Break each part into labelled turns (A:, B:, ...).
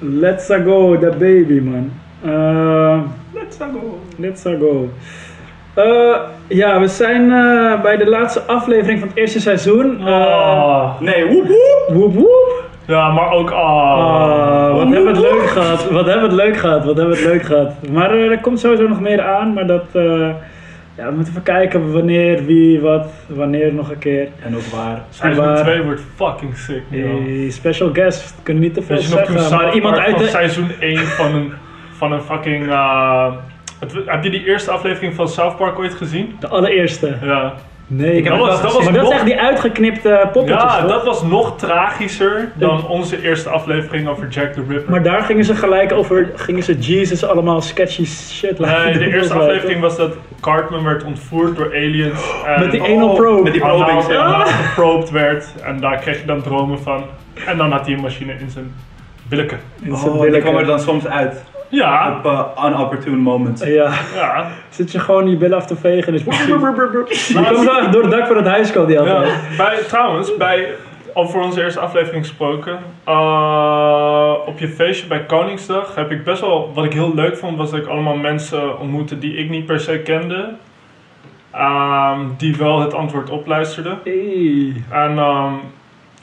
A: Let's a go the baby man. Eh,
B: Let's go.
A: let's a go. Eh, ja, we zijn eh, bij de laatste aflevering van het eerste seizoen. Eh,
B: Ah. Nee, woep woep.
A: Woep woep.
B: Ja, maar ook ah.
A: Ah, wat
B: Woep,
A: hebben we het
B: woep.
A: leuk gehad. Wat hebben we het leuk gehad. Wat hebben we het leuk gehad. Maar eh, er komt sowieso nog meer aan. Maar dat... eh, ja, we moeten even kijken wanneer, wie, wat, wanneer nog een keer.
B: En ook waar.
A: En
B: Seizoen
A: waar.
B: 2 wordt fucking sick, joh.
A: Eh, special guest. Kunnen niet te veel
B: Weet je nog toen
A: zeggen.
B: South
A: Maar iemand
B: Park
A: uit
B: van
A: de...
B: seizoen 1 van een, van een fucking... eh, het- heb je die eerste aflevering van South Park ooit gezien?
A: De allereerste.
B: Ja.
A: Nee, ik heb
B: Dat
A: het
B: was-
A: wel
B: dat
A: gezien.
B: was
A: Maar dat is
B: nog-
A: echt die uitgeknipte poppetjes,
B: Ja,
A: toch?
B: dat was nog tragischer dan onze eerste aflevering over Jack the Ripper.
A: Maar daar gingen ze gelijk over, gingen ze Jesus allemaal sketchy shit laten
B: Nee,
A: doen
B: Eh, de
A: of
B: eerste
A: zo,
B: aflevering was dat Cartman werd ontvoerd door aliens. En Oh,
A: Met die anal probe.
C: Met die
B: anaal-
C: probings, ja.
B: anaal geprobeerd werd. En daar kreeg je dan dromen van. En dan had hij een machine in zijn bilken.
A: toch? In zijn
C: Oh, die
A: billen.
C: kwam er dan soms uit.
B: Ja,
C: Op eh, unopportune moments.
A: Ja,
B: ja.
A: zit je gewoon je billen af te vegen en is... Die kwam
B: Laatst-
A: zo echt door het dak van het huis kwam die altijd.
B: Ja, bij, trouwens, bij, over onze eerste aflevering gesproken. eh, op je feestje bij Koningsdag heb ik best wel. Wat ik heel leuk vond, was dat ik allemaal mensen ontmoette die ik niet per se kende. ehm, die wel het antwoord opluisterden.
A: Hey.
B: En, ehm,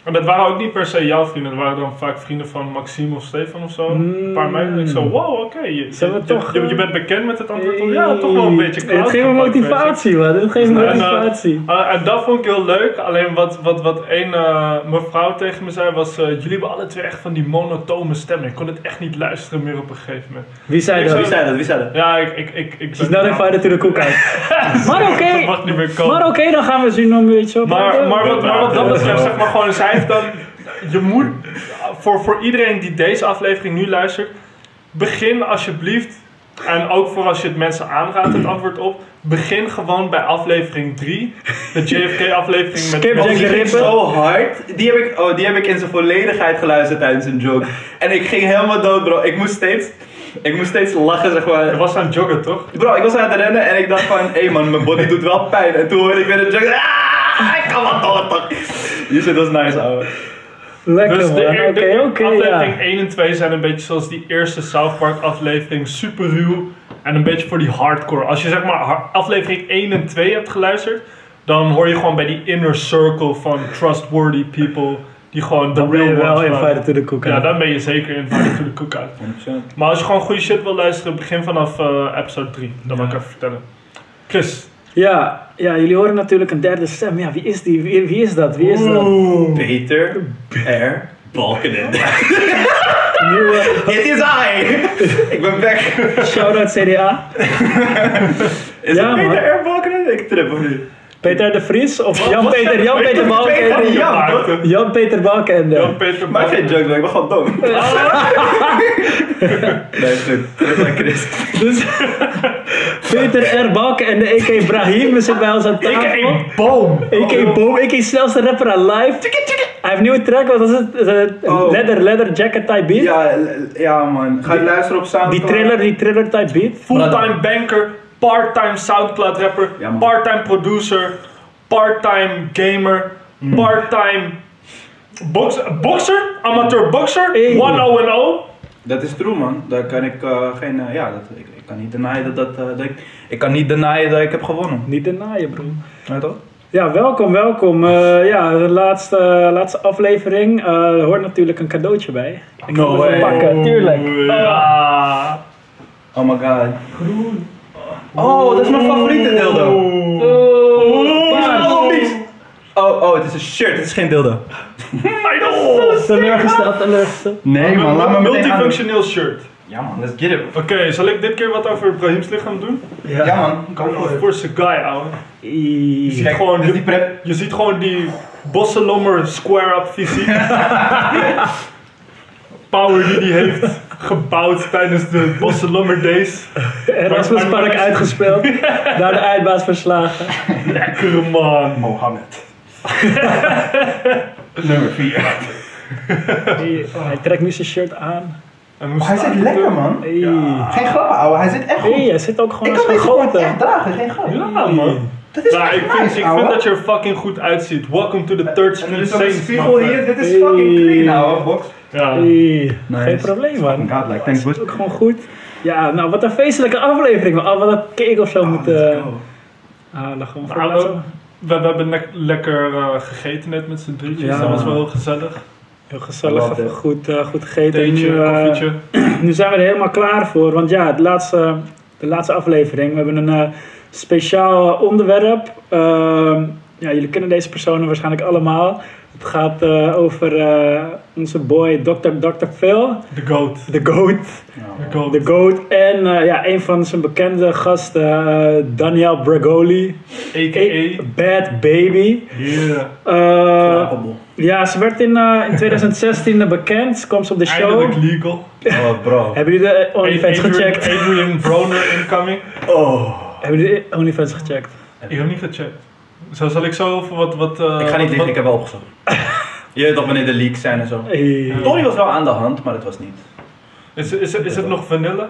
B: en dat waren ook niet per se jouw vrienden, dat waren dan vaak vrienden van Maxime of Stefan of zo. Een paar meiden. En ik zo, wow, oké. Je,
A: Zijn Hmm. we
B: je-
A: toch,
B: je,
A: eh,
B: je bent bekend met het antwoord.
A: Hey.
B: Ja, toch wel een beetje klaar.
A: Het geeft me motivatie, man. Het geeft me
B: En, eh,
A: motivatie.
B: eh, en dat vond ik heel leuk. Alleen wat, wat, wat één eh, mevrouw tegen me zei was... eh, jullie hebben alle twee echt van die monotone stemmen. Ik kon het echt niet luisteren meer op een gegeven moment.
A: Wie zei
B: ik
A: dat?
C: Wie zei dat? Wie zei dat?
B: Ja, ik... ik, ik, ik
A: She's
B: ben-
A: not invited to the cookout. maar oké,
B: Dat mag niet meer komen.
A: maar oké, dan gaan we zien om iets op.
B: Maar, maar, wat, maar wat dat betreft, zeg maar gewoon, zij heeft dan. Je moet. Voor, voor iedereen die deze aflevering nu luistert. Begin alsjeblieft. En ook voor als je het mensen aanraadt, het antwoord op. Begin gewoon bij aflevering 3. De JFK-aflevering met.
A: Skip
B: met-
A: Jack
C: Die
A: the
C: ging
A: Ripper.
C: zo hard. Die heb, ik, oh, die heb ik in zijn volledigheid geluisterd tijdens een joke. En ik ging helemaal dood, bro. Ik moest steeds, ik moest steeds lachen, zeg
B: Je
C: maar.
B: was aan het joggen, toch?
C: Bro, ik was aan het rennen en ik dacht van... Hé man, mijn body doet wel pijn. En toen hoorde ik weer een joke. Ah, ik kan wat door, toch. Die shit was nice, ouwe.
A: Lekker,
B: Dus de,
A: man. Oké,
B: eer- de
A: oké,
B: aflevering
A: ja.
B: 1 en 2 zijn een beetje zoals die eerste South Park aflevering. Super ruw en een beetje voor die hardcore. Als je zeg maar ha- aflevering 1 en 2 hebt geluisterd, dan hoor je gewoon bij die inner circle van trustworthy people. Die gewoon de
A: Dan ben
B: real
A: je wel
B: ones waren.
A: invited to the cookout.
B: Ja, dan ben je zeker invited to the cookout. Maar als je gewoon goede shit wil luisteren, begin vanaf eh, episode 3. Dat wil ik even vertellen. Chris.
A: Ja, ja, jullie horen natuurlijk een derde stem. Ja, wie is die? Wie, wie is dat? Wie is dat?
C: Peter R. Balkenende.
A: Nieuwe
C: It is I! ik ben weg.
A: shout-out CDA.
C: Is
A: Ja, man.
C: het Peter R. Balkenende? Ik trip of niet?
A: Peter de Vries of Jan-Peter, Jan-Peter
C: Peter
A: Balkenende.
C: Jan.
A: Jan-Peter Balkenende.
B: Jan-Peter
C: Maar geen
B: Balken.
C: joke, maar ik ben gewoon dom. nee, is goed. Terug naar Chris.
A: Dus Peter R. Balkenende, a.k.a. Brahim, zit bij ons aan
B: Ik
A: tafel.
B: een boom.
C: Oh.
A: A.k.a. Boom, a.k.a. snelste rapper alive. Hij heeft een nieuwe track, wat was het? Eh,
C: Oh.
A: Leather, leather jacket type beat.
C: Ja, l- ja man. Ga je luisteren op Soundcloud?
A: Die thriller, die thriller type beat.
B: Fulltime banker, part-time Soundcloud rapper,
C: Ja, man.
B: part-time producer, part-time gamer,
C: Hmm.
B: part-time box boxer, amateur boxer,
A: Hey.
B: 1-0-0.
C: Dat is true man. Daar kan ik eh, geen... eh, ja, dat, ik, ik kan niet denyen dat, dat, eh, dat ik... Ik kan niet denyen dat ik heb gewonnen.
A: Niet denaaien, bro.
C: Ja, toch?
A: Ja, welkom, welkom. Eh, ja, de laatste, laatste aflevering. Eh, er hoort natuurlijk een cadeautje bij. Ik
C: No
A: ga hem
C: way.
A: even pakken, tuurlijk.
B: Ja.
C: Oh my god. Oh, dat is mijn favoriete dildo.
B: Oeh.
C: Oh, oh, het is een shirt. Het is geen dildo.
B: Idol.
A: Teleurgesteld, teleurgesteld.
C: Nee
B: Multifunctioneel shirt.
C: Ja man, let's get it.
B: Oké, zal ik dit keer wat over Brahim's lichaam doen?
C: Oh, Ja man, kom voor
B: Voor zijn guy, ouwe.
A: Ie.
C: Kijk,
B: Gewoon-
C: dit is die prep.
B: Je ziet gewoon die Bosselommer square-up fysiek. Power die die heeft gebouwd tijdens de Bosselommer days.
A: Erasmus
B: Maar- maar-
A: Park uitgespeeld. Daar de eindbaas verslagen.
B: Lekker man.
C: Mohammed. Nummer 4.
A: Ie. Hij trekt nu zijn shirt aan.
B: En hoe
C: Oh, Hij
B: staat
C: zit
B: het
C: lekker
B: er?
C: man.
A: Ie.
C: Geen grappen ouwe, hij zit echt goed.
A: Ie, hij zit ook gewoon
C: Ik
A: als
C: kan
A: een
C: deze gewoon
A: grote.
C: echt dragen, geen grap.
B: Ja man.
C: Dat is
B: Ja,
C: echt
B: Nou, ik vind,
C: nice,
B: ik
C: ouwe.
B: vind dat je er fucking goed uitziet. Welcome to the third
C: En
B: street
C: er is ook een
B: Saints.
C: spiegel
B: man.
C: hier, dit is fucking
A: Hey.
C: clean ouwe, box.
B: Ja.
A: Hey,
C: Nice.
A: Geen probleem
C: Fucking
A: man.
C: Oh God, like, thanks,
A: Is
C: boys.
A: ook gewoon goed. Ja, nou wat een feestelijke aflevering. man. Oh, wat een cake of zo moet. eh, halen. Gewoon
C: Nou,
A: voor
B: Maar
A: laten.
B: ook- We, we hebben le- lekker eh, gegeten net met z'n drietjes.
A: Ja.
B: Dat was wel heel gezellig.
A: Heel
C: I
A: gezellig.
C: love
A: Even
C: that.
A: goed, eh, goed gegeten. En
B: Theetje,
A: nu, eh,
B: koffietje.
A: nu zijn we er helemaal klaar voor. Want ja, de laatste, de laatste aflevering. We hebben een eh, speciaal eh, onderwerp. Ehm, ja, jullie kennen deze personen waarschijnlijk allemaal. Het gaat eh, over eh, onze boy Dr. Dr. Phil.
B: De goat.
A: The GOAT.
B: De goat.
A: The GOAT. En eh, ja, een van zijn bekende gasten, eh, Daniel Bragoli.
B: A.k.a.
A: Bad Baby.
B: Yeah.
A: Eh,
C: Slapable.
A: ja, ze werd in, eh, in 2016 bekend. Ze kwam op de show.
B: Eindelijk legal.
C: Oh, bro.
A: Hebben jullie de OnlyFans
B: Adrian-
A: gecheckt?
B: Adrian Broner incoming.
C: Oh.
A: Hebben jullie de OnlyFans gecheckt?
B: Ik heb niet gecheckt. Zo zal ik zo even wat... wat eh,
C: Ik ga
B: wat-
C: niet liegen, ik heb wel opgezocht. Je weet toch wanneer de leaks zijn en zo.
A: Hey.
C: Tony was wel aan de hand, maar het was niet.
B: Is, is, is, het nog vanille?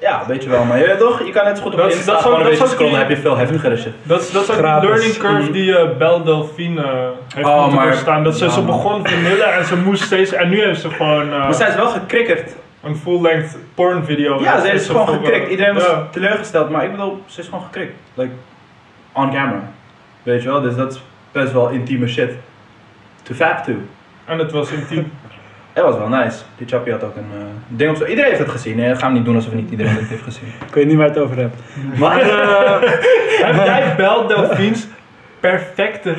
C: Ja, weet je wel, maar je weet toch, je kan net zo goed op
B: Dat is-
C: Insta
B: dat is
C: gewoon
B: ook-
C: een
B: dat is
C: beetje
B: ook
C: scrollen,
B: die-
C: heb je veel heftigere shit.
B: Dat is, dat is ook de
A: Gratis.
B: learning curve die eh Belle Delphine eh, heeft
C: Oh,
B: moeten
C: maar-
B: doorstaan. Dat ze,
C: ja,
B: ze
C: man.
B: begon vanille en ze moest steeds... En nu heeft ze gewoon eh,
C: Maar zij is wel gekrikkerd.
B: een full-length porn video.
C: Ja, ze is gewoon
B: voor- eh,
C: gekrikt. Iedereen was
B: Ja.
C: teleurgesteld, maar ik bedoel, ze is gewoon gekrikt. Like, on camera. Weet je wel, dus dat is best wel intieme shit. To fab to.
B: En het was intiem.
C: Dat was wel nice. Die chappie had ook een eh, ding op zo. Iedereen heeft het gezien. Nee, ga hem niet doen alsof niet iedereen het heeft gezien.
A: Ik weet niet waar het over hebt. Maar eh,
B: Heb jij Belle Delphine's perfecte,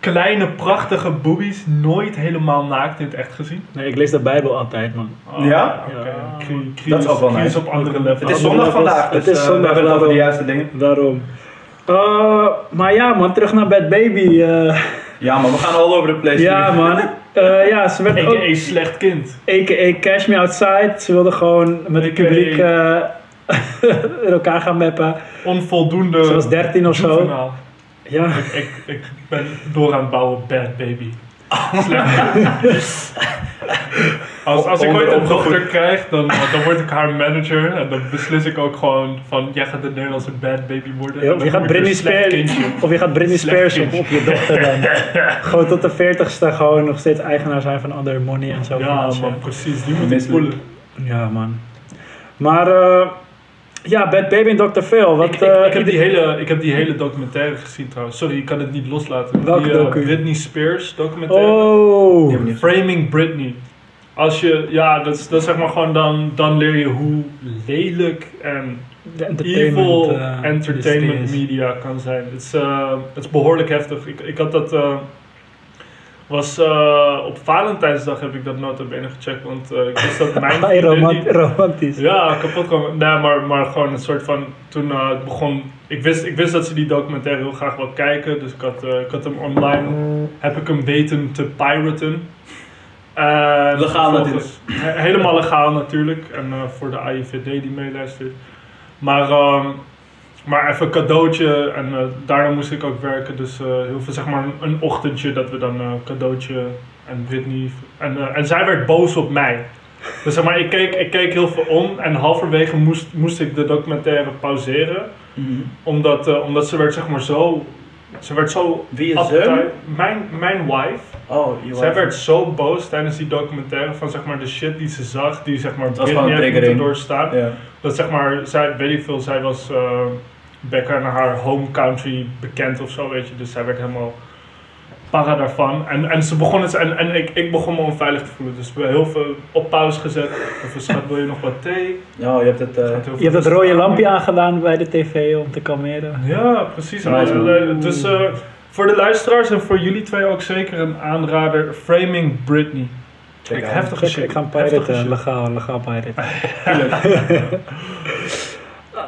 B: kleine, prachtige boobies nooit helemaal naakt in het echt gezien?
A: nee, ik lees de Bijbel altijd, man.
B: Oh,
C: Ja?
B: Oké,
A: Ja.
B: Cri- cri-
C: Dat is ook wel
B: cri-
C: nice.
B: op andere levels.
C: Het is
A: zon-
C: zondag
A: dat was-
C: vandaag, dus
A: het is
C: eh, we
A: zondag,
C: hebben het over de
A: daarom.
C: juiste dingen.
A: Daarom. Eh, maar ja, man, terug naar Bad Baby. eh.
C: Ja, maar we gaan all over the place.
A: ja,
C: hier.
A: man. Eh, ja, ze werd ook
B: A.k.a. slecht kind.
A: a.k.a. Cash Me Outside. Ze wilde gewoon met het
B: AKA.
A: publiek eh, in elkaar gaan meppen.
B: Onvoldoende.
A: Ze was 13 of zo.
B: juvenile.
A: Ja.
B: Ik, ik ben door aan het bouwen, bad baby. Slecht. als als ik ooit een
C: Onderopgevoed.
B: dochter krijg, dan, dan word ik haar manager. En dan beslis ik ook gewoon van, jij gaat de Nederlandse bad baby worden.
A: Ja,
B: En
A: of
B: dan
A: je gaat
B: noem ik
A: Britney
B: haar slecht
A: Spears,
B: kindje.
A: of je gaat Britney
B: Slecht
A: Spears op,
B: kindje.
A: op je dochter dan. gewoon tot de 40ste gewoon nog steeds eigenaar zijn van other money en zo.
B: Ja,
A: Dus,
B: man, precies. Die moet ik
C: Misselijk.
B: voelen.
A: ja, man. Maar eh, ja, Bad Baby en Dr. Phil. Wat,
B: Ik, ik,
A: eh,
B: ik, heb die
A: ieder-
B: hele, ik heb die hele documentaire gezien trouwens. Sorry, ik kan het niet loslaten.
A: Welke
B: die, eh,
A: docu?
B: Britney Spears documentaire.
A: Oh,
C: Die hebben we niet gezien.
B: Framing Britney. Als je, ja, dat is, dat is zeg maar gewoon dan, dan leer je hoe lelijk en
A: de entertainment,
B: evil
A: eh,
B: entertainment
A: industrie is.
B: media kan zijn. Het is, eh, het is behoorlijk heftig. Ik, ik had dat. eh, was eh, op Valentijnsdag heb ik dat nota bene gecheckt, want eh, ik wist dat mijn
A: Hey,
B: vriendin
A: romant-
B: die-
A: romantisch.
B: ja, kapot komen. Nee, maar, maar gewoon een soort van. Toen eh, het begon. Ik wist, ik wist dat ze die documentaire heel graag wil kijken. Dus ik had, eh, ik had hem online. Heb ik hem weten te piraten. En
C: Legaal
B: vervolgens- he- Helemaal legaal natuurlijk. En eh, voor de AIVD die meeluistert. Maar, ehm, maar even een cadeautje. En eh, daarna moest ik ook werken. Dus eh, heel veel, zeg maar, een, een ochtendje dat we dan eh, een cadeautje. En Britney. En, eh, en zij werd boos op mij. Dus zeg maar, ik keek, ik keek heel veel om en halverwege moest, moest ik de documentaire pauzeren.
C: Mhm.
B: Omdat, eh, omdat ze werd zeg maar zo... Ze werd zo...
C: Wie is
B: appetij-
C: hem?
B: Mijn, mijn wife.
C: Oh, je
B: Zij werd zo boos tijdens die documentaire van zeg maar de shit die ze zag, die zeg maar
C: was
B: Britney
C: gewoon
B: heeft moeten
C: triggering.
B: doorstaan.
C: Ja.
B: Dat zeg maar, zij, weet ik veel, zij was eh Becca naar haar home country bekend of zo, weet je. Dus zij werd helemaal para daarvan. En, en ze begon het, en, en ik, ik begon me onveilig te voelen. Dus we hebben heel veel op pauze gezet. Even schat, wil je nog wat thee?
C: Ja, je hebt het... eh,
B: Gaat heel
A: Je
B: veel
A: hebt dat
B: rustig
A: rode
B: aan.
A: lampje aangedaan bij de tv om te kalmeren.
B: Ja, precies.
C: Nice, man.
B: Eh, dus eh, voor de luisteraars en voor jullie twee ook zeker een aanrader. Framing Britney.
C: check
B: Ik-
C: out.
B: heftig.
A: Check, ik ga hem
B: Heftige shit.
A: piraten, legaal, legaal piraten.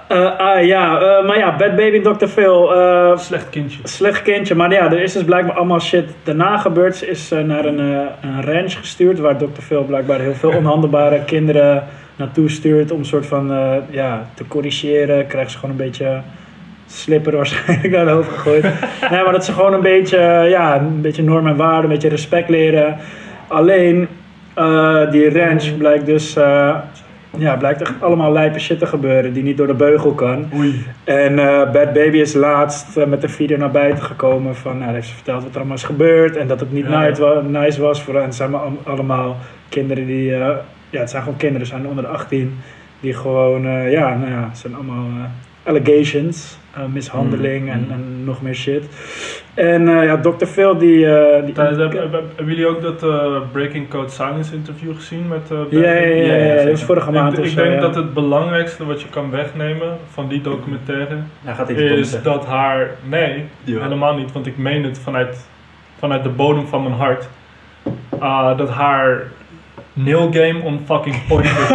A: Eh, ah, ja, eh, maar ja, Bad Baby en Dr. Phil. eh,
B: Slecht kindje.
A: Slecht kindje, maar ja, er is dus blijkbaar allemaal shit daarna gebeurd. Ze is eh, naar een, eh, een ranch gestuurd waar Dr. Phil blijkbaar heel veel onhandelbare kinderen naartoe stuurt om soort van eh, ja, te corrigeren. Krijgt ze gewoon een beetje slipper waarschijnlijk naar de hoofd gegooid. nee, maar dat ze gewoon een beetje, eh, ja, een beetje norm en waarde, een beetje respect leren. Alleen, eh, die ranch blijkt dus eh, ja, blijkt echt allemaal lijpe shit te gebeuren die niet door de beugel kan.
B: Oei.
A: En eh, Bad Baby is laatst eh, met een video naar buiten gekomen van, nou, daar heeft ze verteld wat er allemaal is gebeurd en dat het niet
B: Ja,
A: nice, wa- nice was voor haar. En het zijn maar am- allemaal kinderen die, eh, ja, het zijn gewoon kinderen, ze zijn onder de 18, die gewoon, eh, ja, nou ja, het zijn allemaal eh, allegations, eh, mishandeling
C: Mm,
A: En,
C: mm.
A: en nog meer shit. En eh, ja, Dr. Phil die, eh, die
B: Tijdens- heb- heb- heb- Hebben jullie ook dat eh, Breaking Code Silence interview gezien met eh,
A: Ja, ja, ja, ja,
C: Ja, ja,
A: ja, dat
C: zeker.
A: was vorige maand
B: Ik,
A: of
B: ik
A: zo,
B: denk
A: ja.
B: dat het belangrijkste wat je kan wegnemen van die documentaire
C: Hij gaat iets doms
B: is
C: zeggen.
B: dat haar. Nee,
C: Ja.
B: helemaal niet, want ik meen het vanuit, vanuit de bodem van mijn hart. Ah, dat haar nail game on fucking point is.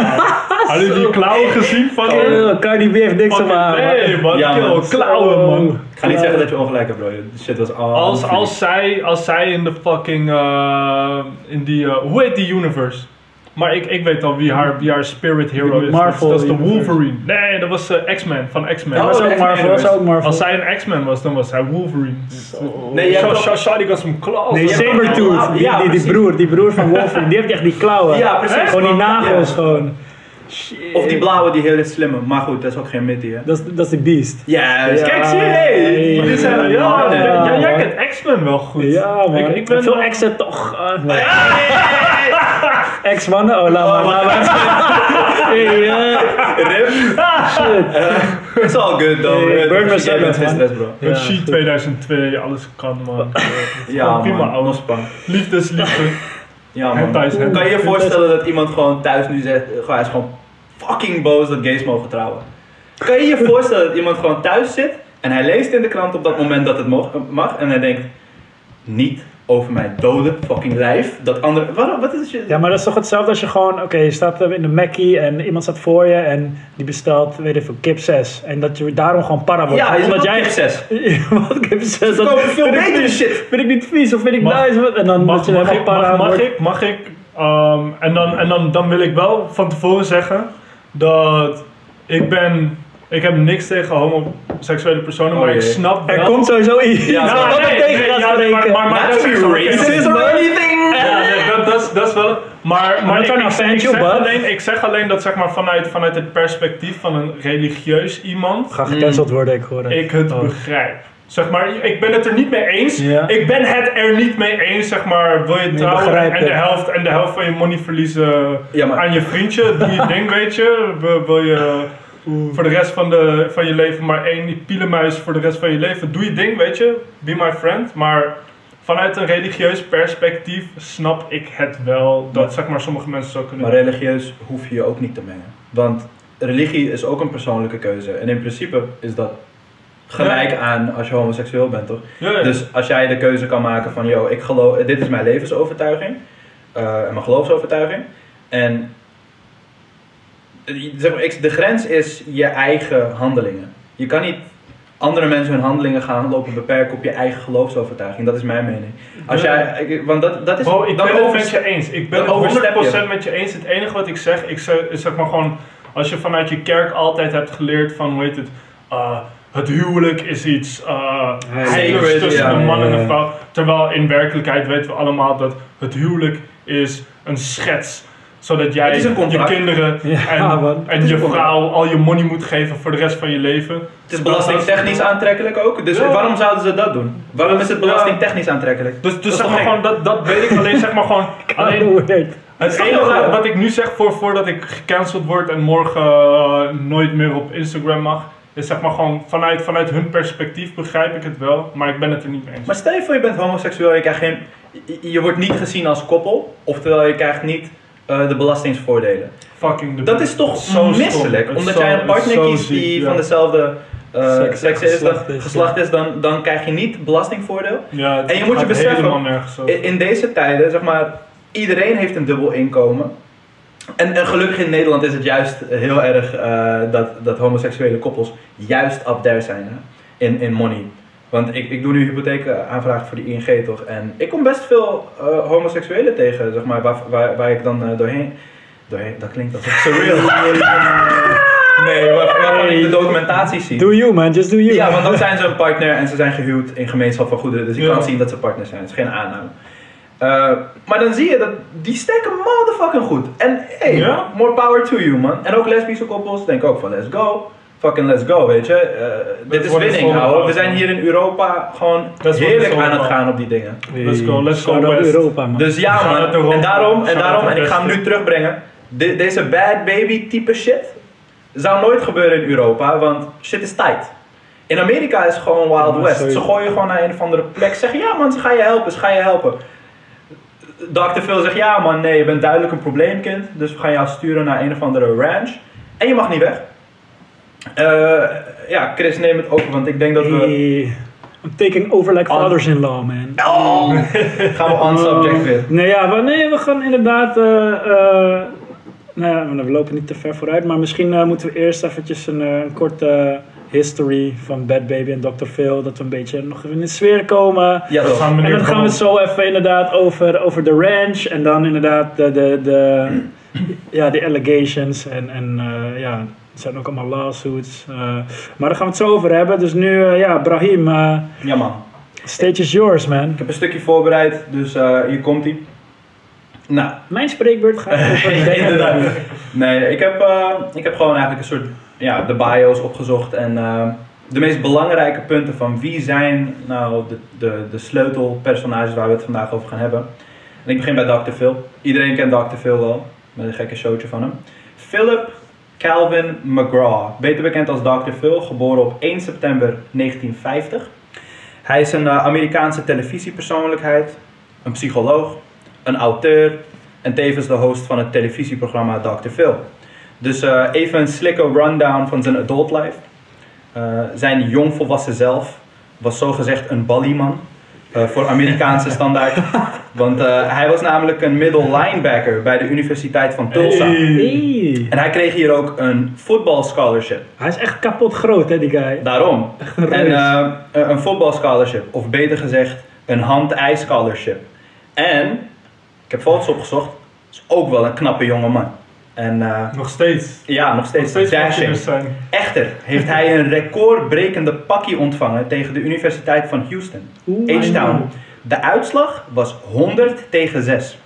B: Hadden jullie die klauwen gezien van haar?
A: Oh, Cardi B heeft niks te
B: Fucking-
A: maken.
B: Nee, man,
C: Ja,
B: kill,
C: man.
B: klauwen, man.
C: Ik ga niet zeggen dat je ongelijk hebt, bro. De Shit was al.
B: Als, als, zij, als zij in de fucking. eh, in die. eh, hoe heet die universe? Maar ik, ik weet al wie haar, wie haar spirit hero
A: Die
B: is.
A: Marvel
B: dat is de
A: universe.
B: Wolverine. Nee, dat was eh, X-Men van X-Men.
A: Dat was
C: Oh,
A: ook
C: echt
A: Marvel, dat was
C: Universe.
A: ook Marvel.
B: Als zij een X-Men was, dan was hij Wolverine.
C: Nee, jij hebt
B: Sha- Sha-
C: ook-
B: Shadi got some claws.
A: Nee,
C: je hebt
A: Sabertooth,
C: ook-
A: die,
C: Ja,
A: die, die
C: precies.
A: broer, die broer van Wolverine, die heeft echt die klauwen.
C: Ja, precies.
A: Hè? Gewoon die nagels gewoon.
C: Of die blauwe, die hele slimme. Maar goed, dat is ook geen mythe, hè?
A: Dat is, dat is de beest.
C: Juist.
A: Ja.
C: Kijk, zie je? Hey.
A: Ja.
C: Jullie zijn
B: Ja,
C: er.
B: ja,
C: Ja,
A: Ja,
B: jij- jij
A: man.
B: kent X-Men wel goed.
A: Ja man,
B: Ik, ik ben
A: veel
B: wel-
A: exen toch. eh, nee. Ex-mannen? Oh, laat maar, laat maar. Hey, eh,
C: Rip.
A: shit.
C: It's all good, though.
A: Hey,
C: Eh,
A: burn
C: jij
A: myself,
C: bent geen
A: man.
C: stress, bro.
B: Met
A: Ja,
B: She
A: goed.
B: 2002, alles kan man.
C: Ja,
B: prima,
C: man.
B: ouwe.
C: Nog span.
B: Liefdesliefde.
C: Ja,
B: En
C: man.
B: thuis, hè?
C: Kan je je voorstellen dat iemand gewoon thuis nu zegt, eh, gewoon, hij is gewoon fucking boos dat gays mogen trouwen? Kan je je voorstellen dat iemand gewoon thuis zit en hij leest in de krant op dat moment dat het mo- mag en hij denkt, niet over mijn dode fucking lijf, dat andere... Wat, wat is je...
A: Ja, maar dat is toch hetzelfde als je gewoon, oké, je staat eh, in de Mackie en iemand staat voor je en die bestelt, weet ik veel, kip 6. En dat je daarom gewoon para wordt.
C: Ja, is
A: Omdat
C: dat
A: jij...
C: jij succes?
A: Wat kip 6?
C: Ze
A: Dat
C: kopen veel
A: vind ik
C: betere
A: vies.
C: shit.
A: Vind ik niet vies of vind ik
B: Mag-
A: nice? Wat- En dan dat
B: Mag,
A: je
B: mag,
A: helemaal
B: ik, mag,
A: para
B: mag
A: wordt.
B: ik? Mag ik? Ehm, en dan, en dan, dan wil ik wel van tevoren zeggen dat ik ben. Ik heb niks tegen homoseksuele personen,
C: Oh,
B: maar ik
C: jee.
B: snap wel.
A: Er komt sowieso iets.
C: Ja,
A: Ja,
C: nou,
A: wat ik tegen gaat
B: ja, nee, maar,
A: spreken.
B: maar, maar dat
C: That's
B: is
C: you racist or anything!
B: Ja, nee, dat, dat, is, dat is wel. Maar, maar
A: I'm
B: ik,
A: trying to
B: ik, zeg-
A: offend
B: ik
A: you,
B: zeg
A: but-
B: alleen, ik zeg alleen dat zeg maar, vanuit, vanuit het perspectief van een religieus iemand.
A: Ga gecanceld
C: Mm.
A: worden, ik hoor het.
B: ik het
A: Oh.
B: begrijp. Zeg maar, ik ben het er niet mee eens.
A: Ja.
B: Ik ben het er niet mee eens, zeg maar. Wil je trouwen
A: begrijp
B: en
A: het.
B: de, helft, en de helft van je money verliezen
C: Ja, maar-
B: aan je vriendje? Doe je ding, weet je. Wil- Wil je voor de rest van, de, van je leven maar één pielenmuis voor de rest van je leven? Doe je ding, weet je. Be my friend. Maar vanuit een religieus perspectief snap ik het wel dat,
C: Maar-
B: zeg maar, sommige mensen zo kunnen
C: Maar religieus hoef je je ook niet te mengen. Want religie is ook een persoonlijke keuze. En in principe is dat gelijk aan als je homoseksueel bent, toch?
B: Ja, ja.
C: Dus als jij de keuze kan maken van, yo, ik geloof, dit is mijn levensovertuiging eh, en mijn geloofsovertuiging. En eh, zeg maar, ik- de grens is je eigen handelingen. Je kan niet andere mensen hun handelingen gaan lopen beperken op je eigen geloofsovertuiging. Dat is mijn mening. Als
B: Ja.
C: jij, ik- want dat, dat is.
B: Bro, ik
C: dan
B: ben het
C: over-
B: met je eens. Ik ben
C: dan
B: het
C: overstep
B: 100%
C: je
B: met je eens. Het enige wat ik zeg, ik zeg, is zeg maar gewoon, als je vanuit je kerk altijd hebt geleerd van, hoe heet het, eh, het huwelijk is iets eh
A: Heiligs,
B: heiligs tussen
C: ja.
B: een man en
A: Ja.
B: een vrouw. Terwijl in werkelijkheid weten we allemaal dat het huwelijk is een schets zodat jij
C: Het is een
B: je
C: contract.
B: kinderen
A: Ja,
B: en,
A: man.
B: en je
C: een contract.
B: vrouw al je money moet geven voor de rest van je leven.
C: Het is belastingtechnisch aantrekkelijk ook. Dus
B: Ja.
C: waarom zouden ze dat doen? Waarom is het belastingtechnisch aantrekkelijk?
B: Dus,
C: Dat
B: dus
C: is
B: zeg
C: toch
B: maar
C: gek?
B: gewoon, dat, dat weet ik alleen, zeg maar gewoon,
A: Ah,
B: alleen
A: Weird.
B: Het
C: toch heel
B: enige
C: raar?
B: wat ik nu zeg voor, voordat ik gecanceld word en morgen eh, nooit meer op Instagram mag, is zeg maar gewoon vanuit, vanuit hun perspectief begrijp ik het wel, maar ik ben het er niet mee eens.
C: Maar stel je voor je bent homoseksueel en je krijgt geen... Je, je wordt niet gezien als koppel, oftewel je krijgt niet eh, de belastingsvoordelen.
B: Fucking de
C: Dat is toch
B: Zo stom.
C: misselijk?
B: Het is
C: Omdat
B: zo-
C: jij
B: het
C: een
B: is
C: partner
B: zo
C: kiest
B: ziek,
C: die
B: ja.
C: van dezelfde eh,
A: Seks-
C: seks is, dan,
A: geslacht is,
C: geslacht is, dan, dan krijg je niet belastingvoordeel.
B: Ja, het
C: En je moet je
B: gaat
C: beseffen, Eh,
B: helemaal nergens over.
C: In, in deze tijden, zeg maar, iedereen heeft een dubbel inkomen. En, en gelukkig in Nederland is het juist heel erg eh, dat, dat homoseksuele koppels juist up there zijn hè? In, in money. Want ik, ik doe nu hypotheekaanvraag voor de ING toch. En ik kom best veel eh, homoseksuelen tegen, zeg maar, waar, waar, waar ik dan eh, doorheen... Doorheen, dat klinkt als surreal. nee, waar, waarvan ik de documentatie zie.
A: Do you man, just do you.
C: Ja, want dan zijn ze een partner en ze zijn gehuwd in gemeenschap van goederen. Dus je
B: Ja.
C: kan zien dat ze partners zijn. Het is geen aanname. Eh, Eh, maar dan zie je dat die stekken motherfucking goed. En hey,
B: Ja?
C: more power to you man. En ook lesbische koppels denken ook van let's go. Fucking let's go, weet je. Eh, dit is
B: wordt
C: winning,
B: gewoon
C: ouwe. We
B: bepaald,
C: zijn
B: man.
C: hier in Europa gewoon
B: wordt
C: heerlijk
B: gewoon
C: aan het
B: bepaald.
C: gaan op die dingen.
B: Let's go, let's go
A: Shout out
B: west.
A: Europa, man.
C: Dus ja,
B: Ga naar
C: man.
B: het Europa.
C: En daarom,
B: Ga
C: en
B: naar
C: daarom,
B: het
C: en ik ga hem
B: westen.
C: nu terugbrengen. De- deze bad baby type shit zou nooit gebeuren in Europa, want shit is tight. In Amerika is gewoon Wild
A: Ja,
C: West.
A: sowieso.
C: Ze gooien je gewoon naar een of andere plek. Zeggen ja, man, ze gaan je helpen, ze gaan je helpen. Dr. Phil zegt ja, man, nee, je bent duidelijk een probleemkind. Dus we gaan jou sturen naar een of andere ranch. En je mag niet weg. Eh, ja, Chris, neem het over, want ik denk dat we.
A: Hey, I'm taking over like
C: An-
A: fathers-in-law, man. Oh.
C: Oh, gaan we on subject weer.
A: Nee, ja, maar nee, we gaan inderdaad. eh eh, nou ja, we lopen niet te ver vooruit, maar misschien eh, moeten we eerst eventjes een, eh, een korte history van Bad Baby en Dr. Phil. Dat we een beetje nog in de sfeer komen.
C: Ja,
B: Dat
C: toch.
B: gaan we
A: En
B: nu
A: dan gaan we het zo even inderdaad over, over de ranch en dan inderdaad de, de, de, ja, de allegations en, en eh, ja, het zijn ook allemaal lawsuits. eh, maar daar gaan we het zo over hebben. Dus nu, eh, ja, Brahim, eh,
C: Ja, man.
A: stage is yours, man.
C: Ik heb een stukje voorbereid, dus eh, hier komt ie. Nou,
A: Mijn spreekbeurt gaat over Ben
C: inderdaad.
A: Haddad.
C: Nee, ik heb, eh, ik heb gewoon eigenlijk een soort, ja, de bio's opgezocht en eh, de meest belangrijke punten van wie zijn nou de, de, de sleutelpersonages waar we het vandaag over gaan hebben. En ik begin bij Dr. Phil. Iedereen kent Dr. Phil wel, met een gekke showtje van hem. Philip Calvin McGraw, beter bekend als Dr. Phil, geboren op 1 september 1950. Hij is een eh, Amerikaanse televisiepersoonlijkheid, een psycholoog, een auteur en tevens de host van het televisieprogramma Dr. Phil. Dus eh, even een slikke rundown van zijn adult life. Eh, zijn jongvolwassen zelf was zogezegd een ballieman eh, voor Amerikaanse standaard. Want eh, hij was namelijk een middle linebacker bij de Universiteit van Tulsa.
A: Hey.
C: En hij kreeg hier ook een voetbalscholarship.
A: Hij is echt kapot groot, hè, die guy.
C: Daarom.
A: Een
C: En
A: reus.
C: eh, een- een voetbalscholarship, of beter gezegd, een hand-eye-scholarship. En, ik heb foto's opgezocht, is ook wel een knappe jongeman. En eh,
B: Nog steeds.
C: ja, nog
B: Nog
C: steeds,
B: steeds
C: dashing.
B: passionate zijn.
C: Echter heeft hij een recordbrekende pakkie ontvangen tegen de Universiteit van Houston,
A: Oeh,
C: H Town. De uitslag was 100 tegen 6.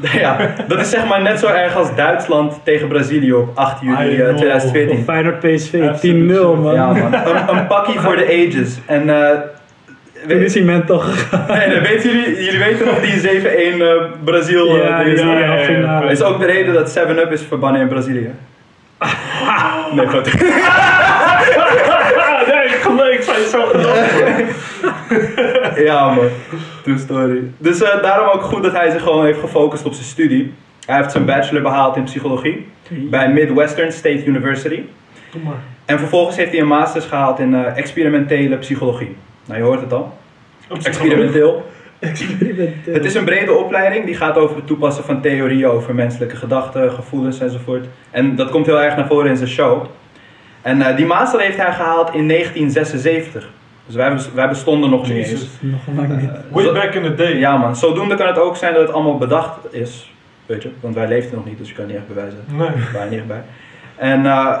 C: Ja, dat is zeg maar net zo erg als Duitsland tegen Brazilië op 8 juli
B: I
C: eh,
B: know.
A: Of
C: 2014.
A: Feyenoord PSV, 10-0,
B: Absoluut,
A: man.
C: Ja, man. Een, een pakkie voor de ages. En eh,
A: Toen
C: we-
A: is die man toch...
C: nee, nee, weten jullie, jullie weten nog die 7-1 eh, Brazil. eh,
A: Ja,
C: die is-
A: ja,
B: ja,
A: ja,
B: ja.
A: finale.
C: Dat is ook de reden dat 7-Up is verbannen in Brazilië. Nee, goed.
B: Ah, nee, ik geloof, ik zou het zo geloven.
C: Ja, man. True story. Dus eh, daarom ook goed dat hij zich gewoon heeft gefocust op zijn studie. Hij heeft zijn bachelor behaald in psychologie bij Midwestern State University.
B: Doe maar.
C: En vervolgens heeft hij een master's gehaald in eh, experimentele psychologie. Nou, je hoort het al. Experimenteel.
A: eh,
C: Het is een brede opleiding die gaat over het toepassen van theorieën over menselijke gedachten, gevoelens enzovoort. En dat komt heel erg naar voren in zijn show. En eh, die master heeft hij gehaald in 1976. Dus wij, bes- wij bestonden nog niet eens.
B: Jesus.
A: Nog lang niet.
B: Way back in the day.
C: Ja man, zodoende kan het ook zijn dat het allemaal bedacht is. Weet je, want wij leefden nog niet, dus je kan het niet echt bewijzen.
B: Nee.
C: We waren niet echt bij. En, eh,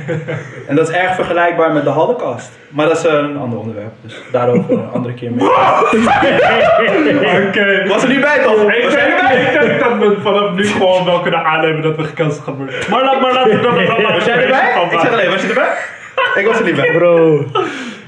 C: en dat is erg vergelijkbaar met de Holocaust. Maar dat is eh, een ander onderwerp, dus daarover een andere keer meer.
B: Oké.
C: Was er niet bij toch?
B: Ik
C: Was er
B: denk,
C: niet bij?
B: ik denk dat we vanaf nu gewoon wel kunnen aannemen dat we gecanceld gaan worden. Maar laat maar laten we dat laten we
C: Was jij
B: er
C: erbij?
B: van
C: Ik zeg
B: maken.
C: alleen, was je erbij? Ik was er niet bij.
A: Bro.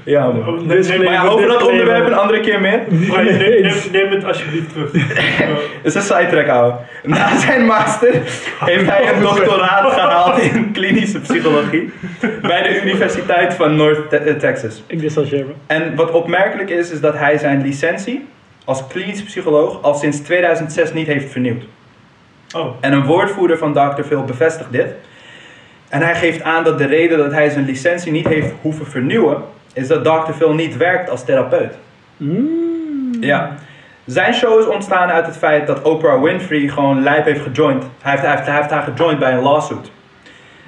C: Ja man.
B: Oh, nee, nee,
C: Maar ja, over dat onderwerp een andere keer meer.
B: Maar neem, neem, neem het alsjeblieft terug. Eh,
C: Het is een sidetrack ouwe. Na zijn master heeft hij een doctoraat gehaald in klinische psychologie bij de Universiteit van North Te- eh, Texas.
A: Ik distancieer me.
C: En wat opmerkelijk is, is dat hij zijn licentie als klinisch psycholoog al sinds 2006 niet heeft vernieuwd.
B: oh,
C: En een woordvoerder van Dr. Phil bevestigt dit. En hij geeft aan dat de reden dat hij zijn licentie niet heeft hoeven vernieuwen, is dat Dr. Phil niet werkt als therapeut.
A: Mm. Mhm.
C: Ja. Zijn show is ontstaan uit het feit dat Oprah Winfrey gewoon lijp heeft gejoind. Hij heeft, hij heeft, hij heeft haar gejoind bij een lawsuit.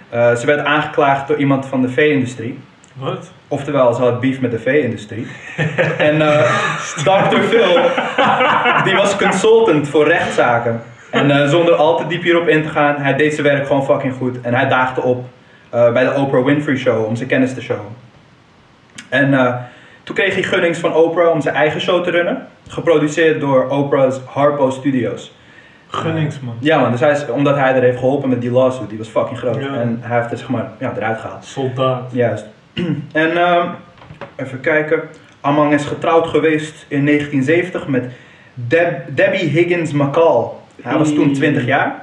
C: Eh, ze werd aangeklaagd door iemand van de vee-industrie.
B: wat?
C: Oftewel, ze had beef met de vee-industrie. en eh, Dr. Phil, die was consultant voor rechtszaken. En eh, zonder al te diep hierop in te gaan, hij deed zijn werk gewoon fucking goed. En hij daagde op eh, bij de Oprah Winfrey Show om zijn kennis te showen. En eh, toen kreeg hij gunnings van Oprah om zijn eigen show te runnen. Geproduceerd door Oprah's Harpo Studios.
B: Gunnings, man.
C: Ja man, dus hij is, omdat hij er heeft geholpen met die lawsuit, die was fucking groot.
B: Ja.
C: En hij heeft het zeg maar ja, eruit gehaald.
B: Soldaat.
C: Juist. En ehm, even kijken. Amang is getrouwd geweest in 1970 met Deb- Debbie Higgins McCall. Hij was toen 20 jaar.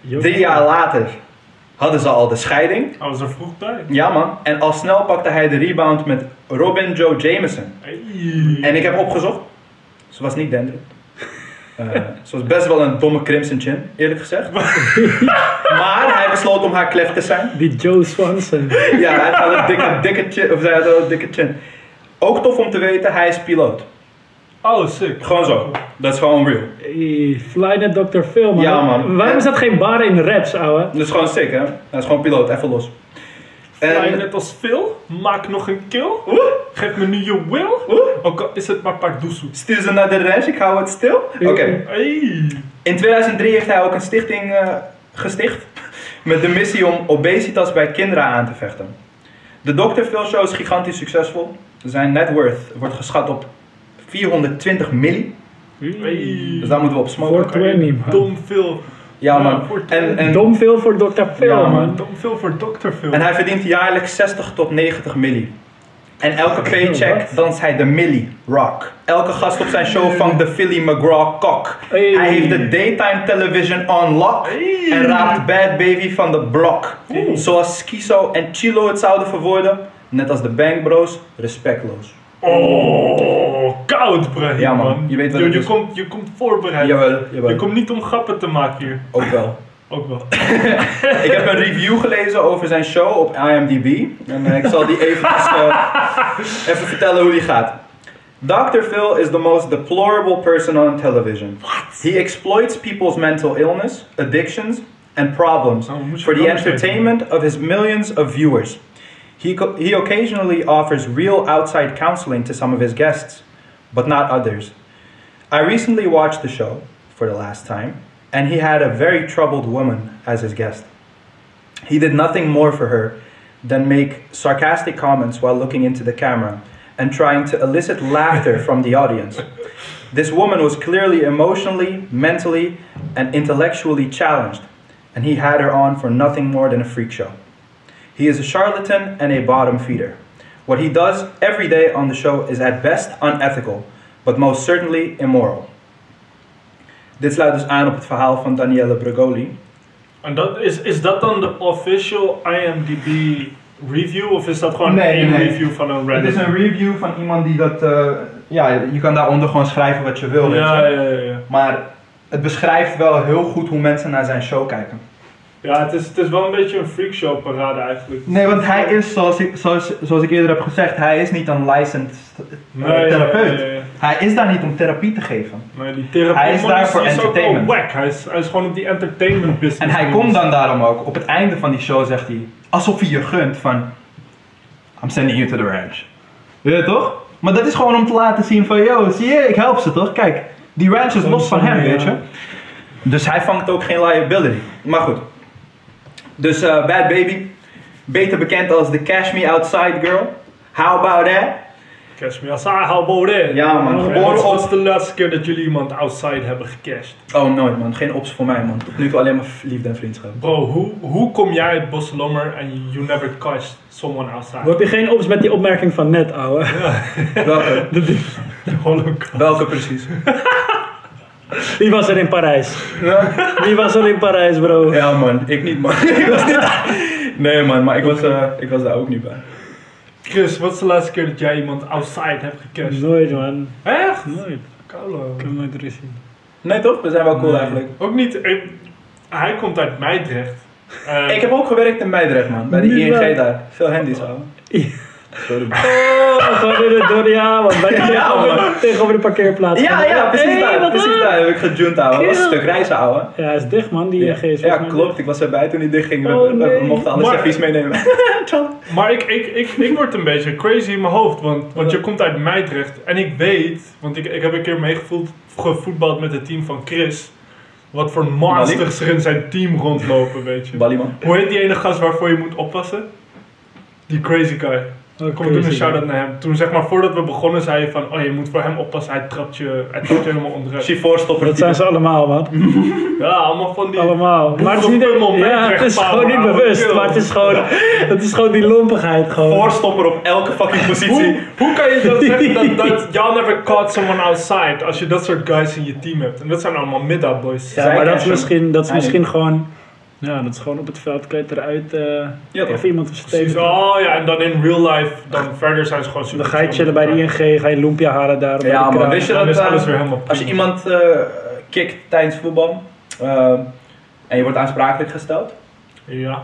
A: Joh.
C: Drie jaar later hadden ze al de scheiding.
B: Hij was er vroeg bij.
C: Ja man. En al snel pakte hij de rebound met Robin Joe Jameson.
B: Hey.
C: En ik heb opgezocht. Ze was niet Dendro. Eh, ze was best wel een domme Crimson Chin, eerlijk gezegd. maar hij besloot om haar klef te zijn.
A: Die Joe Swanson.
C: Ja, hij had een dikke, dikke chin. Of zij had wel een dikke chin. Ook tof om te weten, hij is piloot.
B: Oh, sick.
C: Gewoon zo. Dat is gewoon real.
A: Hey, Fly net Dr. Phil, man.
C: Ja, man.
A: Waarom is dat geen bar in raps, ouwe?
C: Dat is gewoon sick, hè? Dat is gewoon piloot, even los.
B: Ga je
C: En,
B: net als Phil? Maak nog een kill? Geef me nu je will?
C: Oeh.
B: Ook al is het maar Pardoesoe.
C: stuur ze naar de ranch, ik hou het stil. Oké.
B: Hey.
C: In 2003 heeft hij ook een stichting eh, gesticht met de missie om obesitas bij kinderen aan te vechten. De Dr. Phil Show is gigantisch succesvol. Zijn net worth wordt geschat op 420 milli.
B: Hey.
C: Dus daar moeten we op smoken.
A: Voor- 20, man.
B: Dom Phil.
C: Ja
B: Ja, voor
C: man. En,
B: twintig.
C: en,
A: Dom veel voor Dr. Phil,
C: Ja, man.
A: man.
B: Dom Phil voor Dr. Phil.
C: en hij verdient jaarlijks 60 tot 90 milli. En elke
B: Ah,
C: paycheck
A: wat?
C: danst hij de milli rock. Elke gast op zijn show vangt de Philly McGraw kok.
A: Hey.
C: Hij heeft de daytime television on lock.
B: Hey.
C: En raapt Bad Baby van de blok.
B: Oeh.
C: Zoals Skizo en Chilo het zouden verwoorden. Net als de Bang Bros, respectloos.
B: Oh, koud, Brian.
C: Ja, man. Je weet wat
B: je,
C: het
B: je
C: is.
B: komt, je komt voorbereid.
C: Jawel,
B: Je
C: jawel.
B: komt niet om grappen te maken hier.
C: Ook wel.
B: Ook wel.
C: Ik heb een review gelezen over zijn show op IMDb. En eh, ik zal die even, eh, even vertellen hoe die gaat. Dr. Phil is the most deplorable person on television. He exploits people's mental illness, addictions, and problems
B: Oh, we moesten
C: for the
B: komen kijken.
C: entertainment of his millions of viewers. He, co- he occasionally offers real outside counseling to some of his guests, but not others. I recently watched the show for the last time, and he had a very troubled woman as his guest. He did nothing more for her than make sarcastic comments while looking into the camera and trying to elicit laughter from the audience. This woman was clearly emotionally, mentally, and intellectually challenged, and he had her on for nothing more than a freak show. He is a charlatan and a bottom feeder. What he does every day on the show is at best unethical, but most certainly immoral. Dit sluit dus aan op het verhaal van Daniele Bregoli.
B: En dat, is, is dat dan de official IMDb review? Of is dat gewoon
C: Nee,
B: een
C: nee.
B: review van een
C: Het
B: Reddit?
C: is een review van iemand die dat. eh, ja, je kan daaronder gewoon schrijven wat je wil. weet
B: Ja,
C: je.
B: ja, ja, ja.
C: Maar het beschrijft wel heel goed hoe mensen naar zijn show kijken.
B: Ja, het is, het is wel een beetje een freakshow parade eigenlijk.
C: Nee, want hij is, zoals ik, zoals, zoals ik eerder heb gezegd, hij is niet een licensed eh, therapeut.
B: ja, ja, ja.
C: Hij is daar niet om therapie te geven.
B: Maar die therapie
C: Hij is daar voor
B: is ook wel
C: entertainment.
B: wack. Hij is, hij is gewoon op die entertainment business.
C: En hij komt dan daarom ook, op het einde van die show zegt hij, alsof hij je gunt van, I'm sending you to the ranch. Weet je toch? Maar dat is gewoon om te laten zien van, yo, zie je, ik help ze toch? Kijk, die ranch is los van hem,
B: Ja.
C: weet je. Dus hij vangt ook geen liability. Maar goed. Dus eh, Bad Baby, beter bekend als de Cash Me Outside Girl. How about that?
B: Cash me outside, how about that?
C: Ja, man.
B: En
C: Geboren
B: wat
C: op-
B: was de laatste keer dat jullie iemand outside hebben gecashed?
C: Oh, nooit man. Geen ops voor mij man. Tot nu toe alleen maar liefde en vriendschap.
B: Bro, hoe, hoe kom jij uit Bosselommer en you never cashed someone outside?
A: Word je geen ops met die opmerking van net, ouwe?
C: Welke?
B: Holocaust.
C: Welke precies?
A: Wie was er in Parijs? Wie was er in Parijs, bro?
C: Ja man, ik niet man. ik was niet... Nee man, maar ik was, eh, ik was daar ook niet bij.
B: Chris, wat is de laatste keer dat jij iemand outside hebt gecashed?
A: Nooit, man.
B: Echt?
A: Nooit.
B: Kalo.
A: Ik heb nooit ruzie.
C: Nee toch? We zijn wel cool
A: Nee.
C: eigenlijk.
B: Ook niet. ik- hij komt uit Meidrecht. Eh,
C: Ik heb ook gewerkt in Meidrecht man. Bij de
A: Niet
C: ING
A: waar.
C: daar. Veel handies ouwe. Sorry.
A: Oh, gewoon in het door, ja, man. Bij de,
C: Ja, man.
A: tegenover, tegenover de parkeerplaats.
C: Ja, ja, precies
A: Hey,
C: daar.
A: wat
C: Precies
A: dan?
C: daar heb ik gejunt ouwe. Dat was een
A: Kill.
C: stuk reizen ouwe.
A: Ja, hij is dicht, man, die
C: Ja,
A: ja. geest.
C: ja, klopt. Ik was erbij toen die dicht ging. We,
A: Oh,
C: we- we
A: nee.
C: mochten alle
B: Maar-
C: servies meenemen. Ciao.
B: Maar ik, ik, ik, ik word een beetje crazy in mijn hoofd, want, want je komt uit Meidrecht. En ik weet, want ik, ik heb een keer meegevoeld, gevoetbald met het team van Chris. Wat voor monsters er in zijn team rondlopen, weet je.
C: Bali man.
B: Hoe heet die ene gast waarvoor je moet oppassen? Die crazy guy.
A: Oké,
B: Kom toen een
A: zie
B: shout-out naar hem. Toen zeg maar voordat we begonnen zei je van, oh je moet voor hem oppassen, hij trapt je, hij trapt je helemaal onderuit.
C: Chivoorstopper.
A: Dat zijn ze allemaal, man.
B: Ja, allemaal van die...
A: Allemaal. Maar het is niet
B: Boerenpummel,
A: ja, het is
B: Meerdrecht,
A: gewoon niet
B: Pablo,
A: bewust,
B: Kiel.
A: maar het is gewoon, het is gewoon die lompigheid gewoon.
C: Voorstopper op elke fucking
B: Hoe,
C: positie.
B: hoe kan je dat zeggen dat, dat y'all never caught someone outside als je dat soort guys in je team hebt? En dat zijn allemaal middag-boys.
A: Ja,
C: Zij
A: maar dat is
C: cashen.
A: misschien, dat is
C: Hij
A: misschien gewoon, ja, dat is gewoon op het veld, kleed eruit, eh
C: Ja, toch.
A: even iemand op zijn
B: Precies.
A: teken.
B: Oh ja, en dan in real life, dan verder zijn ze gewoon super.
A: Dan ga je chillen bij de ING, ga je lumpia halen daar. bij de
C: Ja, maar
A: kraan.
C: wist je
B: Dan
C: dat...
B: is
C: eh,
B: alles weer helemaal
C: als je
B: prima.
C: iemand eh, kikt tijdens voetbal eh, en je wordt aansprakelijk gesteld,
B: Ja.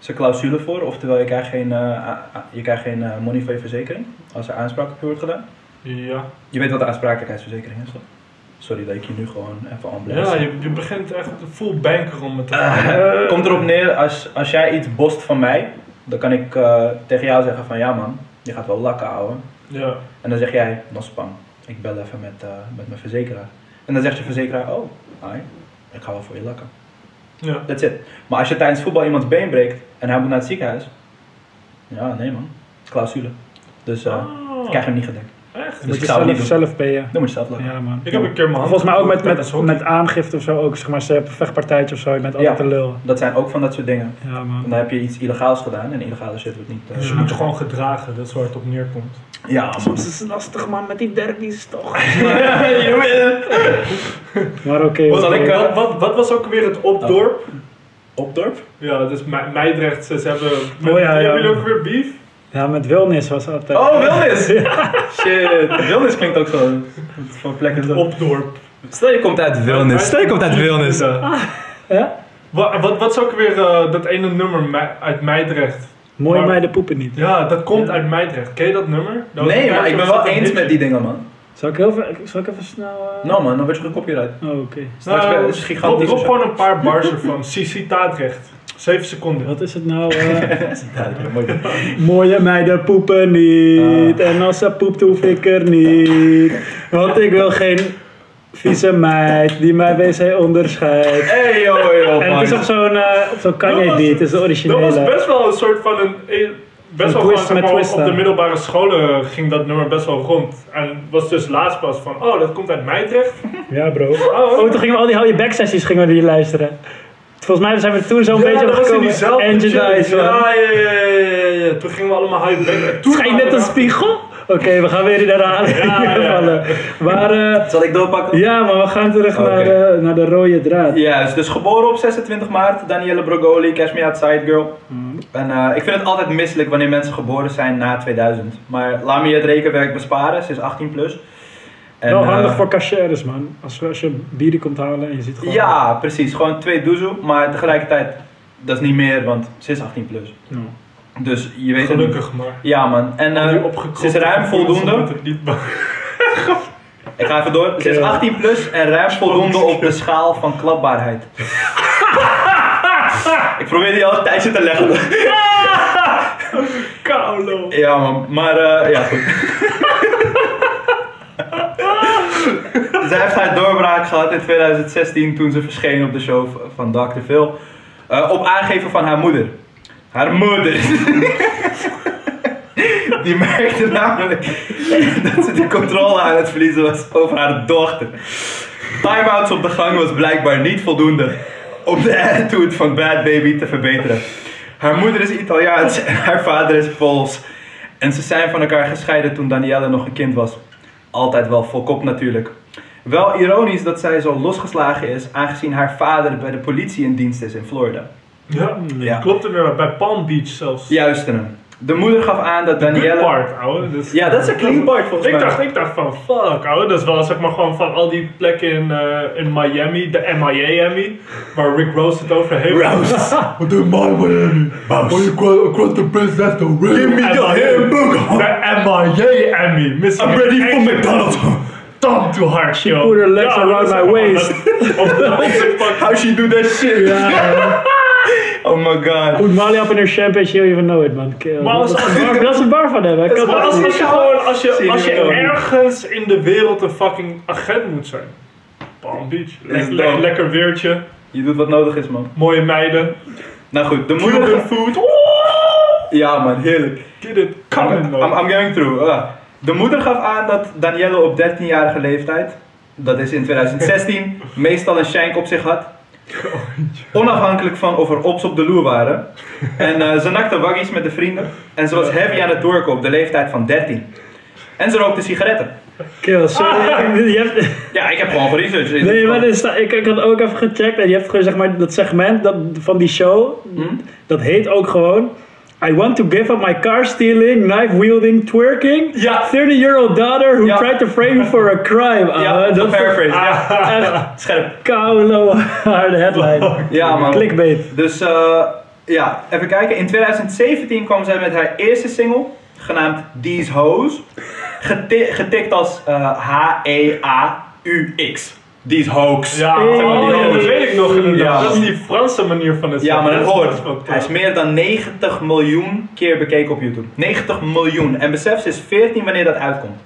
C: is er clausule voor, oftewel je krijgt geen, eh, a- a- je krijgt geen eh, money van je verzekering als er aanspraak op je wordt gedaan.
B: Ja,
C: Je weet wat de aansprakelijkheidsverzekering is, toch? Sorry dat ik je nu gewoon even ambulance.
B: ja je, je begint echt full banker om het te
A: Eh,
C: Komt erop neer, als, als jij iets bost van mij, dan kan ik eh, tegen jou zeggen van ja man, je gaat wel lakken houden.
B: Ja.
C: En dan zeg jij, nospang, ik bel even met, eh, met mijn verzekeraar. En dan zegt je verzekeraar, oh, hi, ik ga wel voor je lakken.
B: ja.
C: That's it. Maar als je tijdens voetbal iemands been breekt en hij moet naar het ziekenhuis, ja nee man, clausule. Dus eh
B: Ah,
C: ik krijg hem niet gedekt.
B: echt?
A: moet
C: ik
A: je
C: zou
A: zelf,
C: het niet doen.
A: zelf ben je.
C: Dan moet je zelf lakken.
A: Ja, man.
B: Ik heb een keer mijn hand.
A: Volgens mij ook met,
B: Dat is
A: met,
B: hockey.
A: met aangifte of zo ook, zeg maar, ze hebben vechtpartijtje of zo, je bent altijd
C: Ja.
A: te lul.
C: Dat zijn ook van dat soort dingen.
A: Ja,
C: Dan
A: man.
C: heb je iets illegaals gedaan en illegale shit wordt niet. eh,
B: Dus je moet je gewoon gedragen, dat is waar het op neerkomt.
C: Ja, man.
A: is lastig, man, met die derbies toch.
C: Je weet het.
A: Maar oké,
C: Wat
A: oké.
C: had ik,
B: Wat,
C: eh,
B: wat, wat was ook weer het opdorp?
C: Opdorp?
B: Ja, dat is Me- Meidrecht. Ze ze hebben. Met,
A: Oh, ja, ja.
B: Hebben jullie ook weer beef?
A: ja, met Wilnis was altijd.
C: Oh, Wilnis! Shit, Wilnis klinkt ook zo. Van plekken zo.
B: Opdorp.
C: Stel je komt uit Wilnis. Stel je komt uit Wilnis.
A: Ja?
B: Wat, wat, wat is ook weer eh, dat ene nummer Me- uit Meidrecht?
A: Mooie
B: Maar-
A: meiden poepen niet.
B: Ja, dat komt uit Meidrecht. Ken je dat nummer? Dat was
C: Nee,
B: een
C: maar
B: tijdje
C: ik ben
B: op
C: wel
B: zat een
C: eens
B: hitje.
C: met die dingen, man.
A: Zal ik, heel ver, zal ik even snel. eh,
C: Nou, man, dan word je een kopje uit.
A: Oh, oké.
C: Straks
B: Nou,
C: ben- is
B: drop,
C: gigantisch.
B: drop gewoon een paar bars ervan. CC Taatrecht. 7 seconden.
A: Wat is het nou? eh,
C: Ja, mooi.
A: mooie meiden poepen niet.
B: Ah.
A: En als ze poept, hoef ik er niet. Want ik wil geen vieze meid die mijn wc onderscheidt.
C: Hey, yo, yo,
A: En het is
C: man.
A: op zo'n eh, op zo'n Kanye
B: Oh, Dat was-
A: beat, het is de
B: Dat
A: originele.
B: was best wel een soort van een. een-
A: Een
B: Best wel
A: twist
B: gewoon, zeg
A: met
B: maar,
A: twist
B: op de
A: aan.
B: middelbare scholen ging dat nummer best wel rond. En was dus laatst pas van, oh, dat komt uit Meidrecht.
A: Ja, bro.
B: Oh,
A: Oh, toen gingen we al die hou je back sessies gingen we die luisteren. Volgens mij zijn we toen zo'n beetje
B: dat was in
A: opgekomen.
B: diezelfde
A: Engine
B: shit.
A: Dice, man.
B: Ja, ja, ja, ja, ja, ja. Toen gingen we allemaal high back. Toen
A: Schijn net een spiegel? Oké, we gaan weer in de herhaling
B: Ja, ja.
A: vallen. Maar eh,
C: Zal ik doorpakken?
A: ja, maar we gaan terug
C: Oké.
A: naar, eh, naar de rode draad.
C: Juist, dus geboren op 26 maart, Danielle Brogoli, Cash Me Outside Girl.
A: Mhm.
C: En eh, ik vind het altijd misselijk wanneer mensen geboren zijn na 2000. Maar laat me je het rekenwerk besparen, ze is 18 plus. En,
A: Wel
C: eh,
A: handig voor cashiers, man. Als, als je bieren komt halen en je ziet gewoon...
C: Ja, precies. Gewoon twee doezoe, maar tegelijkertijd, dat is niet meer, want ze is 18 plus.
A: Ja.
C: Dus je weet het niet.
B: Gelukkig maar.
C: Ja man, en eh,
B: Nu
C: ze is ruim voldoende.
B: Moet het niet bang.
C: Ik ga even door. Ze is
A: Oké.
C: 18 plus en ruim voldoende op de schaal van klapbaarheid. ik probeer die al een tijdje te leggen.
B: Kaulo.
C: Ja, man. Maar, eh, ja, goed. Zij heeft haar doorbraak gehad in 2016 toen ze verscheen op de show v- van Dr. Phil. Eh, op aangeven van haar moeder. Haar moeder. Die merkte namelijk dat ze de controle aan het verliezen was over haar dochter. Timeouts op de gang was blijkbaar niet voldoende om de attitude van Bad Baby te verbeteren. Haar moeder is Italiaans en haar vader is Pools. En ze zijn van elkaar gescheiden toen Danielle nog een kind was. Altijd wel volkop natuurlijk. Wel ironisch dat zij zo losgeslagen is, aangezien haar vader bij de politie in dienst is in Florida.
B: Ja,
C: Ja.
B: klopt er weer bij Palm Beach zelfs.
C: Juist, hem. De moeder gaf aan dat
B: Good
C: Danielle.
B: part, ouwe. Dus-
C: Ja, dat is een clean part volgens
B: Ik
C: mij.
B: dacht, ik dacht van fuck ouwe, dat is wel zeg maar gewoon van al die plekken in, eh, in Miami, de Miami, waar Rick Rose het over heeft.
D: What do you mind with him? When you cross, across the bridge, that's the real. Give me
B: the
D: hamburger.
B: De Miami, Missing
D: I'm ready for
B: Action.
D: McDonald's.
B: Tom to hard She
A: put her legs around my waist.
B: Of dat is een fucking-
C: How she do that shit?
A: Ja,
C: Oh my god.
A: goed, Mali up in her champagne, you even know it, man. Kill.
B: Maar als-
A: Dat is een bar- dat is een bar van hem, hè. Kan
B: Maar
A: dat
B: als,
A: niet.
B: als je gewoon, als
C: Zie
B: je,
C: je
B: als je
C: die wel.
B: ergens in de wereld een fucking agent moet zijn. Palm Beach. Le-
C: Is
B: le-
C: dope.
B: lekker weertje.
C: Je doet wat nodig is, man.
B: Mooie meiden.
C: Nou goed, de moeder.
B: Cuban food.
C: Ja man, heerlijk.
B: Get it coming,
C: I'm, I'm,
B: man.
C: I'm going through. Ah. de moeder gaf aan dat Danielle op 13-jarige leeftijd, dat is in 2016, meestal een shank op zich had. Onafhankelijk van of er ops op de loer waren. En eh, ze nakte waggies met de vrienden. En ze was heavy aan het doorkopen op de leeftijd van 13. En ze rookte sigaretten.
A: Kill, sorry. Je hebt,
C: Ja, ik heb gewoon geresearched.
A: nee, maar dit sta- ik, ik had ook even gecheckt en je hebt gewoon zeg maar dat segment dat, van die show,
C: Hm?
A: dat heet ook gewoon... I want to give up my car stealing, knife wielding, twerking,
C: Ja.
A: 30-year-old daughter who
C: Ja.
A: tried to frame me for a crime.
C: Ja,
A: ouwe.
C: dat
A: dat is
C: paraphrase. Ja,
A: echt
C: scherp.
A: koude harde headline.
C: Ja, man.
A: Clickbait.
C: Dus eh, ja, even kijken. In 2017 kwam zij met haar eerste single, genaamd These Hoes. Geti- getikt als eh, H-E-A-U-X. These Hoes.
B: Ja,
A: Hey.
B: oh, ja, dat weet ik nog inderdaad.
C: Ja.
B: Dat is die Franse manier van het
C: Ja,
B: zeggen.
C: maar dat
B: is-
C: hoort.
B: is ook
C: Hij is meer dan 90 miljoen keer bekeken op YouTube. 90 miljoen. En besef, ze is 14 wanneer dat uitkomt.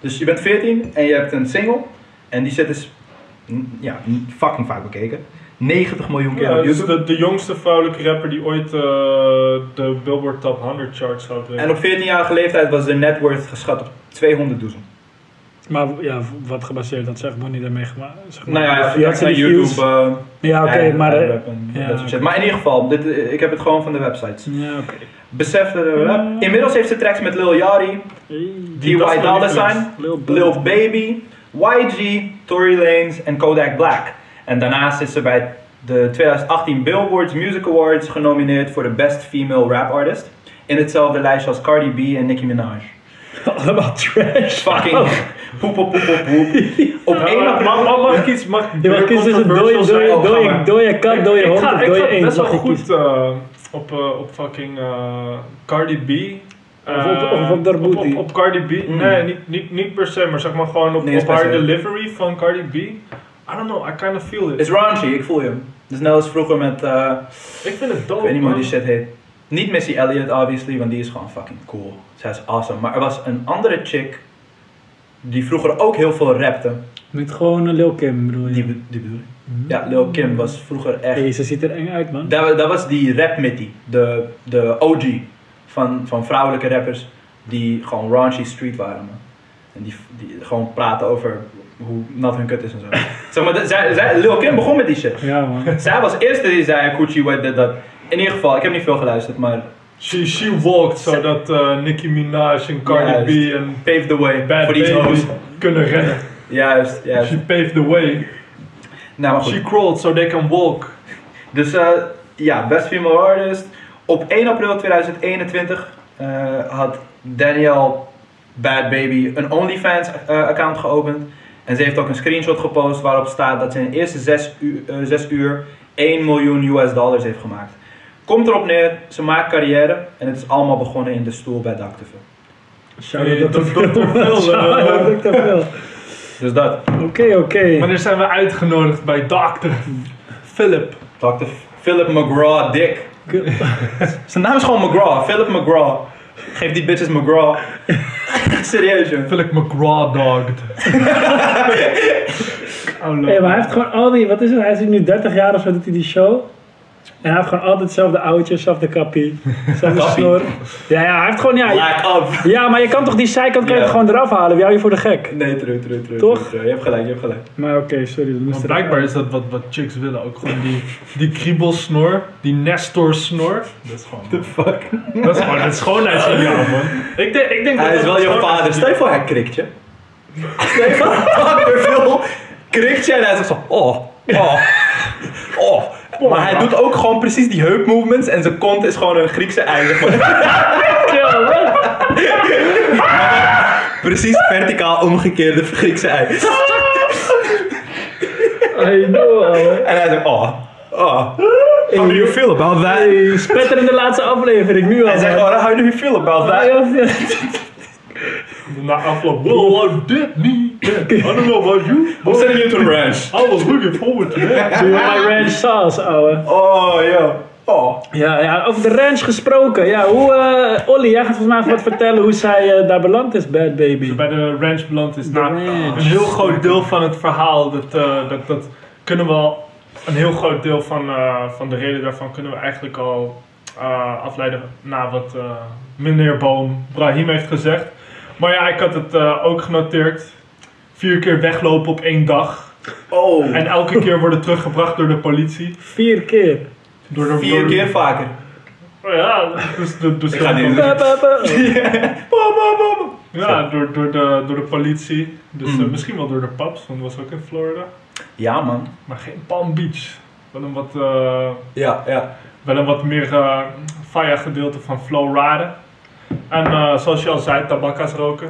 C: Dus je bent 14 en je hebt een single. En die zit is mm, ja, fucking vaak bekeken. 90 miljoen keer
B: Ja,
C: op
B: dat is
C: YouTube.
B: Eh, dus de, de jongste vrouwelijke rapper die ooit eh, de Billboard Top 100 charts zou brengen.
C: En op 14-jarige leeftijd was de net worth geschat op 200 doezel.
A: Maar ja, wat gebaseerd, dat zegt Bonnie daarmee gemaakt. Zeg maar.
C: Nou ja,
A: Je had
C: even
A: ze
C: naar
A: die
C: YouTube.
A: views.
C: eh,
A: Ja, oké,
C: ja,
A: maar... eh,
C: rap en
A: ja,
C: dat soort shit. Maar in ieder geval, dit, eh, ik heb het gewoon van de websites.
A: Ja, oké.
C: Besef dat we
A: Ja.
C: Inmiddels heeft ze tracks met Lil Yachty,
B: Die- dat is mijn
C: T.Y. Dolla
B: lievelings.
C: Sign,
A: Lil Baby.
C: Lil Baby, YG, Tory Lanez en Kodak Black. En daarnaast is ze bij de 2018 Billboard Music Awards genomineerd voor de Best Female Rap Artist. In hetzelfde lijstje als Cardi B en Nicki Minaj.
A: Allemaal trash.
C: Fucking poep, poep, poep, poep, poep. Op
B: Ja,
C: 1
B: maar-
C: april...
B: maar- maar mag ik iets? Mag ik
A: Je mag
B: weer
A: kiezen tussen
B: controversial
A: dode,
B: zijn?
A: dode,
C: Oh, ga
A: dode,
C: maar.
A: dode kat, dode
B: ik
A: hond
B: ga,
A: of
B: ik
A: dode
B: ga
A: eend.
B: best wel
A: mag je
B: goed
A: kiezen.
B: eh, op, eh, op fucking eh, Cardi B.
A: Of op-
B: Eh,
A: of op haar
B: op,
A: booty.
B: op, op Cardi B.
C: Mm.
B: Nee, niet, niet, niet per se, maar zeg maar gewoon op,
C: Nee,
B: op
C: is per
B: haar
C: se.
B: delivery van Cardi B. I don't know, I kind of feel it.
C: is raunchy, ik voel je. Dus net als vroeger met... eh,
B: ik vind het dope.
C: Ik weet niet meer hoe
B: man.
C: die shit heet. Niet Missy Elliott, obviously, want die is gewoon fucking cool. Zij is awesome. Maar er was een andere chick die vroeger ook heel veel rapte.
A: Met gewoon een Lil Kim, bedoel je?
C: Die, be- die bedoel ik. Ja, Lil Kim was vroeger echt.
A: Hey, ze ziet er eng uit, man.
C: Dat, wa- dat was die rap mitty, de, de OG van, van vrouwelijke rappers die gewoon raunchy street waren. Man. En die, die gewoon praten over hoe nat hun kut is en zo. zeg maar, dat- zij, zij, Lil Kim begon met die shit.
A: Ja, man.
C: Zij was eerste die zei, Coochie, wat dit, dat. In ieder geval, ik heb niet veel geluisterd, maar
B: She, she walked zodat eh, Nicki Minaj en Cardi B en
C: pave the way
B: Bad
C: voor die
B: Baby
C: hoes.
B: kunnen rennen.
C: Juist, juist.
B: She paved the way.
C: Nou, maar
B: She
C: goed.
B: crawled so they can walk.
C: Dus eh, ja, Best Female Artist. Op 1 april 2021 eh, had Danielle Bad Baby een OnlyFans-account geopend. En ze heeft ook een screenshot gepost waarop staat dat ze in de eerste 6 uur, eh, zes uur 1 miljoen US dollars heeft gemaakt. Komt erop neer, ze maakt carrière en het is allemaal begonnen in de stoel bij Dr. Phil.
B: Hey,
A: Shout-out Dr.
B: Dr. Phil,
A: Phil.
B: eh.
A: Shout-out Dr. Phil.
C: Dus dat,
A: Oké, oké.
B: Wanneer zijn we uitgenodigd bij Dr. Philip?
C: Dr. Philip McGraw Dick. Zijn naam is gewoon McGraw, Philip McGraw. Geef die bitches McGraw. Serieus, joh.
B: Philip McGraw dogged. oh,
A: Hey, maar hij heeft gewoon al die, wat is het, hij is nu 30 jaar of zo, doet hij die show. En hij heeft gewoon altijd hetzelfde oudje, hetzelfde kappie, hetzelfde
C: Kappie.
A: snor. Ja, ja, hij heeft gewoon, ja,
C: Lack up.
A: ja, maar je kan toch die zijkant kan je
C: Ja.
A: het gewoon eraf halen, we houden je voor de gek.
C: Nee, true, true, true.
A: Toch?
C: true, true. Je hebt gelijk, je hebt gelijk.
A: Maar oké, sorry, dat moest
B: Want
A: er
B: blijkbaar is dat wat, wat chicks willen ook. Gewoon die, die kriebelsnor, die Nestor-snor. Dat is gewoon,
C: Fuck.
B: dat is gewoon een schoonheidsideaal, man. Ik denk, ik denk dat
C: Hij is
B: dat
C: wel
B: een
C: jouw vader. Stel je voor, hij krikt je. Stel je voor, Dr. Phil krikt je en hij zegt zo, oh, oh, oh. Maar hij doet ook gewoon precies die heup movements en zijn kont is gewoon een Griekse ei. zeg maar.
A: Ja, man.
C: Precies verticaal omgekeerde Griekse ei.
A: I know, ouwe.
C: En hij zegt, oh, oh. How do you feel about that?
A: Hey, spetter in de laatste aflevering, nu al.
C: Hij zegt
A: man.
C: gewoon, how do you feel about that?
B: Na afloop, wow, I did need that. I don't know about you,
C: Hoe
B: but
C: zit jullie toen ranch?
B: I was looking forward to that.
A: Doe je my ranch sauce, ouwe.
C: Oh, joh. Oh.
A: Ja, ja, over de ranch gesproken. Ja, hoe, eh Olly, jij gaat volgens mij even wat vertellen hoe zij eh, daar beland is, Bad Baby.
B: Bij de ranch beland is nou,
A: ranch.
B: een heel groot deel van het verhaal. Dat, eh, dat, dat kunnen we al. Een heel groot deel van, eh, van de reden daarvan kunnen we eigenlijk al eh, afleiden naar wat eh, meneer Boom Brahim heeft gezegd. Maar ja, ik had het eh, ook genoteerd. Vier keer weglopen op één dag.
C: Oh,
B: En elke keer worden teruggebracht door de politie.
A: Vier keer.
B: Door de,
C: vier
B: door de-
C: keer vaker.
B: Ja, dus de dus
C: Ik ga dit
A: Ba, ba, ba.
C: Bam, bam, bam.
B: Ja, door, door, de, door de politie. Dus eh,
C: Mm.
B: misschien wel door de paps, want dat was ook in Florida.
C: Ja, man.
B: Maar geen Palm Beach. Wel een wat, eh,
C: Ja, ja.
B: wel een wat meer eh fire gedeelte van Florida. En eh, zoals je al zei, tabakka's roken.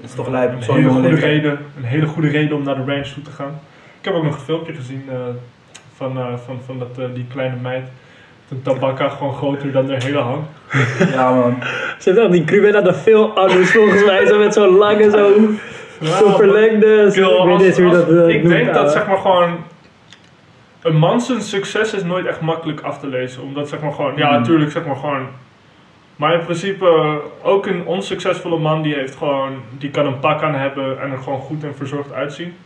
C: Dat is toch lijp.
B: Een
C: Zo'n
B: hele,
C: jongen
B: goede
C: leven.
B: reden, een hele goede reden om naar de ranch toe te gaan. Ik heb ook nog een filmpje gezien eh, van, eh, van, van dat, eh, die kleine meid. Een tabakka gewoon groter dan haar hele hand.
C: Ja, man.
A: Ze heeft echt die Cruella de veel anders volgens mij. Zo met zo'n lange, zo, zo
B: Ja,
A: verlengde.
B: Ik, wil,
A: Zo, ik weet
B: als-
A: niet hoe je
B: als-
A: dat eh,
B: ik
A: noemt,
B: denk dat
A: ouwe.
B: zeg maar gewoon. Een man zijn succes is nooit echt makkelijk af te lezen. Omdat zeg maar gewoon. Ja,
A: Hmm.
C: Mhm.
B: natuurlijk zeg maar gewoon. Maar in principe, eh, ook een onsuccesvolle man die heeft gewoon. Die kan een pak aan hebben en er gewoon goed en verzorgd uitzien.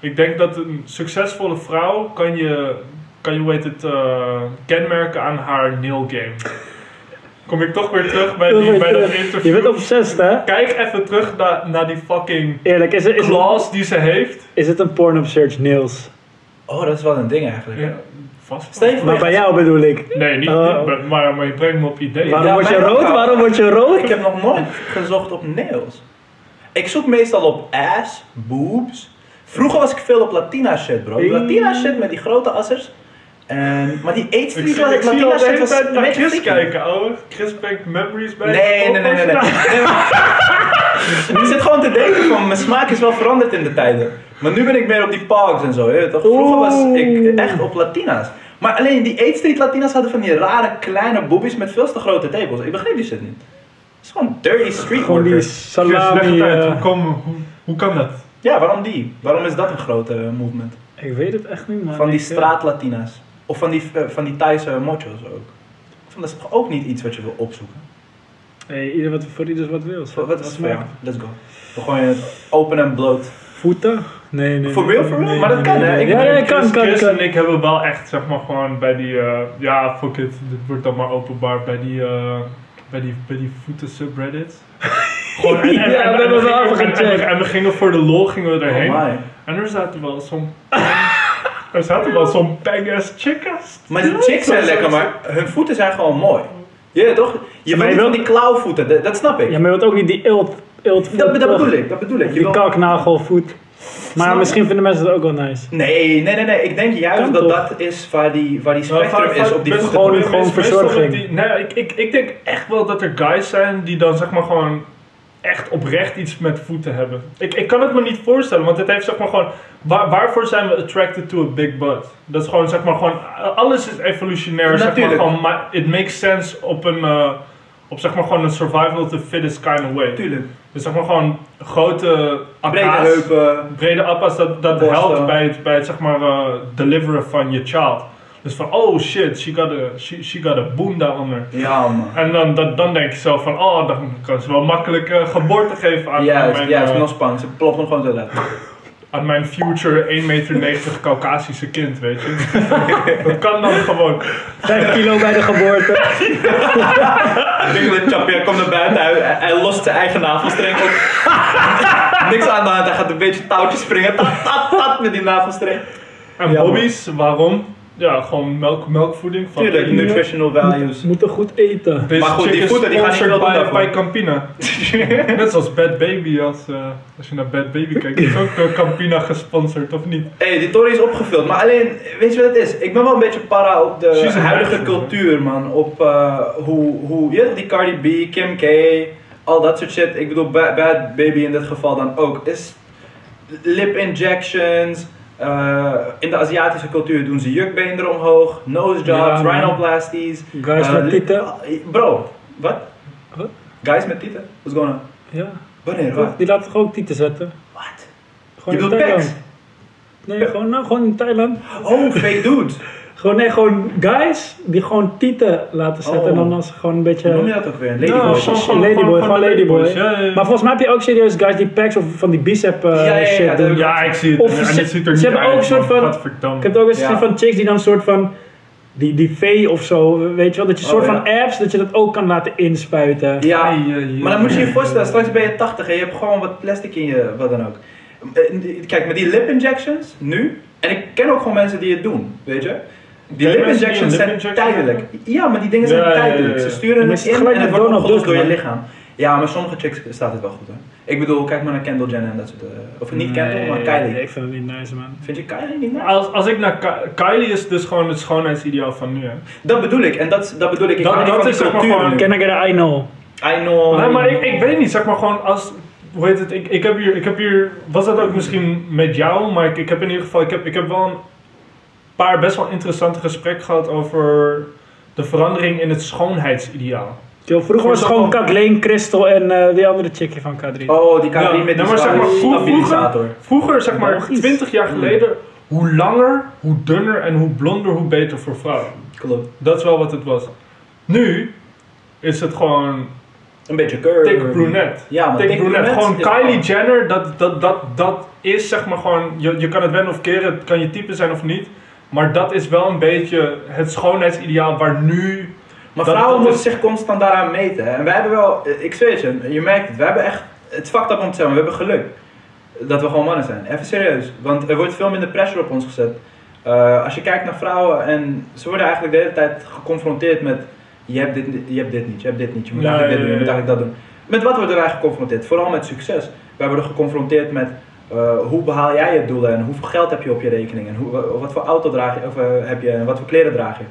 B: Ik denk dat een succesvolle vrouw kan je. Kan je, hoe heet het, eh, kenmerken aan haar nil game. Kom ik toch weer terug bij, die, bij dat interview.
A: Je bent obsessed, hè?
B: Kijk even terug naar, naar die fucking
A: Eerlijk, is, het- is, het-
B: claws die ze heeft.
A: is het een porn op search, Niels?
C: Oh, dat is wel een ding eigenlijk.
B: Ja, vast.
C: Stel je voor-
A: Maar bij jou bedoel ik.
B: Nee, niet,
A: Oh.
B: niet, maar, maar je brengt me op ideeën.
A: Waarom
C: Ja,
A: word je
C: mijn
A: rood?
C: ook.
A: Waarom word je
C: Ik
A: rood?
C: heb nog nooit gezocht op nails. Ik zoek meestal op ass, boobs. Vroeger was ik veel op Latina shit, bro.
A: Eee.
C: Latina shit met die grote assers. En, maar die
B: Ik zie, ik
C: eetstreak
B: zie al
C: Latina
B: de
C: shit
B: hele
C: was
B: tijd
C: een
B: naar
C: beetje
B: Chris
C: freaky.
B: kijken, ouwe. Chris brengt memories bij.
C: Nee, nee, nee, nee. nee. Nee, maar- Ik zit gewoon te denken van, mijn smaak is wel veranderd in de tijden. Maar nu ben ik meer op die parks en zo, je weet toch? Vroeger was ik
A: Oeh.
C: echt op Latina's. Maar alleen die eetstreet Latina's hadden van die rare kleine boobies met veel te grote tepels. Ik begreep die shit niet. Het is gewoon dirty street
A: Gewoon die
C: workers.
B: Chris, leg
A: salami.
B: het uit. Hoe,
A: eh,
B: kom, hoe, hoe kan dat?
C: Ja, waarom die? Waarom is dat een grote eh, movement?
A: ik weet het echt niet, man.
C: Van die
A: Ik, eh,
C: straat-Latina's. Of van die, eh, van die Thaise mochos ook. Van, dat is toch ook niet iets wat je wil opzoeken?
A: Nee, ieder wat, voor ieder is wat wil.
C: Wat, wat is het voor
A: smaakt?
C: jou? Let's go. We gooien het open en bloot.
A: Voeten? Nee, nee.
C: For real, for real? Maar dat kan, hè? Ik
A: Ja,
C: bedoel,
A: ja, kan,
B: Chris,
A: kan,
B: Chris
A: kan.
B: en ik hebben wel echt, zeg maar, gewoon bij die... eh, ja, fuck it. Dit wordt dan maar openbaar. Bij die, eh, bij die, bij die voeten subreddits. Gewoon, en, en,
A: Ja,
B: en-
A: we
B: en
A: hebben
B: we
A: wel even
B: gingen- en- en-
A: gecheckt.
B: en we gingen voor de lol gingen we erheen.
C: Oh my.
B: En er zaten wel zo'n. er zaten wel zo'n bang-ass chicka's.
C: Maar die chicks zijn lekker, maar hun voeten zijn gewoon mooi. Ja, toch? Je
A: Maar
C: bent
A: je
C: niet van
A: wil-
C: die klauwvoeten, dat, dat snap ik.
A: Ja, maar je wilt ook niet die ilt. ilt
C: dat, dat bedoel ik, dat bedoel ik. Je
A: Die
C: wil-
A: kalknagelvoet.
C: Snap
A: Maar
C: je?
A: misschien vinden mensen dat ook wel nice.
C: Nee, nee, nee, nee. Ik denk juist
A: Kan
C: dat
A: toch?
C: dat is waar die, waar die spectrum is op die voeten.
A: gewoon- verzorging.
B: nee, nou ik, ik, ik denk echt wel dat er guys zijn die dan zeg maar gewoon echt oprecht iets met voeten hebben. Ik, ik kan het me niet voorstellen, want het heeft zeg maar gewoon... Waar, waarvoor zijn we attracted to a big butt? Dat is gewoon zeg maar gewoon... eh, Alles is evolutionair, zeg maar
C: Natuurlijk.
B: gewoon... Maar it makes sense op een... eh, op zeg maar gewoon een survival of the fittest kind of way.
C: Tuurlijk.
B: Dus zeg maar gewoon grote
C: Brede
B: akka's.
C: heupen.
B: brede appas, dat, dat
C: Borsten.
B: helpt bij het, bij het zeg maar, eh, deliveren van je child. Dus van, oh shit, she got a, she, she got a boom daaronder.
C: Ja, man.
B: En dan, dan, dan denk je zo van, oh, dan kan ze wel makkelijk eh, geboorte geven aan, aan,
C: Juist,
B: mijn,
C: juist.
B: eh,
C: Nog spannend. Ze plopt hem gewoon zo uit.
B: aan mijn future 1,90 meter Caucasische kind, weet je. dat kan dan gewoon.
A: Vijf kilo bij de geboorte.
C: Winkelen Chapia komt naar buiten, hij, hij lost zijn eigen navelstreng op. Niks aan de hand, hij gaat een beetje touwtjes springen. Tat, tat, tat met die navelstreng.
B: En
A: Ja,
B: hobby's, waarom? Ja, gewoon melk, melkvoeding. Van
C: Tuurlijk, nutritional values.
A: Moeten goed eten.
B: Deze
C: Maar goed,
B: chick
C: die
B: is
C: voeten, die gaan niet
B: sponsored
C: veel doen
B: bij,
C: daarvoor.
B: bij Campina. Net zoals Bad Baby, als, eh, als je naar Bad Baby kijkt, is ook door Campina gesponsord, of niet?
C: Hé, die Tory is opgevuld, maar alleen, weet je wat het is? Ik ben wel een beetje para op de
B: She's a
C: huidige
B: bad girl.
C: cultuur, man. Op eh, hoe, hoe, je weet toch, die Cardi B, Kim K, al dat soort shit. Ik bedoel, Bad, Bad Baby in dit geval dan ook. Is lip injections. eh, in de Aziatische cultuur doen ze jukbeenderen omhoog, nose jobs,
A: Ja, man.
C: rhinoplasties.
A: Guys
C: eh,
A: met
C: lip-
A: tieten.
C: Bro, wat?
A: Wat?
C: Guys met tieten? What's going on?
A: Ja,
C: Wanneer?
A: toch?
C: Wat?
A: Die laten gewoon tieten zetten.
C: Wat?
A: Gewoon
C: Je
A: in
C: bedoelt
A: Thailand.
C: pecs?
A: Nee, gewoon, nou, gewoon in Thailand.
C: Oh, fake dudes.
A: Gewoon, nee, gewoon guys die gewoon tieten laten zetten.
C: Oh.
A: En dan als ze gewoon een
C: Hoe noem je
A: beetje...
C: dat ook weer?
B: Ja,
C: Ladyboy.
A: gewoon- Ladyboy, gewoon
B: de
A: Ladyboy.
B: Ladyboys, Ja, ja, ja.
A: Maar volgens mij heb je ook serieus guys die packs of van die bicep eh,
C: Ja, ja, ja,
A: shit
C: dat
A: doen.
C: heb
B: ja, ik zie het.
A: Of
B: en
A: ze-
B: het ziet er
A: ze
B: niet
A: hebben ook
B: uit,
A: een soort
B: man.
A: van-
B: Gadverdamme.
A: Ik heb het ook eens
C: Ja.
A: gezien van chicks die dan een soort van die, die V of zo, weet je wel, dat je
C: Oh,
A: soort
C: ja.
A: van apps, dat je dat ook kan laten inspuiten.
C: Ja, maar dan moet je je
B: ja.
C: voorstellen, straks ben je 80 en je hebt gewoon wat plastic in je, wat dan ook. Eh, Kijk, met die lip injections, nu, en ik ken ook gewoon mensen die het doen, weet je. Die
B: Ken
C: lip
B: mensen die
C: injections
B: een
C: zijn
B: lip injection
C: tijdelijk. Ja, maar die dingen
B: Ja,
C: zijn
B: ja, ja,
C: tijdelijk.
B: ja.
C: Ze sturen
A: Maar
C: het
A: het is
C: in
A: gelijk
C: en het
A: met
C: wordt
A: Donald
C: opgelost door
A: Duck,
C: je
A: man.
C: lichaam. Ja, maar sommige chicks staat het wel goed, hè. Ik bedoel, kijk maar naar Kendall Jenner en dat soort, eh, of niet Kendall, maar Kylie.
A: Ik vind het niet nice, man.
C: Vind je Kylie niet nice?
B: Als, als ik naar Ky- Kylie is dus gewoon het schoonheidsideaal van nu. Hè.
C: Dat bedoel ik, en dat, dat bedoel ik. Ik
B: Dat-
C: hou niet
B: dat
C: van die
B: is zeg maar
C: cultuur
B: gewoon-
C: nu.
A: Can I get an I know?
C: I know.
B: Nee, maar ik, ik weet niet, zeg maar gewoon als. Hoe heet het? Ik, ik heb hier. Ik heb hier was dat ook misschien met jou, maar ik, ik heb in ieder geval. Ik heb, ik heb wel een paar best wel interessante gesprekken gehad over de verandering in het schoonheidsideaal.
A: Yo, vroeger was het gewoon Kathleen, Crystal en eh, die andere chickie van K3.
C: Oh, die Kylie
B: Ja,
C: met die
B: nou, maar zeg maar,
C: zware
B: vroeg-
C: stabilisator.
B: Vroeger, zeg maar
A: Logisch.
B: 20 jaar geleden, hoe langer, hoe dunner en hoe blonder, hoe beter voor vrouwen.
C: Klopt.
B: Dat is wel wat het was. Nu is het gewoon
C: Een beetje curve.
B: Tik brunette.
C: Ja, maar
B: Tik
C: Tik
B: brunette.
C: brunette
B: Gewoon
C: is
B: Kylie
C: gewoon-
B: Jenner, dat, dat, dat, dat is zeg maar gewoon, je, je kan het wennen of keren, het kan je type zijn of niet. Maar dat is wel een beetje het schoonheidsideaal waar nu...
C: Maar
B: Dat-
C: vrouwen
B: dat
C: moeten
B: is-
C: zich constant daaraan meten. hè. En wij hebben wel, eh, ik zweer het je, je merkt het, we hebben echt, het is fucked up om te zeggen, maar we hebben geluk. Dat we gewoon mannen zijn. Even serieus, want er wordt veel minder pressure op ons gezet. Eh, als je kijkt naar vrouwen en ze worden eigenlijk de hele tijd geconfronteerd met, je hebt dit, je hebt dit niet, je hebt dit niet, je moet
B: Ja,
C: eigenlijk dit
B: ja,
C: doen, je moet
B: ja,
C: eigenlijk dat doen. Met wat worden wij geconfronteerd? Vooral met succes. Wij worden geconfronteerd met eh, hoe behaal jij je doelen en hoeveel geld heb je op je rekening en hoe, wa- wat voor auto draag je, of, eh, heb je en wat voor kleren draag je.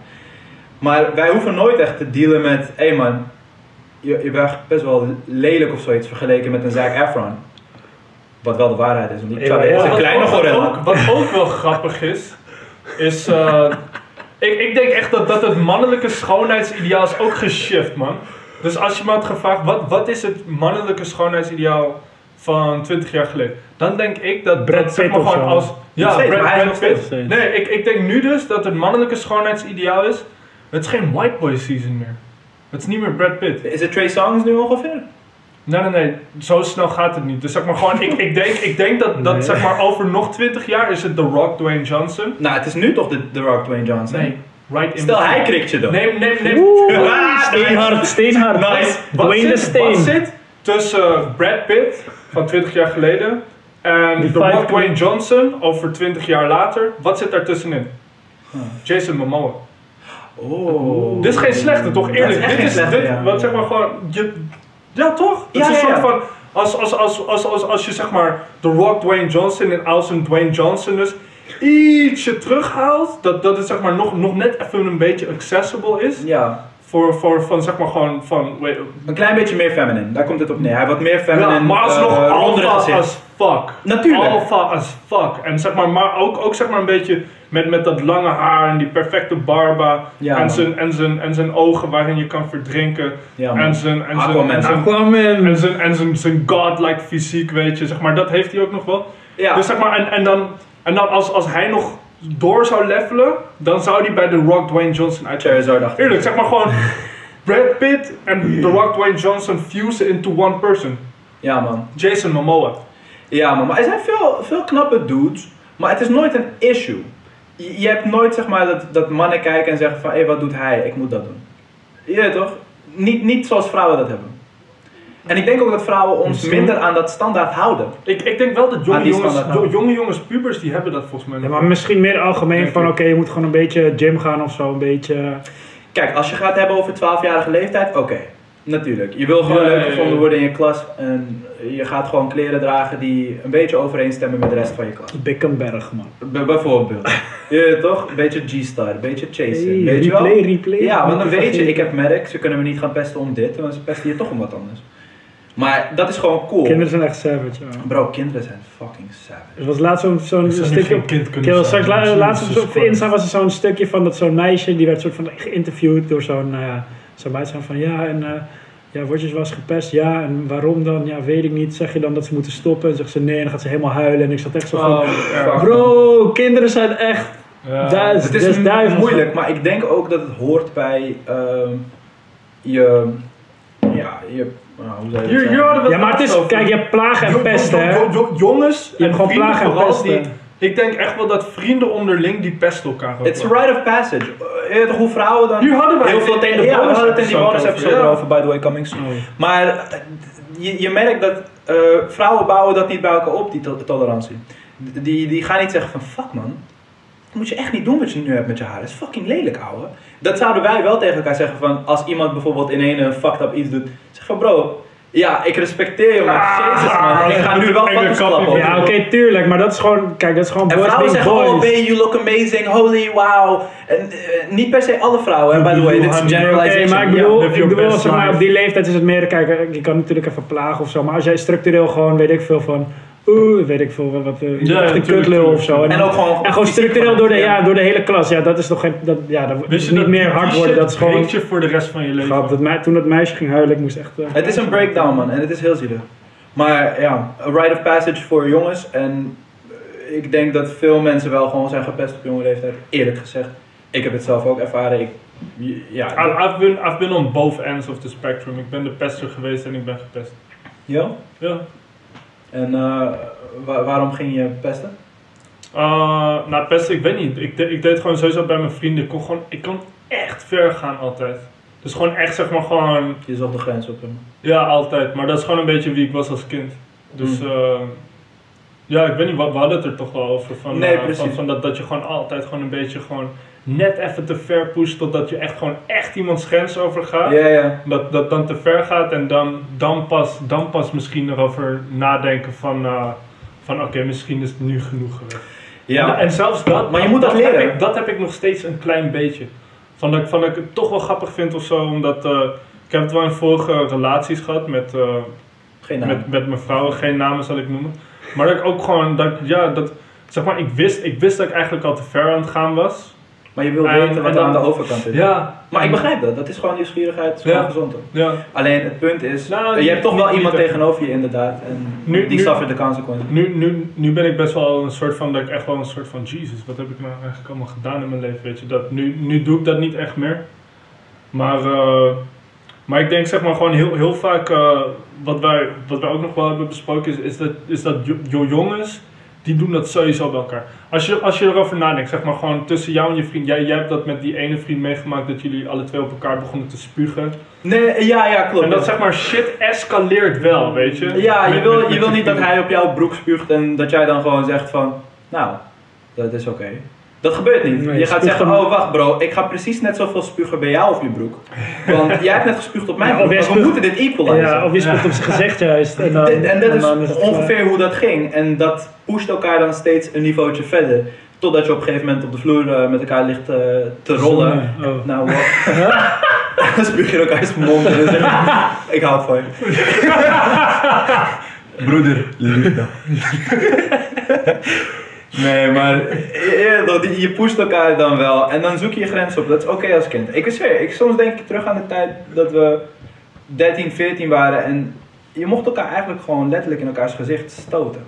C: Maar wij hoeven nooit echt te dealen met, hé hey man, je, je bent best wel lelijk of zoiets vergeleken met een Zac Efron. Wat wel de waarheid is, want die
A: Ja,
C: Charlie
A: ja.
C: is een
B: Wat
C: kleine
B: ook-
C: gorilla.
B: Wat, ook- wat ook wel grappig is, is... eh, ik, ik denk echt dat, dat het mannelijke schoonheidsideaal is ook geshift, man. Dus als je me had gevraagd, wat, wat is het mannelijke schoonheidsideaal van 20 jaar geleden? Dan denk ik dat...
A: Brad
B: dat, zeg
A: Pitt
B: maar
A: of
B: gewoon
A: zo.
B: als, Ja,
C: Nog steeds,
B: Brad,
C: maar hij is
B: Brad
C: nog
B: Pitt.
A: steeds.
B: Nee, ik, ik denk nu dus dat het mannelijke schoonheidsideaal is... Het is geen white boy season meer. Het is niet meer Brad Pitt.
C: Is het Trey Songs nu ongeveer?
B: Nee, nee, nee. Zo snel gaat het niet. Dus zeg maar gewoon, ik, ik, denk, ik denk dat, dat
A: Nee.
B: zeg maar over nog 20 jaar is het The Rock Dwayne Johnson.
C: Nou, het is nu toch de, de Rock Dwayne Johnson?
B: Nee, right in
C: Stel,
B: between.
C: hij krikt je dan.
B: Neem, neem, neem.
A: Oeh,
C: Ah,
A: steenhard, steenhard.
C: Nice.
B: Wat
A: Dwayne de
B: zit, wat
A: Steen.
B: zit tussen eh, Brad Pitt van 20 jaar geleden en
A: Die
B: The
A: vijf
B: Rock
A: knie-
B: Dwayne Johnson over 20 jaar later? Wat zit daar tussenin?
A: Ah.
B: Jason Momoa.
C: Oh.
B: Dit is geen slechte, toch? Eerlijk,
C: Dat is echt
B: dit
C: geen
B: is
C: slechte,
B: dit,
C: ja.
B: wat zeg maar gewoon. Je, ja, toch? Het
C: Ja,
B: is een
C: ja,
B: soort
C: ja.
B: van. Als, als, als, als, als, als je zeg maar The Rock Dwayne Johnson en Awesome Dwayne Johnson dus ietsje terughaalt, dat, dat het zeg maar nog, nog net even een beetje accessible is.
C: Ja,
B: Voor, voor van zeg maar gewoon van. Wait,
C: een klein beetje meer feminine. Daar komt het op neer. Hij wordt meer feminine.
B: ja, maar alsnog
C: eh, ronder
B: alpha
C: gezicht.
B: as fuck.
C: Natuurlijk.
B: Alpha as fuck. En zeg maar, maar ook, ook zeg maar een beetje met, met dat lange haar en die perfecte barba.
C: Ja,
B: en,
C: man.
B: zijn, en, zijn, en zijn ogen waarin je kan verdrinken.
C: Ja, man.
B: en zijn, en zijn,
C: Aquaman.
B: en zijn,
A: Aquaman.
B: en zijn, en zijn, zijn godlike fysiek, weet je. Zeg maar, dat heeft hij ook nog wel.
C: Ja.
B: Dus zeg maar, en, en dan, en dan als, als hij nog door zou levelen, dan zou hij bij de Rock Dwayne Johnson uitkomen.
C: Charizard achter.
B: Eerlijk, zeg maar gewoon... Brad Pitt en The Rock Dwayne Johnson fuse into one person.
C: Ja, man.
B: Jason Momoa.
C: Ja, man. Maar er zijn veel, veel knappe dudes, maar het is nooit een issue. Je, je hebt nooit, zeg maar, dat, dat mannen kijken en zeggen van, hé, wat doet hij? Ik moet dat doen. Je weet toch? Niet, niet zoals vrouwen dat hebben. En ik denk ook dat vrouwen ons minder aan dat standaard houden.
B: Ik, ik denk wel dat jonge
C: Ah, die
B: jongens,
C: standaard nou.
B: jo- jonge jongens, pubers, die hebben dat volgens mij
A: Ja,
B: nog.
A: maar misschien meer algemeen
B: Denk
A: van
B: ik.
A: oké, je moet gewoon een beetje gym gaan of zo, een beetje...
C: Kijk, als je gaat hebben over 12-jarige leeftijd, oké. Natuurlijk. Je wil gewoon
B: Ja, ja,
C: leuk
B: ja, ja.
C: gevonden worden in je klas. En je gaat gewoon kleren dragen die een beetje overeenstemmen met de rest van je klas.
A: Bikkenberg, man.
C: B- bijvoorbeeld. ja, toch? Een beetje G-Star, een beetje Chaser.
A: Hey,
C: weet je wel?
A: replay, replay.
C: Ja, want dan
A: Niet
C: weet je, ik
A: vergeten.
C: heb merk, ze kunnen me niet gaan pesten om dit, want ze pesten hier toch om wat anders. Maar dat is gewoon cool.
A: Kinderen zijn echt savage, man.
C: Bro, kinderen zijn fucking savage.
A: Er was laatst zo'n zo'n
B: Ik zou nu
A: stukje
B: geen
A: op...
B: kind kunnen
A: Kill,
B: zijn.
A: straks la- laatst op,
B: Jesus
A: zo- op
B: Christ.
A: Insta was er zo'n stukje van dat zo'n meisje, die werd soort van geïnterviewd door zo'n eh zo'n meid. Zo van, ja, en eh, ja, word je wel eens gepest? Ja, en waarom dan? Ja, weet ik niet. Zeg je dan dat ze moeten stoppen? En zegt ze nee, en dan gaat ze helemaal huilen. En ik zat echt zo van,
B: Oh, erg.
A: bro, kinderen zijn echt...
B: Ja.
A: Duits.
C: Het is
A: Dus duivels.
C: moeilijk, maar ik denk ook dat het hoort bij ehm, je. Ja, je. nou, hoe zou je dat
B: Hier,
C: zeggen?
B: hier hadden we
A: Ja, maar het is,
B: over.
A: kijk, je hebt plagen en
B: Jo-
A: pesten,
B: jo-
A: hè?
B: jo- jo- Jongens,
A: Je hebt gewoon plagen en
B: vooral,
A: pesten.
B: die- ik denk echt wel dat vrienden onderling die pesten elkaar ook
C: It's a
B: wel.
C: rite of passage. Eh, je weet toch hoe vrouwen dan
B: Hier hadden wij
C: heel
B: het
C: veel
B: in-
C: tegen de
B: ja, we
C: bonus
B: hadden het
C: in die bonus episode
B: over, ja.
C: over, by the way, coming soon. Maar eh, je, je merkt dat eh, vrouwen bouwen dat niet bij elkaar op, die to- tolerantie. D- Die, die gaan niet zeggen van, fuck man, dat moet je echt niet doen wat je nu hebt met je haar. Dat is fucking lelijk, ouwe. Dat zouden wij wel tegen elkaar zeggen van, als iemand bijvoorbeeld in een fucked up iets doet. Zeg van, bro, ja, ik respecteer je, maar jezus man, ik ga nu wel
A: Ah,
B: Enge
C: fucking klappen.
B: kappie.
C: Ik
A: Ja,
C: bedoel,
A: oké, tuurlijk, maar dat is gewoon, kijk, dat is gewoon
C: en
A: boys
C: vrouwen
A: being
C: zeggen, oh
A: boys.
C: babe, you look amazing, holy wow. En eh, niet per se alle vrouwen, hè, by the way, dit is een generalization.
A: Oké, maar ik
C: Ja.
A: bedoel,
B: live
A: ik
B: your
A: bedoel
B: best
A: zeg maar,
B: life.
A: op die leeftijd is het meer, kijk, eh, je kan natuurlijk even plagen of zo, maar als jij structureel gewoon, weet ik veel van, oeh, weet ik veel, wat, wat eh,
B: Ja, ja,
A: echt een
B: tuurlijk,
A: kutlul
B: tuurlijk.
A: of zo.
C: En ook gewoon,
A: en gewoon structureel door de,
C: Ja.
A: ja, door de hele klas, ja, dat is toch geen, dat, ja, dat
B: Wist je
A: niet
B: dat
A: meer hard
B: die
A: worden,
B: shit
A: dat is gewoon,
B: breekt je voor de rest van je leven.
A: grap, dat mei- toen dat meisje ging huilen, ik moest echt, eh,
C: Het is een breakdown, man, en het is heel zielig. Maar ja, een rite of passage voor jongens. En eh, ik denk dat veel mensen wel gewoon zijn gepest op jonge leeftijd, eerlijk gezegd. Ik heb het zelf ook ervaren. Ik,
B: I-
C: ja,
B: I've been, I've been on both ends of the spectrum. Ik ben de pester geweest en ik ben gepest.
C: ja.
B: Ja.
C: En eh, wa- waarom ging je pesten?
B: Eh, nou, pesten, ik weet niet. Ik, de- ik deed gewoon sowieso bij mijn vrienden. Ik kon, gewoon, ik kon echt ver gaan altijd. Dus gewoon echt, zeg maar, gewoon...
C: Je zocht de grens op hem.
B: Ja, altijd. Maar dat is gewoon een beetje wie ik was als kind. Dus,
C: Hmm.
B: eh, ja, ik weet niet, we we hadden het er toch wel over. Van,
C: Nee,
B: eh, van-
C: precies.
B: van dat, dat je gewoon altijd gewoon een beetje gewoon net even te ver pusht totdat je echt gewoon echt iemands grens overgaat.
C: Ja, ja.
B: Dat, dat dan te ver gaat en dan, dan, pas, dan pas misschien erover nadenken van, eh, van oké, misschien is het nu genoeg geweest.
C: ja.
B: En, en zelfs dat,
C: Maar je moet dat
B: Heb
C: leren.
B: ik, dat heb ik nog steeds een klein beetje. Van dat, ik- van dat ik het toch wel grappig vind of zo, omdat eh, ik heb het wel in vorige relaties gehad met, eh,
C: Geen naam.
B: met, met mijn vrouwen, geen namen zal ik noemen. Maar dat ik ook gewoon, dat, ik- ja, dat, zeg maar, ik wist, ik wist dat ik eigenlijk al te ver aan het gaan was.
C: Maar je wil
B: En-
C: weten wat
B: en
C: er aan de
B: dan-
C: overkant is.
B: Ja,
C: Maar ik begrijp dat, dat is gewoon nieuwsgierigheid, is
B: Ja.
C: gewoon gezond. hoor.
B: ja.
C: Alleen het punt is,
B: Nou,
C: je
B: niet-
C: hebt toch
B: niet-
C: wel
B: niet
C: iemand
B: echt.
C: tegenover je inderdaad. En
B: Nu-
C: die
B: nu-
C: suffert de consequences.
B: Nu, nu, nu ben ik best wel een soort van, dat ik echt wel een soort van, Jesus, wat heb ik nou eigenlijk allemaal gedaan in mijn leven, weet je. Dat, nu, nu doe ik dat niet echt meer. Maar, eh, maar ik denk zeg maar gewoon heel, heel vaak, eh, wat, wij, wat wij ook nog wel hebben besproken, is, is dat, is dat jo- jo- jongens, die doen dat sowieso bij elkaar. Als je, als je erover nadenkt, zeg maar gewoon tussen jou en je vriend, jij, jij hebt dat met die ene vriend meegemaakt, dat jullie alle twee op elkaar begonnen te spugen.
C: Nee, ja, ja, klopt.
B: En dat zeg maar, shit escaleert wel, weet je.
C: Eh, Ja, je
B: Met-
C: wil,
B: met-
C: je
B: met
C: wil niet dat
B: vrienden.
C: hij op jouw broek spuugt en dat jij dan gewoon zegt van, nou, dat is oké. Dat gebeurt niet.
A: Nee,
C: je gaat
A: spuugt
C: zeggen,
A: hem-
C: oh wacht bro, ik ga precies net zoveel spugen bij jou op je broek. Want jij hebt net gespuugd op mijn
A: Ja, of
C: broek,
A: jij
C: maar we
A: spuugt-
C: moeten dit equalizen.
A: ja, of je spot op zijn gezicht juist. En, dan,
C: En, en dat is
A: dan het klaar.
C: ongeveer hoe dat ging. En dat pusht elkaar dan steeds een niveautje verder. Totdat je op een gegeven moment op de vloer eh, met elkaar ligt eh, te rollen.
A: Oh.
C: Nou, wat? Dan spuug je elkaars mond en dan zeg je, ik hou van je.
D: Broeder, liefde.
C: Nee, maar eh, dat- je pusht elkaar dan wel en dan zoek je je grens op. Dat is oké als kind. Ik zweer, ik, soms denk ik terug aan de tijd dat we 13, 14 waren en je mocht elkaar eigenlijk gewoon letterlijk in elkaars gezicht stoten.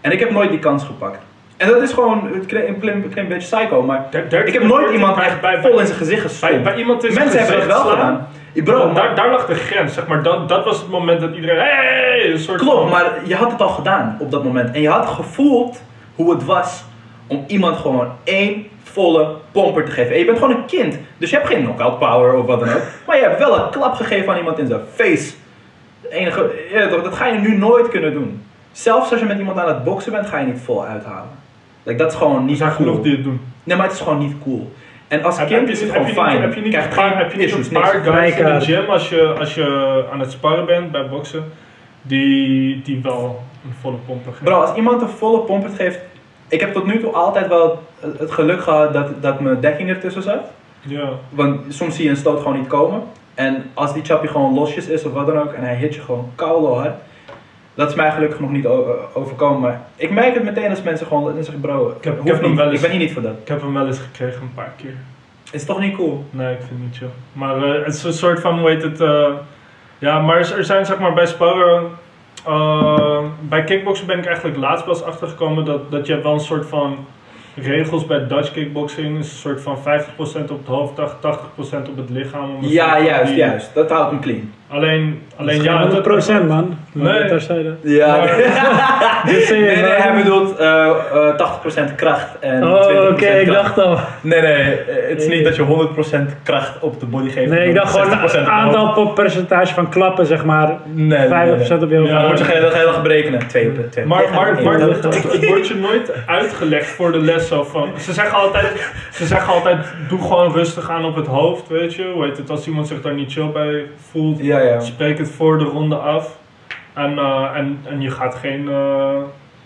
C: En ik heb nooit die kans gepakt. En dat is gewoon een klein, een klein- een klein beetje psycho, maar
B: Der- dertien,
C: ik heb nooit
B: veertien,
C: iemand
B: bij-
C: echt
B: bij-
C: vol in zijn gezicht
B: Bij,
C: gestoten.
B: bij iemand is
C: Mensen hebben dat
B: het
C: wel gedaan. Bro, maar-
B: daar, daar lag de grens, zeg maar. Dat, dat was het moment dat iedereen. Hey, een soort
C: Klopt,
B: van-
C: maar je had het al gedaan op dat moment. En je had gevoeld hoe het was om iemand gewoon één volle pomper te geven. En je bent gewoon een kind, dus je hebt geen knockout power of wat dan ook. Maar je hebt wel een klap gegeven aan iemand in zijn face. Het Enige, ja, toch, dat ga je nu nooit kunnen doen. Zelfs als je met iemand aan het boksen bent, ga je niet vol uithalen. Like, dat is gewoon
B: Er
C: niet
B: zijn
C: cool.
B: genoeg die het doen.
C: Nee, maar het is gewoon niet cool. En als
B: Heb-
C: kind
B: heb
C: is
B: je
C: het
B: niet-
C: gewoon
B: heb je niet-
C: fijn.
B: Heb je niet
C: Krijg
B: een paar,
C: geen
B: heb je niet
C: issues,
B: een paar
C: niks.
B: guys in de
A: Vrijkaart.
B: gym als je, als je aan het sparren bent bij boksen, die, die wel een volle pomper geven?
C: Bro, als iemand een volle pompert geeft. Ik heb tot nu toe altijd wel het het geluk gehad dat, dat mijn dekking ertussen zat.
B: Ja.
C: Want soms zie je een stoot gewoon niet komen. En als die chappie gewoon losjes is of wat dan ook en hij hit je gewoon koude hard. Dat is mij gelukkig nog niet o- eh, overkomen. Maar ik merk het meteen als mensen gewoon dan zeggen: Bro, ik,
B: heb- ik
C: hoeft
B: heb hem
C: niet.
B: wel eens-
C: ik ben hier niet voor dat.
B: Ik heb hem wel eens gekregen een paar keer.
C: Is toch niet cool?
B: Nee, ik vind het niet chill. Maar eh, het is een soort van, hoe heet het? eh, ja, maar er zijn zeg maar bij sparren. eh, bij kickboksen ben ik eigenlijk laatst pas achtergekomen dat, dat je wel een soort van regels bij Dutch kickboxing is een soort van 50% op het hoofd, 80% op het lichaam. om een
C: Ja,
B: soort van
C: juist,
B: die-
C: juist. Dat haupt hem clean.
B: Alleen, alleen ja,
A: ja,
B: dat-
A: 100% man.
B: Nee.
A: Nee. Terzijde.
C: Ja.
B: Maar-
A: Dit zie je
C: Nee, nee,
A: man.
C: hij bedoelt eh, eh, 80% kracht en
A: Oh,
C: 20%
A: oké,
C: kracht.
A: ik dacht al.
C: Nee, nee, eh, het is niet dat je 100% kracht op de body geeft.
A: Nee, ik
C: maar
A: dacht gewoon
C: 60% op de
A: een
C: hoofd.
A: aantal po- percentage van klappen, zeg maar. 50%
C: Nee, nee, nee, nee.
A: op je hoofd.
B: Ja,
C: Dan moet je geen dat ga je nog berekenen. Twee op twee. op-
B: Maar, maar,
C: één.
B: maar het, het wordt je nooit uitgelegd voor de les zo van. Ze zeggen, altijd, ze zeggen altijd: doe gewoon rustig aan op het hoofd, weet je. Hoe heet het? Als iemand zich daar niet chill bij voelt,
C: Ja, ja.
B: spreek het voor de ronde af. En, eh, en, en je gaat geen. eh,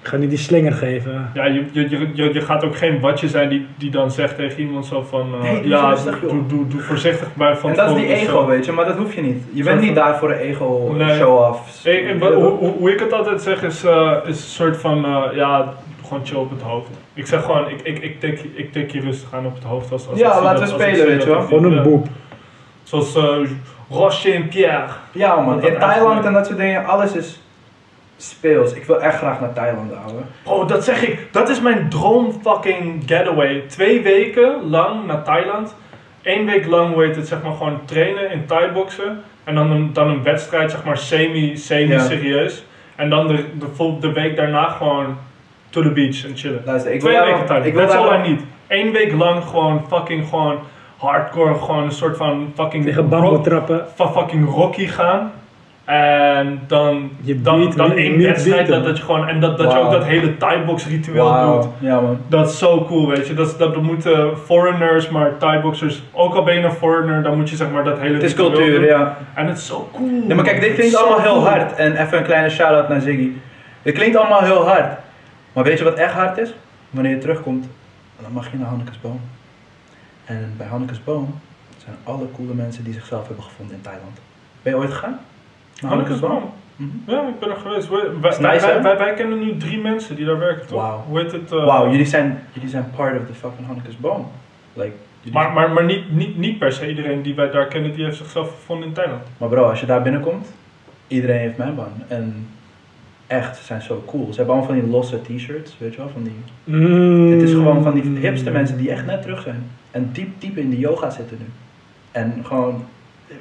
A: Ik ga niet die slinger geven.
B: ja, je, je, je, je, je gaat ook geen watje zijn die, die dan zegt tegen iemand zo van. eh,
C: Nee, doe
B: ja,
C: rustig, joh."
B: doe, doe, doe voorzichtig bij van
C: En dat is die
B: tevoren of zo.
C: ego, weet je, maar dat hoef je niet. Je bent
B: Soort van-
C: niet daar voor een ego
B: Nee.
C: show-off.
B: Ik, ik- hoe, hoe- hoe ik het altijd zeg is, eh, is een soort van, eh, ja, gewoon chill op het hoofd. Ik zeg gewoon, ik, ik, ik, tik, ik tik je rustig aan op het hoofd. Als, als
C: Ja,
B: ik zie
C: laten we
B: dat- als ik
C: spelen,
B: zie
C: weet je
B: dat
C: wel.
B: ik-
A: Gewoon
B: ja.
A: een boep.
B: Zoals eh Roche en Pierre.
C: Ja man,
B: Dat
C: in
B: echt
C: Thailand
B: leuk.
C: en dat soort dingen, alles is speels. Ik wil echt graag naar Thailand, ouwe.
B: Oh, dat zeg ik. Dat is mijn droom fucking getaway. Twee weken lang naar Thailand. Eén week lang, hoe heet het, zeg maar gewoon trainen in Thai boksen. En dan een, dan een wedstrijd, zeg maar semi, semi
C: Ja.
B: serieus. En dan de, de, vol- de week daarna gewoon to the beach en chillen.
C: Luister, ik wil
B: Twee
C: daar
B: weken
C: wel-
B: tijd.
C: ik wil
B: Dat zal
C: daar
B: hij
C: wel-
B: niet. Eén week lang gewoon fucking gewoon hardcore, gewoon een soort van fucking
A: Tegen bamboe
B: rock-
A: trappen.
B: van fucking Rocky gaan. En dan,
A: Je
B: dan,
A: biedt
B: dan
A: niet-
B: één
A: niet
B: wedstrijd
A: bieten.
B: dat, dat je gewoon en dat, dat je ook
C: Wauw.
B: dat hele Thai box ritueel doet.
C: Wauw, ja man.
B: Dat is zo cool, weet je. Dat, is- dat moeten foreigners, maar Thai boxers, ook al ben je een foreigner, dan moet je zeg maar dat hele
C: Het is
B: ritueel
C: cultuur,
B: doen.
C: ja.
B: En het is zo cool.
C: Nee, maar kijk, dit
B: Het is
C: klinkt
B: zo
C: allemaal heel
B: cool.
C: hard. En even een kleine shout-out naar Ziggy. Dit klinkt allemaal heel hard. Maar weet je wat echt hard is? Wanneer je terugkomt, dan mag je naar Hannekes Boom. En bij Hannekes Boom zijn alle coole mensen die zichzelf hebben gevonden in Thailand. Ben je ooit gegaan? Naar
B: Hanneke Nou, is
C: Hannekes Boom?
B: warm. Ja, ik ben er geweest. We- wij,
C: Is nice,
B: wij-
C: hè?
B: wij- wij kennen nu drie mensen die daar werken, toch?
C: Wauw.
B: Hoe heet het? eh,
C: Wauw, jullie zijn, jullie zijn part of the fucking Hannekes Boom. Like, jullie-
B: Maar, maar, maar niet, niet, niet per se iedereen die wij daar kennen, die heeft zichzelf gevonden in Thailand.
C: Maar bro, als je daar binnenkomt, iedereen heeft mijn ban. En echt, ze zijn zo cool. Ze hebben allemaal van die losse t-shirts, weet je wel, van die... Het
A: Mm.
C: is
A: Hmm.
C: gewoon van die hipste mensen die echt net terug zijn. En diep, diep in de yoga zitten nu. En gewoon,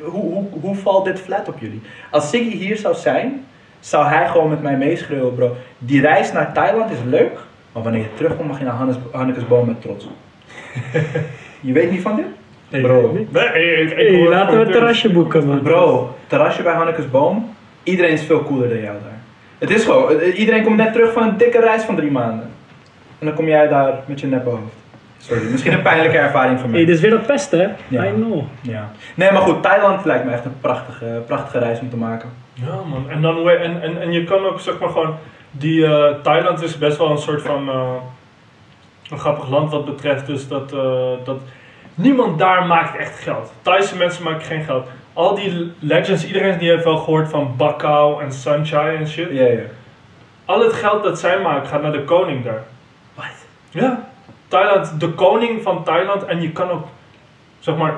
C: hoe, hoe, hoe valt dit flat op jullie? Als Siggy hier zou zijn, zou hij gewoon met mij meeschreeuwen, bro. Die reis naar Thailand is leuk, maar wanneer je terugkomt mag je naar Hannes, Hannekes Boom met trots. je weet niet van dit? Bro.
B: Nee, ik, ik,
A: Hey,
B: hoor het
A: laten we
B: voor het
A: een
B: eerst.
A: terrasje boeken, man.
C: Bro, terrasje bij Hannekes Boom, iedereen is veel cooler dan jou daar. Het is gewoon, eh, iedereen komt net terug van een dikke reis van drie maanden. En dan kom jij daar met je neppe hoofd. Sorry, misschien een pijnlijke ervaring voor mij.
A: Hey, dit is weer dat pesten, hè?
C: Ja.
A: I know.
C: Ja. Nee, maar goed, Thailand lijkt me echt een prachtige, prachtige reis om te maken.
B: Ja man, en, dan, hoe- en, en, en je kan ook zeg maar gewoon, die eh, Thailand is best wel een soort van eh, een grappig land wat betreft dus dat, eh, dat niemand daar maakt echt geld. Thaise mensen maken geen geld. Al die legends, iedereen die heeft wel gehoord van Bakau en Sunshine en shit.
C: Ja, ja.
B: Al het geld dat zij maken gaat naar de koning daar.
C: Wat?
B: Ja. Thailand, de koning van Thailand. En je kan ook, zeg maar,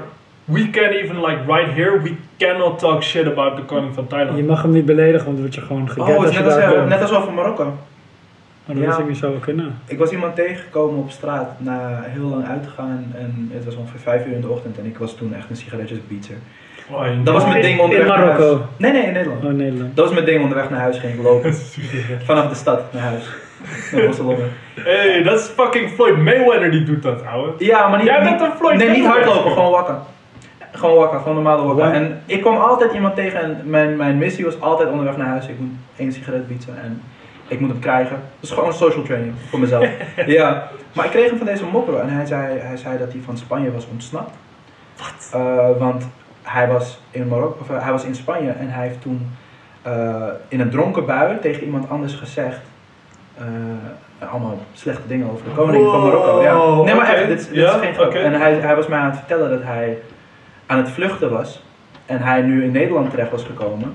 B: we can even like right here, we cannot talk shit about de koning van Thailand.
A: Je mag hem niet beledigen, want dan word je gewoon geget
C: Oh, het
A: als
C: is
A: je
C: net als,
A: daar
C: eh,
A: komt.
C: net als over Marokko.
A: Maar dat
C: Ja.
A: wist ik niet zou wel kunnen.
C: Ik was iemand tegengekomen op straat na heel lang uit te gaan en het was ongeveer 5 uer in de ochtend en ik was toen echt een sigaretjesbeater.
B: Oh, je-
C: Dat was mijn
A: In-
C: ding onderweg
A: in
C: naar huis.
A: Marokko?
C: Nee, nee, in Nederland.
A: Oh, Nederland.
C: Dat was mijn ding onderweg naar huis, ging ik lopen. Vanaf de stad naar huis. Naar Barcelona.
B: Hey, dat is fucking Floyd Mayweather die doet dat, ouwe.
C: Ja, maar niet,
B: Jij bent
C: niet-
B: een Floyd
C: Nee, niet
B: Mayweather.
C: hardlopen, gewoon wakker. Gewoon wakker, gewoon normale wakker.
A: Waar-
C: En ik kwam altijd iemand tegen en mijn, mijn missie was altijd onderweg naar huis. Ik moet één sigaret bieden en ik moet hem krijgen. Dat is gewoon social training voor mezelf. ja. Maar ik kreeg hem van deze mokro en hij zei, hij zei dat hij van Spanje was ontsnapt. Wat? want hij was, in Marokko, of, eh, hij was in Spanje en hij heeft toen eh, in een dronken bui tegen iemand anders gezegd. eh, allemaal slechte dingen over de koning van Marokko. Ja.
B: Wow,
C: Nee, maar
B: oké.
C: echt, dit, is- dit
B: Ja,
C: is geen grap.
B: oké.
C: En hij, hij was mij aan het vertellen dat hij aan het vluchten was. En hij nu in Nederland terecht was gekomen.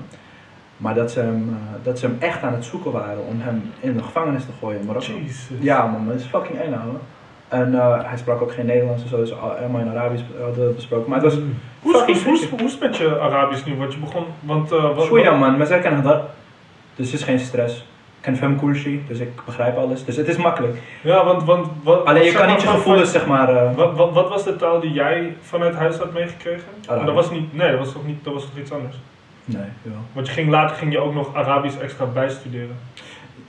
C: Maar dat ze hem, eh, dat ze hem echt aan het zoeken waren om hem in de gevangenis te gooien in Marokko.
B: Jezus.
C: Ja man, dat is fucking eng ouwe. En eh, hij sprak ook geen Nederlands en zo, dus al- helemaal in Arabisch hadden we het besproken. Maar het was
B: Hoe is, hoe,
C: fucking
B: is- hoe, is- hoe is het met je Arabisch nu? Want je begon... Want, eh, wat,
C: Goeie man, maar zij kennen dat. Dus het is geen stress. Ik ken fem Kursi, dus ik begrijp alles. Dus het is makkelijk.
B: Ja, want... want wat,
C: Alleen je
B: zeg
C: kan
B: maar
C: niet je
B: van-
C: gevoelens, zeg maar. eh,
B: Wat, wat, wat was de taal die jij vanuit huis had meegekregen?
C: Arabisch.
B: Dat was niet, nee, dat was toch niet, dat was toch iets anders.
C: nee, ja.
B: Want je ging, later ging je ook nog Arabisch extra bijstuderen.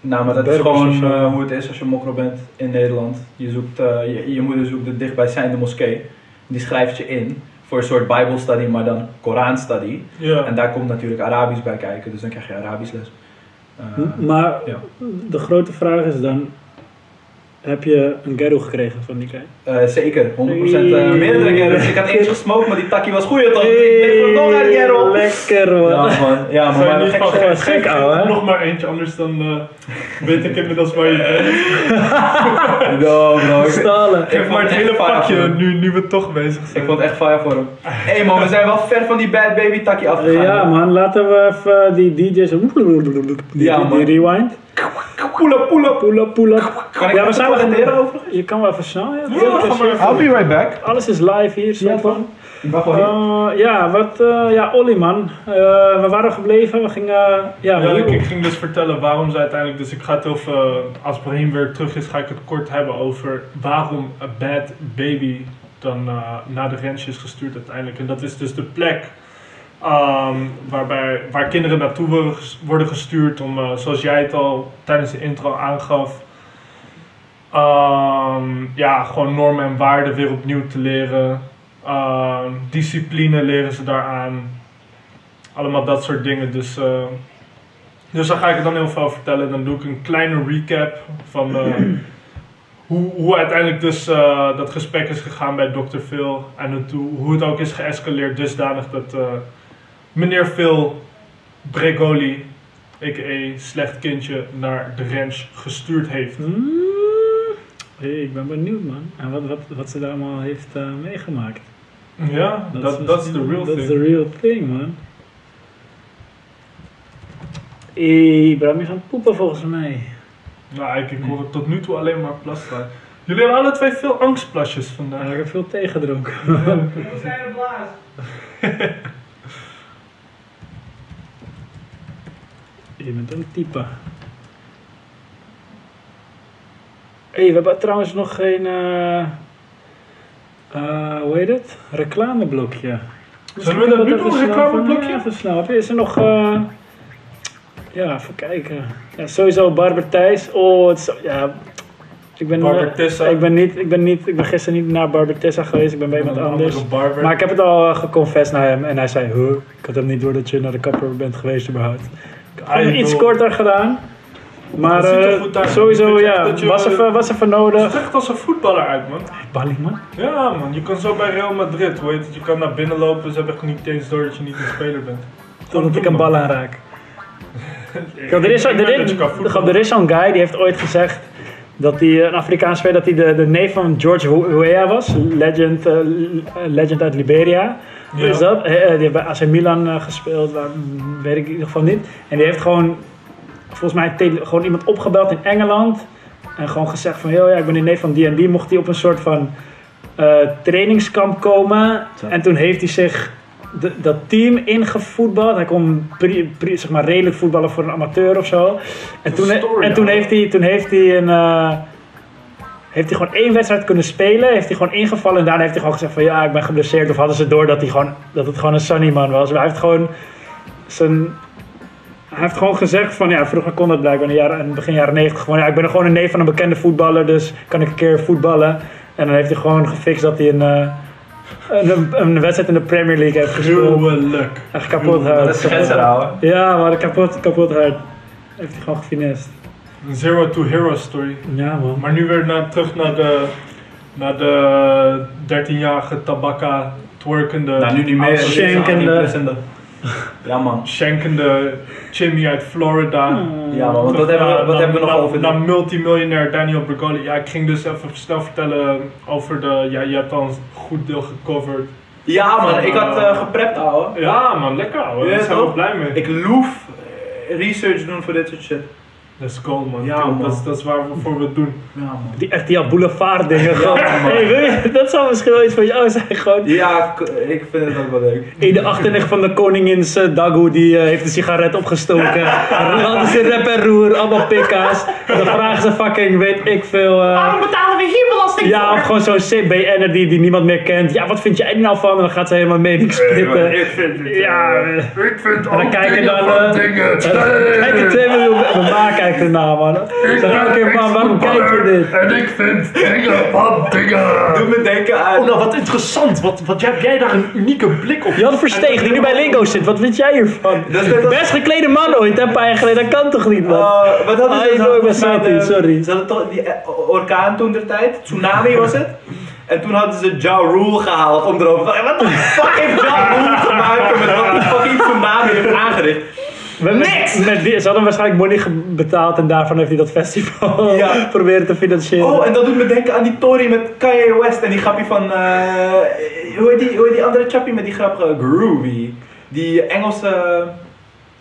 C: Nou, maar dat is
A: Burgers
C: gewoon
A: of zo.
C: eh, hoe het is als je mokro bent in Nederland. Je, zoekt, eh, je, je moeder zoekt de dichtbijzijnde moskee. Die schrijft je in voor een soort Bible study, maar dan Koran study.
B: Ja.
C: En daar komt natuurlijk Arabisch bij kijken, dus dan krijg je Arabisch les. Eh,
A: M- Maar
C: ja.
A: de grote vraag is dan, heb je een Geru gekregen van die guy?
C: eh, zeker, 100% eh, meerdere gerels. Ik had eentje gesmokt, maar die takkie was goeie toch? Ik denk voor nog uit gerel.
A: Lekker man.
C: Ja man, ja, maar,
B: Zijn
C: maar
B: nu
C: gek
B: van,
A: shit.
B: geef-
A: Gek,
B: geef
A: ouwe.
B: Eh, Nog maar eentje, anders dan eh, weet ik inmiddels waar je bent.
C: No, bro. Ik,
A: Stalen.
C: Ik
B: Geef maar het
C: vond
B: hele
C: het echt
B: pakje,
C: fijn.
B: nu, nu we toch bezig
C: ik
B: zijn.
C: vond het echt fire voor hem. Hé hey, man, we zijn wel ver van die bad baby takkie afgegaan.
A: Eh, Ja man, laten we even die DJ's... Die,
C: Ja,
A: die, die
C: man.
A: rewind.
C: Poel up, poel up.
A: Pull up, pull up.
C: Kan ik
A: Ja, we
C: even
A: zijn nog
C: commanderen
A: in
C: over?
A: Je kan wel even snel, ja.
B: Ja, ga maar even-
E: I'll be right back.
A: Alles is live hier, soort van.
C: Ik wacht wel hier.
B: Oh,
A: Eh, ja, wat, eh, ja, Olly man. Eh, we waren gebleven, we gingen... ja,
B: Ja,
A: we-
B: ik, ik ging dus vertellen waarom ze uiteindelijk. Dus ik ga het over. Als Brahim weer terug is, ga ik het kort hebben over waarom A Bad Baby dan eh, naar de ranch is gestuurd uiteindelijk. En dat is dus de plek ehm, waarbij, waar kinderen naartoe worden ges- worden gestuurd. Om, eh, zoals jij het al tijdens de intro aangaf. ehm, ja, gewoon normen en waarden weer opnieuw te leren. Ehm, discipline leren ze daaraan. Allemaal dat soort dingen. Dus. eh, dus dan ga ik het dan heel veel vertellen. Dan doe ik een kleine recap van eh, hoe, hoe uiteindelijk dus eh, dat gesprek is gegaan bij Dr. Phil. En het, hoe hoe het ook is geëscaleerd dusdanig dat eh, meneer Phil Bregoli, a.k.a. slecht kindje, naar de ranch gestuurd heeft.
A: Hmm. Hey, ik ben benieuwd man. En wat, wat, wat ze daar allemaal heeft eh, meegemaakt.
B: Ja, dat dat is de real
A: That's the
B: thing.
A: real thing man. Hey, Bram, je gaat poepen volgens mij.
B: Nou, ik, ik hoor het tot nu toe alleen maar plastra. Jullie hebben alle twee veel angstplasjes vandaag.
A: Nou, ik heb veel thee gedronken. Je bent een type. Hé, hey, we hebben trouwens nog geen. eh eh, hoe heet het? Reclameblokje.
B: Zullen we dat nu
A: Even
B: doen,
A: snel
B: reclameblokje?
A: van- ja, Even snel. Heb je- Is er nog. eh, ja, even kijken. Ja, sowieso Barber Thijs. Oh, het is, ja. Ik ben,
B: Barber Tessa.
A: Ik ben, niet, ik, ben niet, ik ben gisteren niet naar Barber Tessa geweest. Ik ben bij iemand
B: Een
A: anders.
B: andere barber.
A: Maar ik heb het al eh, geconfessed naar hem en hij zei, huh, ik had hem niet door dat je naar de kapper bent geweest überhaupt. Ik heb hem
B: Ah,
A: iets
B: joh.
A: korter gedaan, maar
B: Dat ziet er
A: eh,
B: goed uit. Ik
A: sowieso
B: vind echt
A: ja,
B: dat je-
A: was even, was even
B: Het
A: nodig.
B: is echt als een voetballer uit, man.
A: Balling man.
B: Ja man, je kan zo bij Real Madrid, hoe heet het, je kan naar binnen lopen, ze hebben echt niet eens door dat je niet een speler bent.
A: Totdat ik een bal aanraak.
B: Ik
A: Kijk, Er is,
B: denk
A: er,
B: dat
A: is-
B: je kan
A: kijk, er
B: voetballen.
A: is zo'n guy die heeft ooit gezegd dat hij een Afrikaans speler, dat hij de, de neef van George Hu- Weah was, legend, eh, legend uit Liberia.
B: Ja.
A: Is dat? Eh, eh, die heeft bij AC Milan eh, gespeeld, waar, mm, weet ik in ieder geval niet. En die heeft gewoon, volgens mij, tele- gewoon iemand opgebeld in Engeland. En gewoon gezegd van, joh, ja, ik ben die neef van die en die. Mocht hij op een soort van eh, trainingskamp komen.
C: Zo.
A: En toen heeft hij zich de- dat team ingevoetbald. Hij kon pri- pri- zeg maar redelijk voetballen voor een amateur of zo. En, toen, he-
B: story,
A: en toen,
B: ouwe.
A: heeft hij, toen heeft hij een... eh, heeft hij gewoon één wedstrijd kunnen spelen? Heeft hij gewoon ingevallen en daarna heeft hij gewoon gezegd van ja, ik ben geblesseerd. Of hadden ze door dat, hij gewoon, dat het gewoon een sunny man was? Maar hij heeft gewoon zijn hij heeft gewoon gezegd van ja, vroeger kon dat blijkbaar in, de jaren, in begin jaren 90 gewoon. Ja, ik ben gewoon een neef van een bekende voetballer, dus kan ik een keer voetballen. En dan heeft hij gewoon gefixt dat hij een, eh, een, een wedstrijd in de Premier League heeft gespeeld.
B: Gruwelijk.
A: Echt kapot hard.
C: Dat is schetser, ouwe.
A: Ja, maar kapot, kapot hard. Heeft hij gewoon gefinest.
B: Een zero to hero story.
A: Ja man.
B: Maar nu weer naar, terug naar de, naar de 13-jarige tabakka twerkende,
C: Nou, nu niet meer.
B: oude-
A: Schenkende.
C: Aanplezende. Ja, man.
B: schenkende Jimmy uit Florida.
A: Hmm.
C: Ja, man. Want wat
B: Terug
C: hebben we,
B: naar-
C: wat
B: naar-
C: hebben we nog
B: naar-
C: over?
B: Naar multimiljonair Daniel Bergoli. Ja, ik ging dus even snel vertellen over de... Ja, je hebt al een goed deel gecoverd.
C: Ja,
B: nou,
C: man. Ik had eh, geprept, ouwe.
B: Ja man, lekker ouwe.
C: Ja,
B: Daar zijn we
C: toch?
B: blij mee.
C: Ik loef eh, research doen voor dit soort shit.
B: Let's go man.
C: Ja,
B: Dude,
C: man.
B: Dat, is, dat is waar we voor we het doen.
C: Ja, man.
A: Die, echt die boulevard dingen. gewoon. Hey, wil je- dat zou misschien wel iets voor jou zijn. Gewoon
C: Ja, k- ik vind het ook wel leuk.
A: in de achterlicht van de koningins eh, Dagoe, die eh, heeft een sigaret opgestoken. En dan is rep en roer, allemaal pikka's. En Dan vragen ze fucking, weet ik veel. eh,
B: betalen we hier belasting
A: ja, of gewoon zo'n CBN'er die, die niemand meer kent. Ja, wat vind jij er nou van? En dan gaat ze helemaal mening splitten.
B: Ik vind het.
A: Ja, eh,
D: Ik vind
A: dan
D: ook
A: kijken
D: dingen
A: dan,
D: van
A: eh,
D: dingen.
A: kijken 2 miljoen mijn ma kijkt ernaar, man.
D: Ik
A: Zeg elke keer,
D: ben
A: "Ma, waarom kijk je
D: ex-voetballer
A: dit?
D: En ik vind dingen van dingen.
C: Doe me denken aan...
B: Oh, nou wat interessant. Wat, wat heb jij daar een unieke blik op?
A: Jan Versteeg, die nu bij Lingo zit, wat vind jij hiervan?
C: Dat is net als-
A: Best geklede man ooit, hè, een paar jaar geleden, dat kan toch niet, man?
C: Eh, wat hadden
A: Ah,
C: ze
A: ik
C: nou
A: ook bij
C: met,
A: Sati,
C: eh,
A: sorry.
C: Ze hadden toch die eh, orkaan toen der tijd, tsunami was het. En toen hadden ze Ja Rule gehaald om erover te Wat de fuck heeft Ja Rule te maken met wat die fucking tsunami heeft aangericht?
A: We niks! Met die, ze hadden waarschijnlijk money ge- betaald en daarvan heeft hij dat festival
C: Ja.
A: proberen te financieren.
C: Oh, en dat doet me denken aan die Tory met Kanye West en die grappie van. eh, hoe, heet die, hoe heet die andere chappie met die grap? eh, Groovy. Die Engelse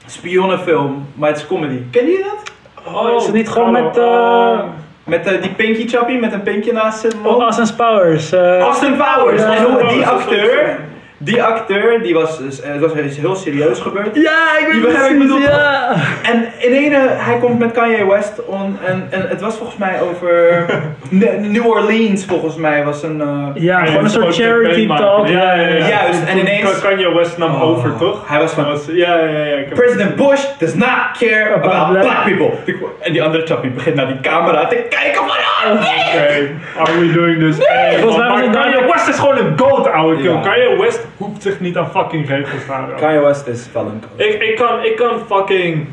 C: spionnenfilm, maar het is comedy. Ken je dat?
A: Oh, is het niet gewoon met, eh,
C: Met eh, die pinky chappie met een pinkje naast zijn mond.
A: Oh, Austin Powers. eh,
C: Austin Powers.
A: Ja.
C: En hoe-
B: Powers,
C: die
B: dat is ook
C: acteur, die acteur, die was, dus, eh, het was iets heel serieus gebeurd.
A: Ja, ik
C: Die
A: weet
C: begrijp ik
A: precies,
C: bedoel-
A: ja.
C: En in ene, hij komt met Kanye West on, en, en het was volgens mij over Ne- New Orleans volgens mij was een... eh,
A: Ja,
B: Ja,
A: gewoon een
B: je
A: soort
B: moet gewoon
A: charity
B: campaign maken.
A: talk.
B: Ja, ja, ja.
C: Juist, en ineens... Oh.
B: Kanye West nam over, toch?
C: Hij was
B: Dat
C: van,
B: was- Ja, ja, ja. Ik heb...
C: President Bush does not care
A: About
C: about
A: black-
C: black people. En die andere chappie begint naar die camera te kijken van ja, nee!
B: Oké, are we doing this? Hey,
A: Volgens mij
B: man,
A: was het
B: maar
A: daar-
B: Kanye West is gewoon een goat, ouwe kill.
C: Ja.
B: Kanye West hoeft zich niet aan fucking regels te houden.
C: Kanye West is wel een
B: Ik, ik, kan, ik kan fucking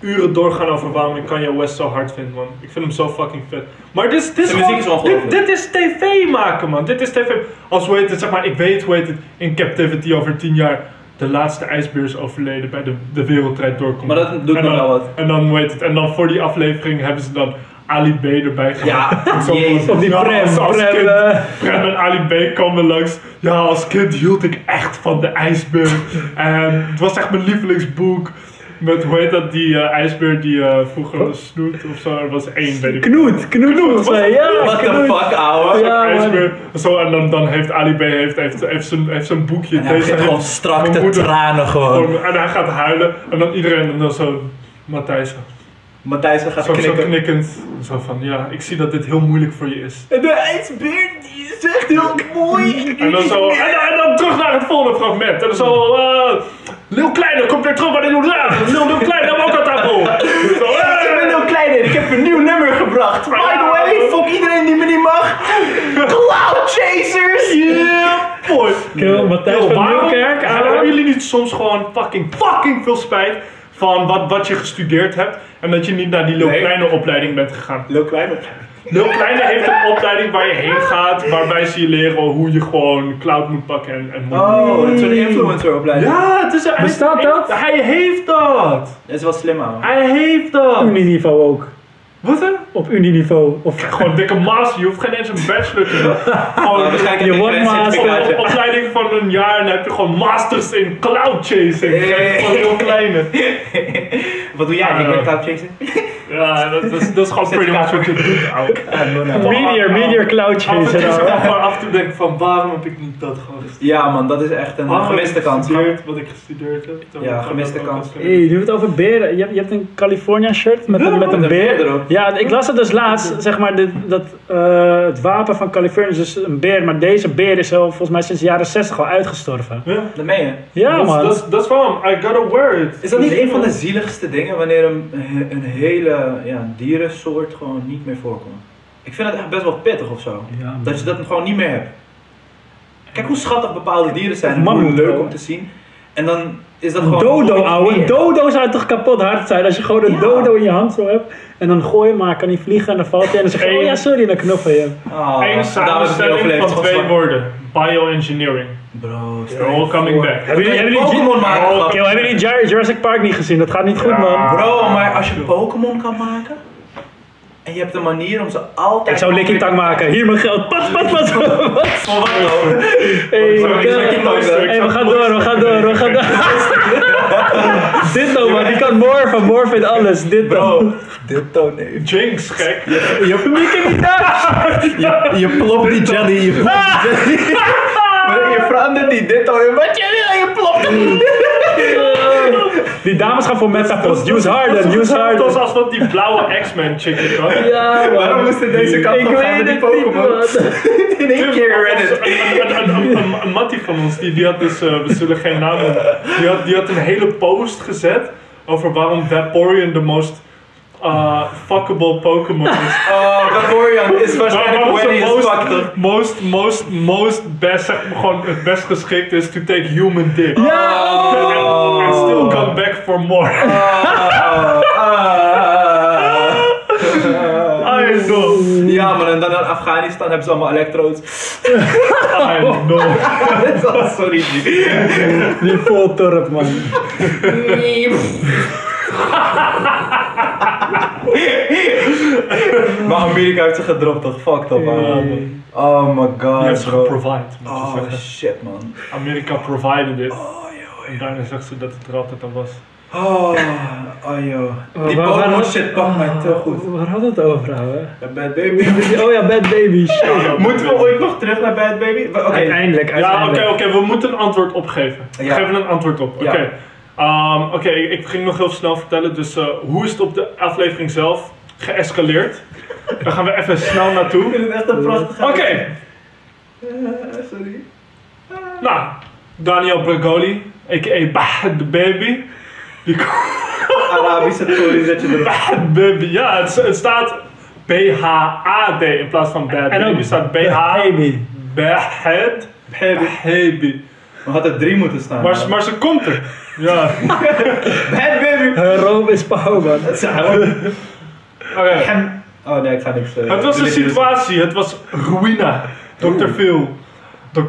B: uren doorgaan over waarom ik Kanye West zo hard vind, man. Ik vind hem zo fucking vet. Maar dit, is- dit, is,
C: Zijn muziek
B: gewoon-
C: is ongelooflijk.
B: dit, dit is tv maken, man. Dit is tv. Als hoe heet het, zeg maar, ik weet hoe heet het, in captivity over tien jaar. De laatste ijsbeer is overleden bij de, de wereldrijd doorkomt.
C: Maar dat doet
B: en
C: me
B: dan,
C: wel wat.
B: En dan, hoe heet het, en dan voor die aflevering hebben ze dan Ali B erbij
C: Ja,
B: gehad. Zo
C: jezus.
B: van,
A: Op die
B: ja,
A: prem,
B: als- als
A: prem,
B: kind-
A: eh.
B: Prem en Ali B komen langs. Ja, als kind hield ik echt van de ijsbeer. En het was echt mijn lievelingsboek. Met hoe heet dat, die eh, ijsbeer die eh, vroeger was snoet of zo. Er was één, weet ik
A: Knoet, knoet volgens mij, ja.
C: What the
A: Knoet.
C: fuck, ouwe?
A: Ja, man.
B: ijsbeer. Zo, en dan, dan heeft Ali B heeft, heeft, heeft, zijn, heeft zijn boekje.
C: En hij begint
B: heeft
C: gewoon strak
B: mijn
C: te
B: moeder
C: tranen gewoon.
B: voor me. En hij gaat huilen. En dan iedereen, en dan zo... Matthijs,
C: Matthijs gaat
B: zo, zo
C: knikken.
B: knikkend. Zo van, ja, ik zie dat dit heel moeilijk voor je is.
C: De ijsbeer die is echt heel mooi.
B: En dan, zo, en, en dan terug naar het volgende fragment. En dan zo, eh Lil Kleine komt weer terug bij de Joedanen. Lil, Lil Kleine, hebben we ook aan tafel. Zo, eh,
C: Ik ben heel klein en ik heb een nieuw nummer gebracht. By the way, fuck iedereen die me niet mag. Cloud Chasers!
B: Yeah, boy.
A: Kill Matthijs
B: Yo,
A: van
B: waarom
A: Nieuwkerk,
B: Hebben
A: Adam.
B: jullie niet soms gewoon fucking, fucking veel spijt van wat, wat je gestudeerd hebt en dat je niet naar die Lil
C: Nee.
B: Kleine opleiding bent gegaan?
C: Heel klein.
B: Lil Kleine heeft een opleiding waar je heen gaat, waarbij ze je leren hoe je gewoon cloud moet pakken en, en hoe
C: Oh, het is een influencer opleiding.
B: Ja, het is een, hij-
A: Bestaat
B: hij-
A: dat?
B: Hij heeft dat!
C: Dat is wel slim, ouwe.
B: Hij heeft dat!
A: Uniniveau ook.
B: Wat hè?
A: Op uniniveau. Of
B: Gewoon dikke master, je hoeft geen eens een bachelor te doen.
C: Oh,
B: Gewoon
C: waarschijnlijk
A: Je
C: een
A: wordt maar
C: influencer
B: gewoon
C: certificaatje.
B: een opleiding van een jaar en dan heb je gewoon masters in cloud chasing.
C: Hey.
B: Gewoon heel kleine.
C: Wat doe jij?
B: Ah,
C: ik ben
B: ja.
C: Cloud Chaser.
B: Ja, dat is, dat is gewoon pretty much wat je doet, ouwe.
A: Meteor, Meteor Cloud
B: Af en toe
A: Chaser.
B: zit ik
A: ouwe.
B: gewoon af te denken van waarom heb ik niet dat gewoon gestudeerd?
C: Ja man, dat is echt een
B: Waarom heb ik
C: gemiste kans.
B: gestudeerd wat ik gestudeerd heb.
C: Ja, gemiste kans.
A: Hey, je hebt het over beren. Je hebt, je hebt een California shirt met, een- met een beer.
C: erop.
A: Ja, ik las het dus laatst, zeg maar, dit, dat, eh, het wapen van Californië is dus een beer. Maar deze beer is al volgens mij sinds de jaren 60 al uitgestorven.
B: Ja,
C: Dat meen je.
A: Ja,
B: dat is-
A: man.
B: dat is- Dat is waarom, I gotta wear it.
C: Is dat niet een van de zieligste dingen wanneer een, een hele ja, dierensoort gewoon niet meer voorkomt? Ik vind het echt best wel pittig of zo.
A: Ja, man.
C: Dat je dat gewoon niet meer hebt. Kijk hoe schattig bepaalde dieren zijn. en
A: Mammoet,
C: hoe leuk
A: ouwe.
C: om te zien. En dan is dat gewoon.
A: Dodo,
C: nog iets
A: ouwe.
C: meer.
A: Dodo zou toch kapot hard zijn als je gewoon een
C: Ja.
A: dodo in je hand zo hebt. En dan gooi je maar, kan hij vliegen en dan valt hij. En dan zeg je, oh ja, sorry, en dan knuffel je hem.
C: Ah,
B: Eén
C: daarom heb ik niet
B: samenstelling
C: overleefd.
B: van twee
C: Gewoon
B: woorden. Bioengineering.
C: zwak. Bro,
B: They're all coming back.
A: Hebben jullie, hebben jullie,
C: Pokémon maken.
B: Oh,
C: grap.
A: Yo, hebben jullie Jar- Jurassic Park niet gezien? Dat gaat niet goed, man.
C: Bro, maar als je Pokémon kan maken. En je hebt een manier om ze altijd.
A: Ik zou Licking Tang maken. Hier mijn geld. Pas, pas, pas.
C: Voor wat nou?
A: Hey,
B: Sorry,
A: we
B: ik
A: kunnen-
B: zeg het nooit, hè.
A: Hey, we gaan door, we gaan door, we gaan door. Dit nou, man. Bro, die kan morfen, morfen in alles. Dit
C: Bro, dit tooneel.
B: Jinx, gek.
A: Je pikt niet uit.
D: Je, je plopt die jelly, je plopt die jelly.
C: Maar je verandert die dit tooneel. Wat je wil, je plopt
A: Die dames gaan voor metapost. Use harder, use
B: Zelfs
A: harder.
B: als dat die blauwe X-Men chickie was.
A: Ja, man.
C: Waarom moest het deze kant
A: Ik
C: op gaan
A: weet
C: met die
A: het niet,
C: Pokémon?
A: man.
C: In één keer Reddit.
B: Een, een, een, een, een, een mattie van ons, die, die had dus, eh, we zullen geen naam noemen, die had, die had een hele post gezet over waarom Vaporeon de most eh, fuckable Pokémon is.
C: Oh, Vaporeon is waarschijnlijk
B: Waarom
C: wetty
B: ze
C: as fuck, toch?
B: most, most, most, most best, zeg maar gewoon het best geschikt is to take human dick.
A: Ja,
C: Oh.
B: And, and still come back for more.
C: Ah.
B: I know,
C: Ja, maar en dan in Afghanistan hebben ze allemaal elektrodes.
B: I know.
C: Dat is al Oh, sorry.
A: die vol turp, man.
C: Maar Amerika heeft ze gedropt, dat fucked up, man. Oh my
B: Die heeft
C: god,
B: ze
C: bro.
B: geprovide, moet je
C: Oh
B: zeggen.
C: shit, Oh, man.
B: Amerika provided it. En daarna zegt ze dat het er altijd al was.
C: Oh, oh joh. Die
A: Waar- waar-
C: Pokémon shit pakt mij te goed.
A: Waar hadden we het over, ouwe?
C: Bad Baby.
A: Oh ja, Bad Baby. shit.
C: Moeten we ooit nog terug naar Bad Baby? Oké.
A: Uiteindelijk,
B: Ja, oké,
A: uiteindelijk.
B: oké, we moeten een antwoord opgeven. We
C: Ja.
B: geven een antwoord op. Oké,
C: Ja.
B: Ehm, oké, ik, ik ging nog heel snel vertellen. Dus eh, hoe is het op de aflevering zelf geëscaleerd? Daar gaan we even snel naartoe.
C: Ik
B: Oké,
C: vind het echt een prachtige... Sorry.
B: nou, Daniel Bregoli, a.k.a. Bah the Baby. Die
C: Arabische toerie zet je erop.
B: Bah the Baby, ja, het, het staat B-H-A-D in plaats van Bad
A: En ook
B: Baby. staat B-H-A-D.
A: Baby.
B: Bad Baby.
C: We hadden drie moeten staan.
B: Maar, ze- maar ze komt er. Ja.
C: Bad Baby.
A: Eh, Rome is pauw, man.
B: Oké.
C: Hem- Oh nee, ik ga niks. eh,
B: Het was een
C: religieuze-
B: situatie, het was ruïna. Dr. Phil. Dr.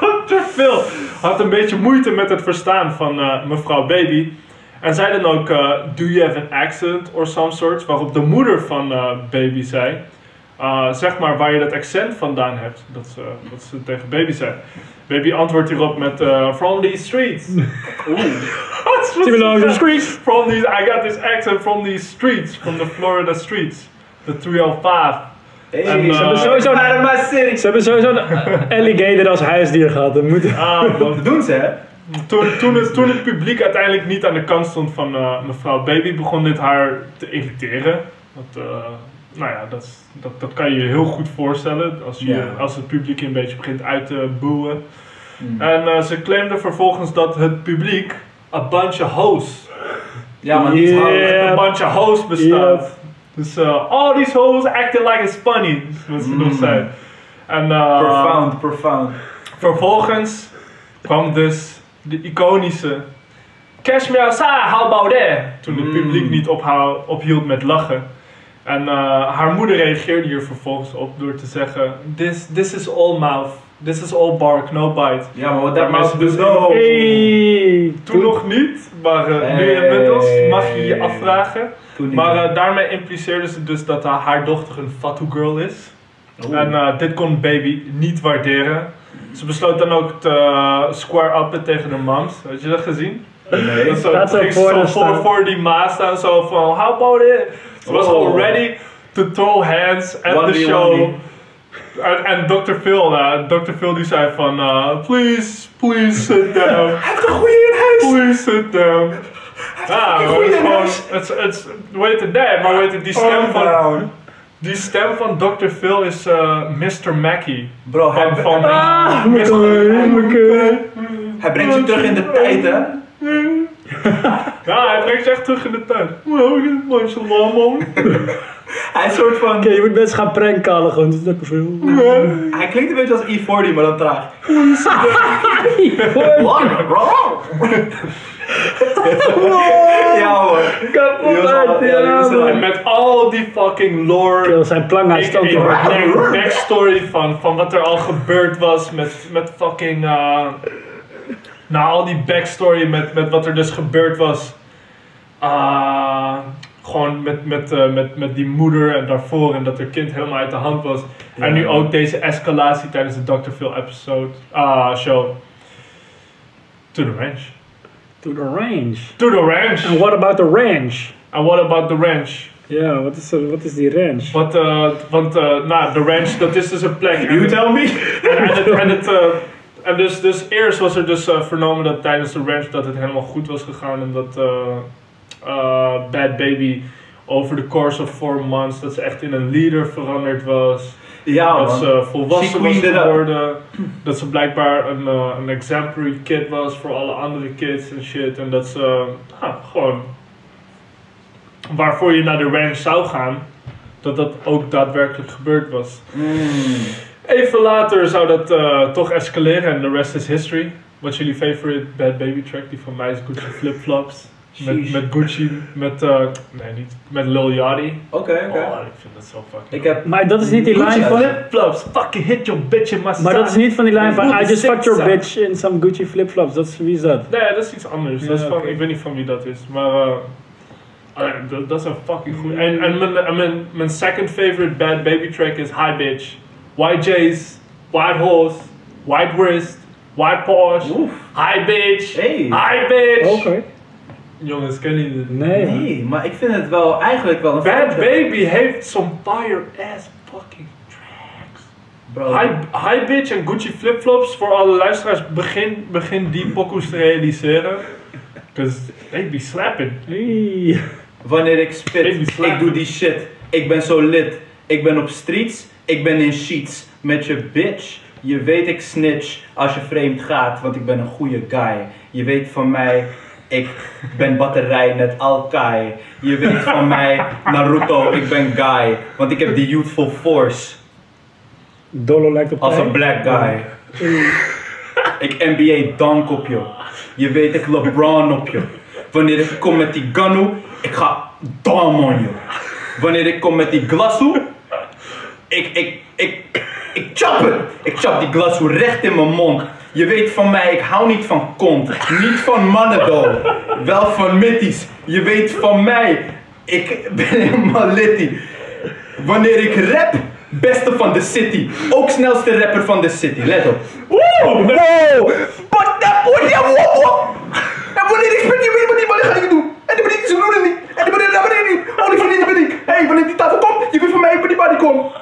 B: Dr. Phil had een beetje moeite met het verstaan van eh, mevrouw Baby. En zei dan ook, eh, do you have an accent or some sort? Waarop de moeder van eh, Baby zei, eh, zeg maar waar je dat accent vandaan hebt. Dat ze, dat ze tegen Baby zei. Baby antwoordt hierop met, eh, from these streets. Wat was
A: Similar to
B: dat?
A: the streets.
B: from these I got this accent from these streets, from the Florida streets. The 305.
C: Hey,
B: En,
C: ze
B: eh,
C: hebben sowieso
A: Ze
C: naar my city.
A: Ze hebben sowieso een alligator als huisdier gehad. Dat moet...
B: Ah, man.
C: Dat doen ze, hè?
B: toen, toen, het, toen het publiek uiteindelijk niet aan de kant stond van eh, mevrouw Baby, begon dit haar te irriteren. Want, eh, nou ja, dat, is- dat, dat kan je je heel goed voorstellen als, je,
C: Ja.
B: als het publiek je een beetje begint uit te boeien.
C: Hmm.
B: En eh, ze claimde vervolgens dat het publiek een bandje hoes,
C: Ja,
A: maar
C: maar
A: die
C: niet
A: is hard.
C: hard.
B: een
A: Yep.
B: bandje hoes bestaat. Dus eh, all these hoes acting like it's funny, wat ze nog
C: Mm.
B: zei. En eh,
C: Profound, profound.
B: vervolgens kwam dus de iconische Cash me outside, how about that? Toen het
C: Mm.
B: publiek niet ophou- ophield met lachen. En eh, haar moeder reageerde hier vervolgens op door te zeggen: This, this is all mouth, this is all bark, no bite.
C: Ja, maar wat
B: Ja,
C: dat
B: maar
C: mouse
B: ze
C: doet,
B: doen-
C: no.
A: Hey,
B: Toen nog niet, maar eh, nu
C: Hey.
B: inmiddels mag je je afvragen.
C: Toen niet.
B: Maar eh, daarmee impliceerde ze dus dat eh, haar dochter een fatu girl is.
C: Oeh.
B: En eh, dit kon Baby niet waarderen. Ze besloot dan ook te eh, square uppen tegen de moms. Had je dat gezien?
C: Nee.
B: Dat ze,
A: Gaat ze
B: ging ze
A: voor
B: zo
A: haar
B: voor,
A: staan.
B: voor die ma staan zo van, how about it? Ze was
C: Oh.
B: gewoon ready to throw hands at
C: One
B: the
C: v
B: show.
C: one.
B: En, en Dr. Phil, eh, Dr. Phil die zei van, eh, please, please sit down.
C: Hij heeft een goeie in huis.
B: Please sit down. Ja, maar het is
C: goeie
B: gewoon,
C: les.
B: het, is- het, is- hoe heet het, nee, maar hoe heet het, die
A: Oh,
B: stem
A: nou.
B: van,
C: down.
B: die stem van Dr. Phil is eh, Mr. Mackey.
C: Bro, hij,
B: Van, van,
A: Ah, moet
C: hij brengt je terug in de tijd, hè?
B: Ja, hij brengt je echt terug in de tijd. Wow, dit is mijn salam, man.
C: Hij is een soort van...
A: Oké, je moet mensen gaan prankkallen gewoon, dat is lekker veel.
C: Hij klinkt een beetje als E40, maar dan traag. Lang, bro. Ja, hoor.
A: Kapot uit, ja,
B: En
A: man.
B: met al die fucking lore.
A: Yo, Zijn plang
B: Ik, ik,
A: uitstoot, hoor.
B: back- backstory van, van wat er al gebeurd was met, met fucking. eh, nou, al die backstory met, met wat er dus gebeurd was. Ah, gewoon met, met, eh, met, met die moeder en daarvoor en dat haar kind helemaal uit de hand was. En nu ook deze escalatie eh, tijdens de Dr. Phil episode, ah show. To the ranch.
A: To the range.
B: To the ranch.
A: And what about the range?
B: And what about the ranch?
A: Ja, wat is, eh, wat is die range?
B: Wat, eh, want eh, nou, de ranch, dat is dus een plek. En-
C: You tell me.
B: En, en het, en, het, eh, en dus, dus eerst was er dus eh, vernomen dat tijdens de ranch dat het helemaal goed was gegaan. En dat eh, eh, Bad Baby over de course of four months, dat ze echt in een leader veranderd was.
C: Ja,
B: dat
C: man.
B: ze volwassen
C: She
B: was
C: queened it up.
B: geworden. Dat ze blijkbaar een, eh, een exemplary kid was voor alle andere kids en shit. En dat ze eh, nou, gewoon waarvoor je naar de ranch zou gaan, dat dat ook daadwerkelijk gebeurd was.
C: Mm.
B: Even later zou dat eh, toch escaleren en the rest is history. Wat jullie favorite Bad Baby track? Die van mij is Gucci Flip Flops. Met,
C: Sheesh.
B: met Gucci, met, eh, nee niet, met Lil Yachty.
C: Oké, oké.
B: Oh, ik vind dat zo fucking...
C: Ik heb...
A: Maar dat is niet die
B: Gucci
A: lijn van...
B: Flip Flops, fucking hit your bitch in my
A: Maar dat is niet van die lijn van...
B: Goed,
A: I just
B: sick,
A: fucked your
B: son.
A: bitch in some Gucci flipflops. Dat is, wie is dat?
B: Nee, dat is iets anders. dat is
A: Ja,
B: van,
A: oké.
B: Ik weet niet van wie dat is, maar... eh, ah, dat, dat is een fucking goed. En, en, mijn, en mijn, mijn second favorite Bad Baby track is Hi Bitch. YJ's, White Horse, White Wrist, White Porsche.
C: Oef.
B: Hi bitch!
C: Hey.
B: Hi bitch!
A: Oké.
B: Jongens, ken je dit?
A: Nee. man.
C: Nee, maar ik vind het wel eigenlijk wel een...
B: Bad Baby heeft some fire ass fucking tracks.
C: Bro.
B: Hi, hi bitch en Gucci flipflops voor alle luisteraars. Begin, begin die pokoes te realiseren. Cause they be slapping.
A: Hey.
C: Wanneer ik
B: Ik
C: spit,
B: sla-
C: ik doe die shit. Ik ben zo lit. Ik ben op streets, ik ben in sheets. Met je bitch, je weet ik snitch als je vreemd gaat, want ik ben een goede guy. Je weet van mij, ik ben batterij net Alkai. Je weet van mij, Naruto, ik ben guy. Want ik heb die youthful force
A: Dolo lijkt op
C: als
A: mij.
C: een black guy. Ik NBA dank op je. Je weet ik LeBron op je. Wanneer ik kom met die Ganu, ik ga dam on je. Wanneer ik kom met die Glasu, ik, ik, ik, ik chop het. Ik chop die Glasu recht in mijn mond. Je weet van mij, ik hou niet van kont. Niet van mannen, though. Wel van mitties. Je weet van mij, ik ben helemaal litty. Wanneer ik rap, beste van de city. Ook snelste rapper van de city, let op. Wow! Wow! Pak dat podium op, op! En wanneer ik spit, je weet wat die mannen gaan doen. En die beneden ze doen het niet. En die beneden, dat beneden niet. Oh, die van die ben ik. Hé, hey, wanneer die tafel komt, je weet van mij, ik ben die body kom.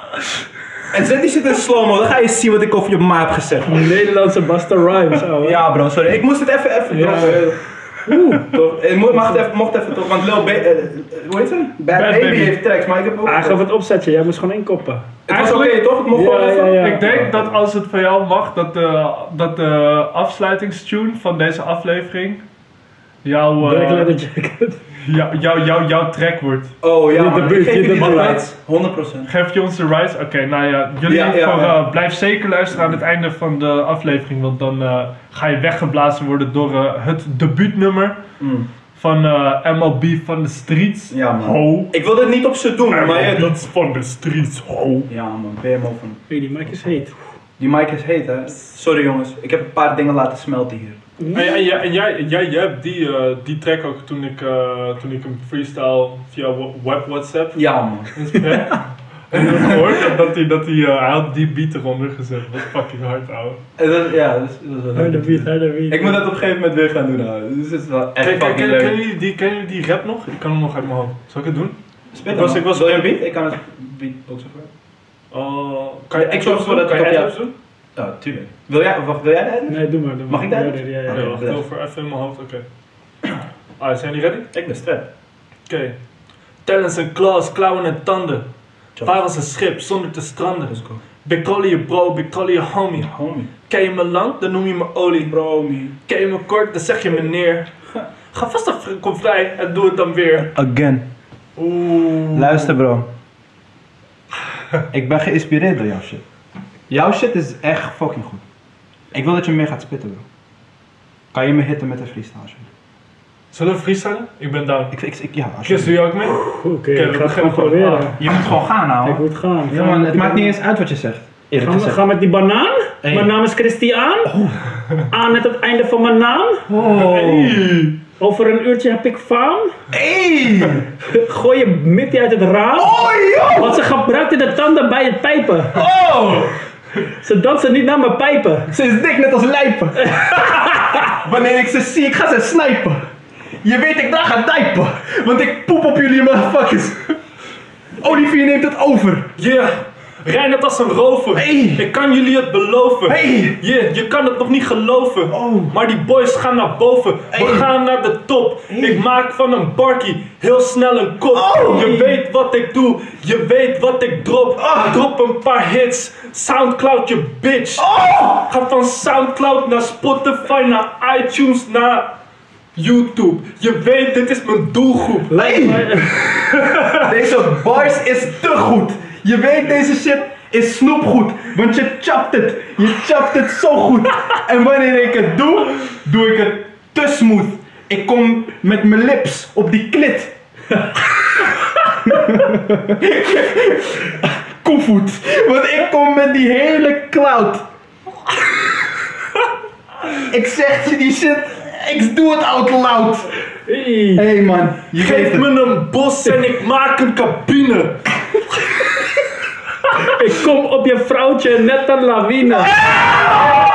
C: En zet die shit in slow-mo, dan ga je zien wat ik over je ma heb gezegd.
A: Nederlandse Busta Rhymes, ouwe.
C: Ja bro, sorry. Ik moest het even, even.
A: Ja.
C: droppen. Oeh, toch. Ik mo- mag het even, mocht even toch, want Lil Ba... eh, hoe heet ze? Bad, Baby,
B: Baby.
C: heeft tracks, maar ik heb ook...
A: Ah, Hij gaf het opzetje, jij moest gewoon inkoppen.
C: Het was oké
B: Eigenlijk-
C: toch? Het mocht
A: Ja,
C: wel even.
A: ja, ja.
B: Ik denk dat als het van jou mag, dat de, dat de afsluitingstune van deze aflevering jouw, eh,
A: Black leather jacket.
B: jou- jou, jou, jouw track wordt.
C: Oh ja,
A: Je
C: man.
A: debuut,
C: ik geef
A: je
C: jullie de
A: debuut.
C: rights. 100%.
B: Geef je ons de rights? Oké, nou ja, jullie
C: Ja, ja,
B: voor,
C: ja.
B: eh, blijf zeker luisteren aan het einde van de aflevering, want dan eh, ga je weggeblazen worden door eh, het debuutnummer
C: Mm.
B: van eh, MLB van de streets.
C: Ja, man.
B: Ho.
C: Ik wil dit niet op ze doen, maar je-
B: MLB van de streets, ho.
C: Ja man, BMO van.
A: Hey, die mic is heet.
C: Die mic is heet hè. Sorry jongens, ik heb een paar dingen laten smelten hier.
B: En, en, jij- en jij, en jij, jij hebt die, eh, die track ook toen ik, eh, toen ik hem freestyle via wa- web WhatsApp
C: Ja man.
B: insprak. en ik heb gehoord dat, dat, hij, dat hij, eh, hij had die beat eronder gezet. Dat was fucking hard, ouwe.
C: En dat, ja, dat is, dat is wel leuk.
A: Harde beat, harde beat.
C: Ik moet dat op een gegeven moment weer gaan doen nou. Dus het is wel echt
B: Kijk, kijk,
C: fucking
B: ken- kennen
C: leuk.
B: jullie die, kennen jullie die rap nog? Ik kan hem nog uit mijn hoofd. Zal ik het doen?
C: Spit
B: Ik was-
C: was,
B: ik was-
C: Wil je een beat? Ik kan het beatboxen voor.
B: Oh, kan je
C: Ja, ik
B: Edwards
C: zorg
B: doen?
C: ervoor dat
B: Kan
C: ik
B: je
C: op jou-
B: Edwards doen?
C: Ja, Oh, tuurlijk. Wil jij, wacht, wil jij dat?
A: Nee, doe maar, doe maar.
C: Mag ik dat?
A: Ja, nee, ja, ja.
C: Oké.
B: Ja, wacht
C: bless.
B: over, even in mijn hoofd, oké. Ah, zijn jullie ready?
C: Ik ben strep.
B: Oké. Talents en claws, klauwen en tanden. Waar was een schip zonder te stranden?
C: Let's go.
B: Big call je bro, big call je homie.
C: Homie.
B: Ken je me lang, dan noem je me olie.
C: Bro me.
B: Ken je me kort, dan zeg je meneer. Ga vast af, kom vrij en doe het dan weer.
C: Again.
B: Oeh.
C: Luister bro. Ik ben geïnspireerd door jouw shit. Jouw shit is echt fucking goed. Ik wil dat je meer gaat spitten bro. Kan je me hitten met een freestyle alsjeblieft?
B: Zullen we freestylen? Ik ben down.
C: Ik, ik, ik, ja,
B: Chris,
C: alsjeblieft.
B: doe je ook mee?
C: Oh.
A: Oké,
B: we
A: ik ga het
B: beginnen
A: gewoon
B: gewoon. Ah.
A: proberen.
C: Je moet gewoon gaan nou.
A: Ik moet gaan.
C: Ja, man, het maakt niet eens uit wat je zegt. Eerlijk
A: Gaan we,
C: gezegd.
A: gaan we met die banaan?
C: Hey.
A: Mijn naam is Christian. Aan net het einde van mijn naam.
C: Oh.
B: Hey.
A: Over een uurtje heb ik faam.
C: Hey!
A: Gooi je mittie uit het raam.
C: Oh, joh!
A: Want ze gebruikten de tanden bij het pijpen.
C: Oh!
A: Ze dansen niet naar mijn pijpen.
C: Ze is dik net als lijpen. Wanneer ik ze zie, ik ga ze snipen. Je weet, ik draag haar dijpen. Want ik poep op jullie, motherfuckers. Olivier neemt het over.
B: Yeah, rij net als een rover.
C: Hey.
B: Ik kan jullie het beloven.
C: Hey.
B: Yeah, je kan het nog niet geloven.
C: Oh.
B: Maar die boys gaan naar boven. We
C: Hey.
B: gaan naar de top. Ik maak van een barkie heel snel een kop.
C: Oh.
B: Je weet wat ik doe. Je weet wat ik drop.
C: Ah!
B: Drop een paar hits. Soundcloud je bitch.
C: Oh!
B: Ga van Soundcloud naar Spotify, naar iTunes, naar... YouTube, je weet, dit is mijn doelgroep.
C: Hey. Deze bars is te goed. Je weet, deze shit is snoepgoed. Want je chapt het. Je chapt het zo goed. En wanneer ik het doe, doe ik het te smooth. Ik kom met mijn lips op die klit. Koevoet. Want ik kom met die hele cloud. ik zeg je die shit. Ik doe het out loud.
A: Hey.
C: Hé hey man, je weet
B: Geef
C: het.
B: me een bos en ik maak een cabine.
A: Ik kom op je vrouwtje, net een lawine.
C: Ah!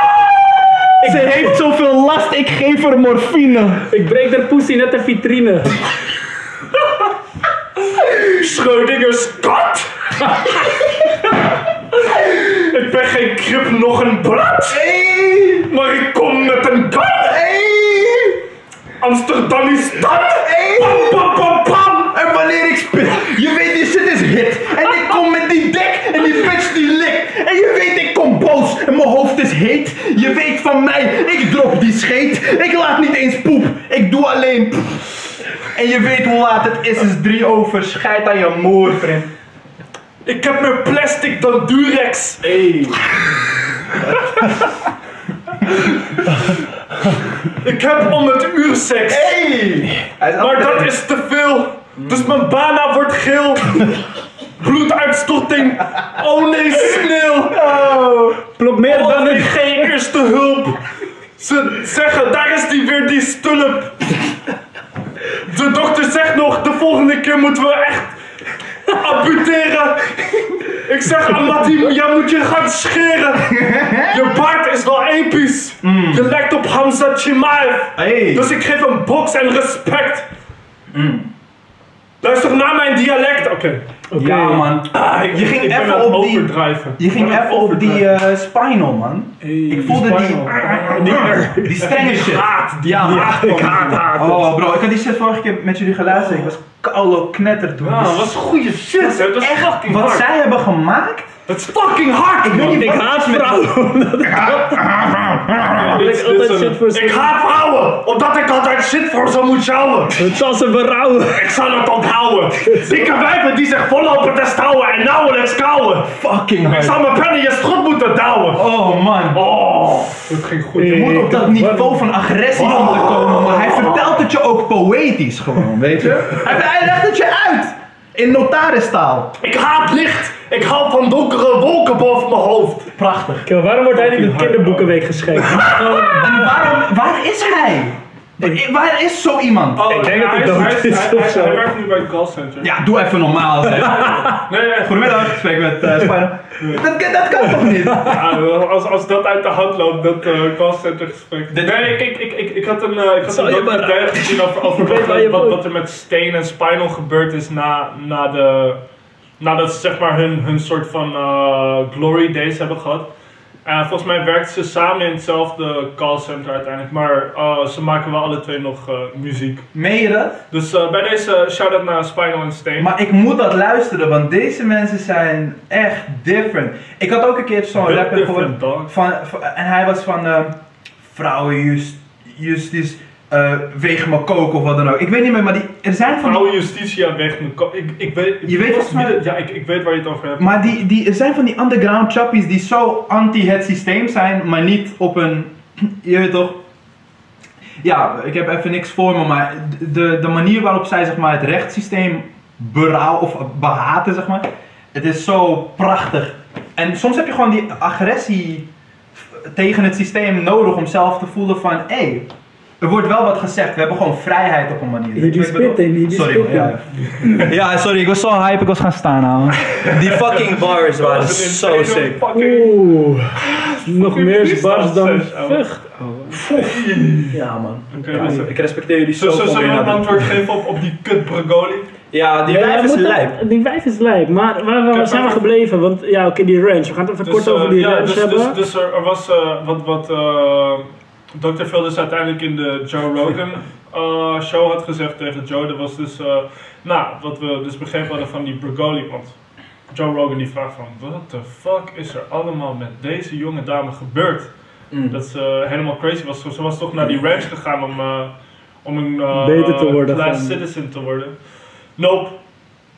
C: Ze heeft zoveel last, ik geef haar morfine.
A: Ik breek de pussy net een vitrine.
B: Schreudinger's kat. ik ben geen krip, nog een blad. Maar ik kom met een kat. Amsterdam is stad. Pam, pam, pam, pam.
C: En wanneer ik spit, je weet die shit is hit. En ik kom met die dek en die bitch die likt. En je weet ik kom boos en mijn hoofd is heet. Je weet van mij, ik drop die scheet. Ik laat niet eens poep, ik doe alleen pff. En je weet hoe laat het is, is drie over. Scheid aan je moer, vriend.
B: Ik heb meer plastic dan Durex. Ik heb om het uur seks.
C: Hij is
B: Maar
C: altijd-
B: dat is te veel. Dus mijn bana wordt geel. Bloeduitstorting. Oh nee, sneeuw.
C: Oh.
A: Plop meer dan
B: Dan
A: een...
B: ik geen eerste hulp. Ze zeggen, daar is die weer, die stulp. De dokter zegt nog, de volgende keer moeten we echt amputeren. Ik zeg, Amati, jij moet je gaan scheren. Je baard is wel episch.
C: Hmm.
B: Je lijkt op Hamza Chimaev.
C: Hey.
B: Dus ik geef hem box en respect. Mm. Luister naar mijn dialect. Oké.
C: Ja man, Ah, je ging
B: Ik ben aan
C: even
B: het
C: op die...
B: overdrijven.
C: Je ging
B: Ik ben aan het
C: even op die eh, spinal, man. ik voelde die,
B: spinal. Ah.
C: die, die strenge shit.
B: Haat, die
C: eh, Ja, man.
B: haat. Ik haat haat.
C: Oh bro, ik had die shit vorige keer met jullie geluisterd. Ik was koude knetter toen.
B: Ja,
C: Dus
B: dat was goede shit. hè. Dat is
C: echt
B: fucking
C: wat
B: hard.
C: zij hebben gemaakt.
B: Dat is fucking hard. Ik
C: weet niet
A: Ik
C: wat
A: haat
C: het is met-
A: vrouwen. omdat ik altijd shit voor ze-
B: Ik haat vrouwen, omdat ik altijd shit voor ze moet sjouwen.
A: Het zal ze berouwen.
B: Ik zal het onthouden. Dikke wijven die zich vollopen te stouwen en nauwelijks kauwen.
C: Fucking
B: Ik
C: hard.
B: zou mijn pen in je strot moeten douwen.
C: Oh man,
B: Oh, dat ging goed.
C: je moet op dat niveau van agressie onderkomen. Maar hij vertelt het je ook poëtisch gewoon, weet je? Hij, hij legt het je uit. In notaristaal.
B: Ik haat licht. Ik hou van donkere wolken boven mijn hoofd.
C: Prachtig.
A: Kill, eh, waarom wordt hij niet de kinderboekenweek geschenkt? Oh,
C: En waarom, waar is hij? Eh, Waar is zo iemand?
B: Oh,
A: Ik denk dat hij dood is of zo.
B: werkt nu bij het callcenter.
C: Ja, doe even normaal zeg.
B: Nee, nee, goed.
C: Goedemiddag, ik spreek met eh Spino. Dat, kan- dat kan toch niet?
B: Ja, Ah, als, als dat uit de hand loopt, dat eh callcenter gesprek. Nee, ik, ik, ik, ik, ik had een, eh, ik had
A: Zal
B: een
A: je
B: documentaire gezien over, over
A: weet waar
B: wat,
A: je
B: wat,
A: woont.
B: wat er met Steen en Spinal gebeurd is na, na de, nadat ze zeg maar hun, hun soort van eh, glory days hebben gehad. En volgens mij werkten ze samen in hetzelfde callcenter uiteindelijk, maar eh, ze maken wel alle twee nog eh, muziek.
C: Meen je dat?
B: Dus eh, bij deze shout-out naar Spinal en Steen.
C: Maar ik moet dat luisteren, want deze mensen zijn echt different. Ik had ook een keer zo'n
B: Heel
C: rapper
B: different,
C: gehoord.
B: dog.
C: Van, van- en hij was van eh, vrouwen just, justice, eh weeg me koken of wat dan ook. Ik weet niet meer, maar die, er zijn van die,
B: Vrouwen Justitia weg. mijn ko- Ik, ik weet,
C: Je weet volgens mij-
B: Ja, ik, ik weet waar je het over hebt.
C: maar die, die, er zijn van die underground chappies die zo anti het systeem zijn, maar niet op een, je weet toch, ja, ik heb even niks voor me, maar de, de manier waarop zij zeg maar, het rechtssysteem berouw of behaten, zeg maar, het is zo prachtig. En soms heb je gewoon die agressie tegen het systeem nodig om zelf te voelen van, hé,
E: Er wordt wel wat gezegd. We hebben gewoon vrijheid op een manier.
A: He be
E: Ik bedoel-
A: spitting, he be
E: Sorry,
A: spitting.
E: man, ja. Ja, sorry, ik was zo hype, ik was gaan staan, ouwe.
C: Die fucking bars waren zo sick.
B: Fucking
A: Oeh, nog meer bars dan
B: freestyle session.
A: vug.
C: Ja, man.
B: Oké,
C: Ja,
B: dus-
C: ik respecteer jullie zo.
B: Zo, zo,
C: veel
B: zullen
C: meer
B: we een
C: dan-
B: antwoord geven op, op die kut Brogoli?
C: Ja, die
A: Ja,
C: wijf
A: we
C: is
A: moeten-
C: lijp.
A: Die wijf is lijp, maar waar, waar
B: Kijk,
A: zijn we
B: maar-
A: gebleven? Want ja, oké, die range. We gaan het even kort
B: eh,
A: over die
B: ja,
A: range
B: dus,
A: hebben.
B: Dus, dus er, er was eh, wat, wat eh, Dr. Phil dus uiteindelijk in de Joe Rogan eh, show had gezegd tegen Joe. Dat was dus, eh, nou, wat we dus begrepen hadden van die Brogoli. Want Joe Rogan die vraagt van, what the fuck is er allemaal met deze jonge dame gebeurd?
C: Mm.
B: Dat ze eh, helemaal crazy was. Ze was toch naar die ranch gegaan om, eh, om een eh,
A: Mm. Beter te worden
B: class
A: van-
B: citizen te worden. Nope.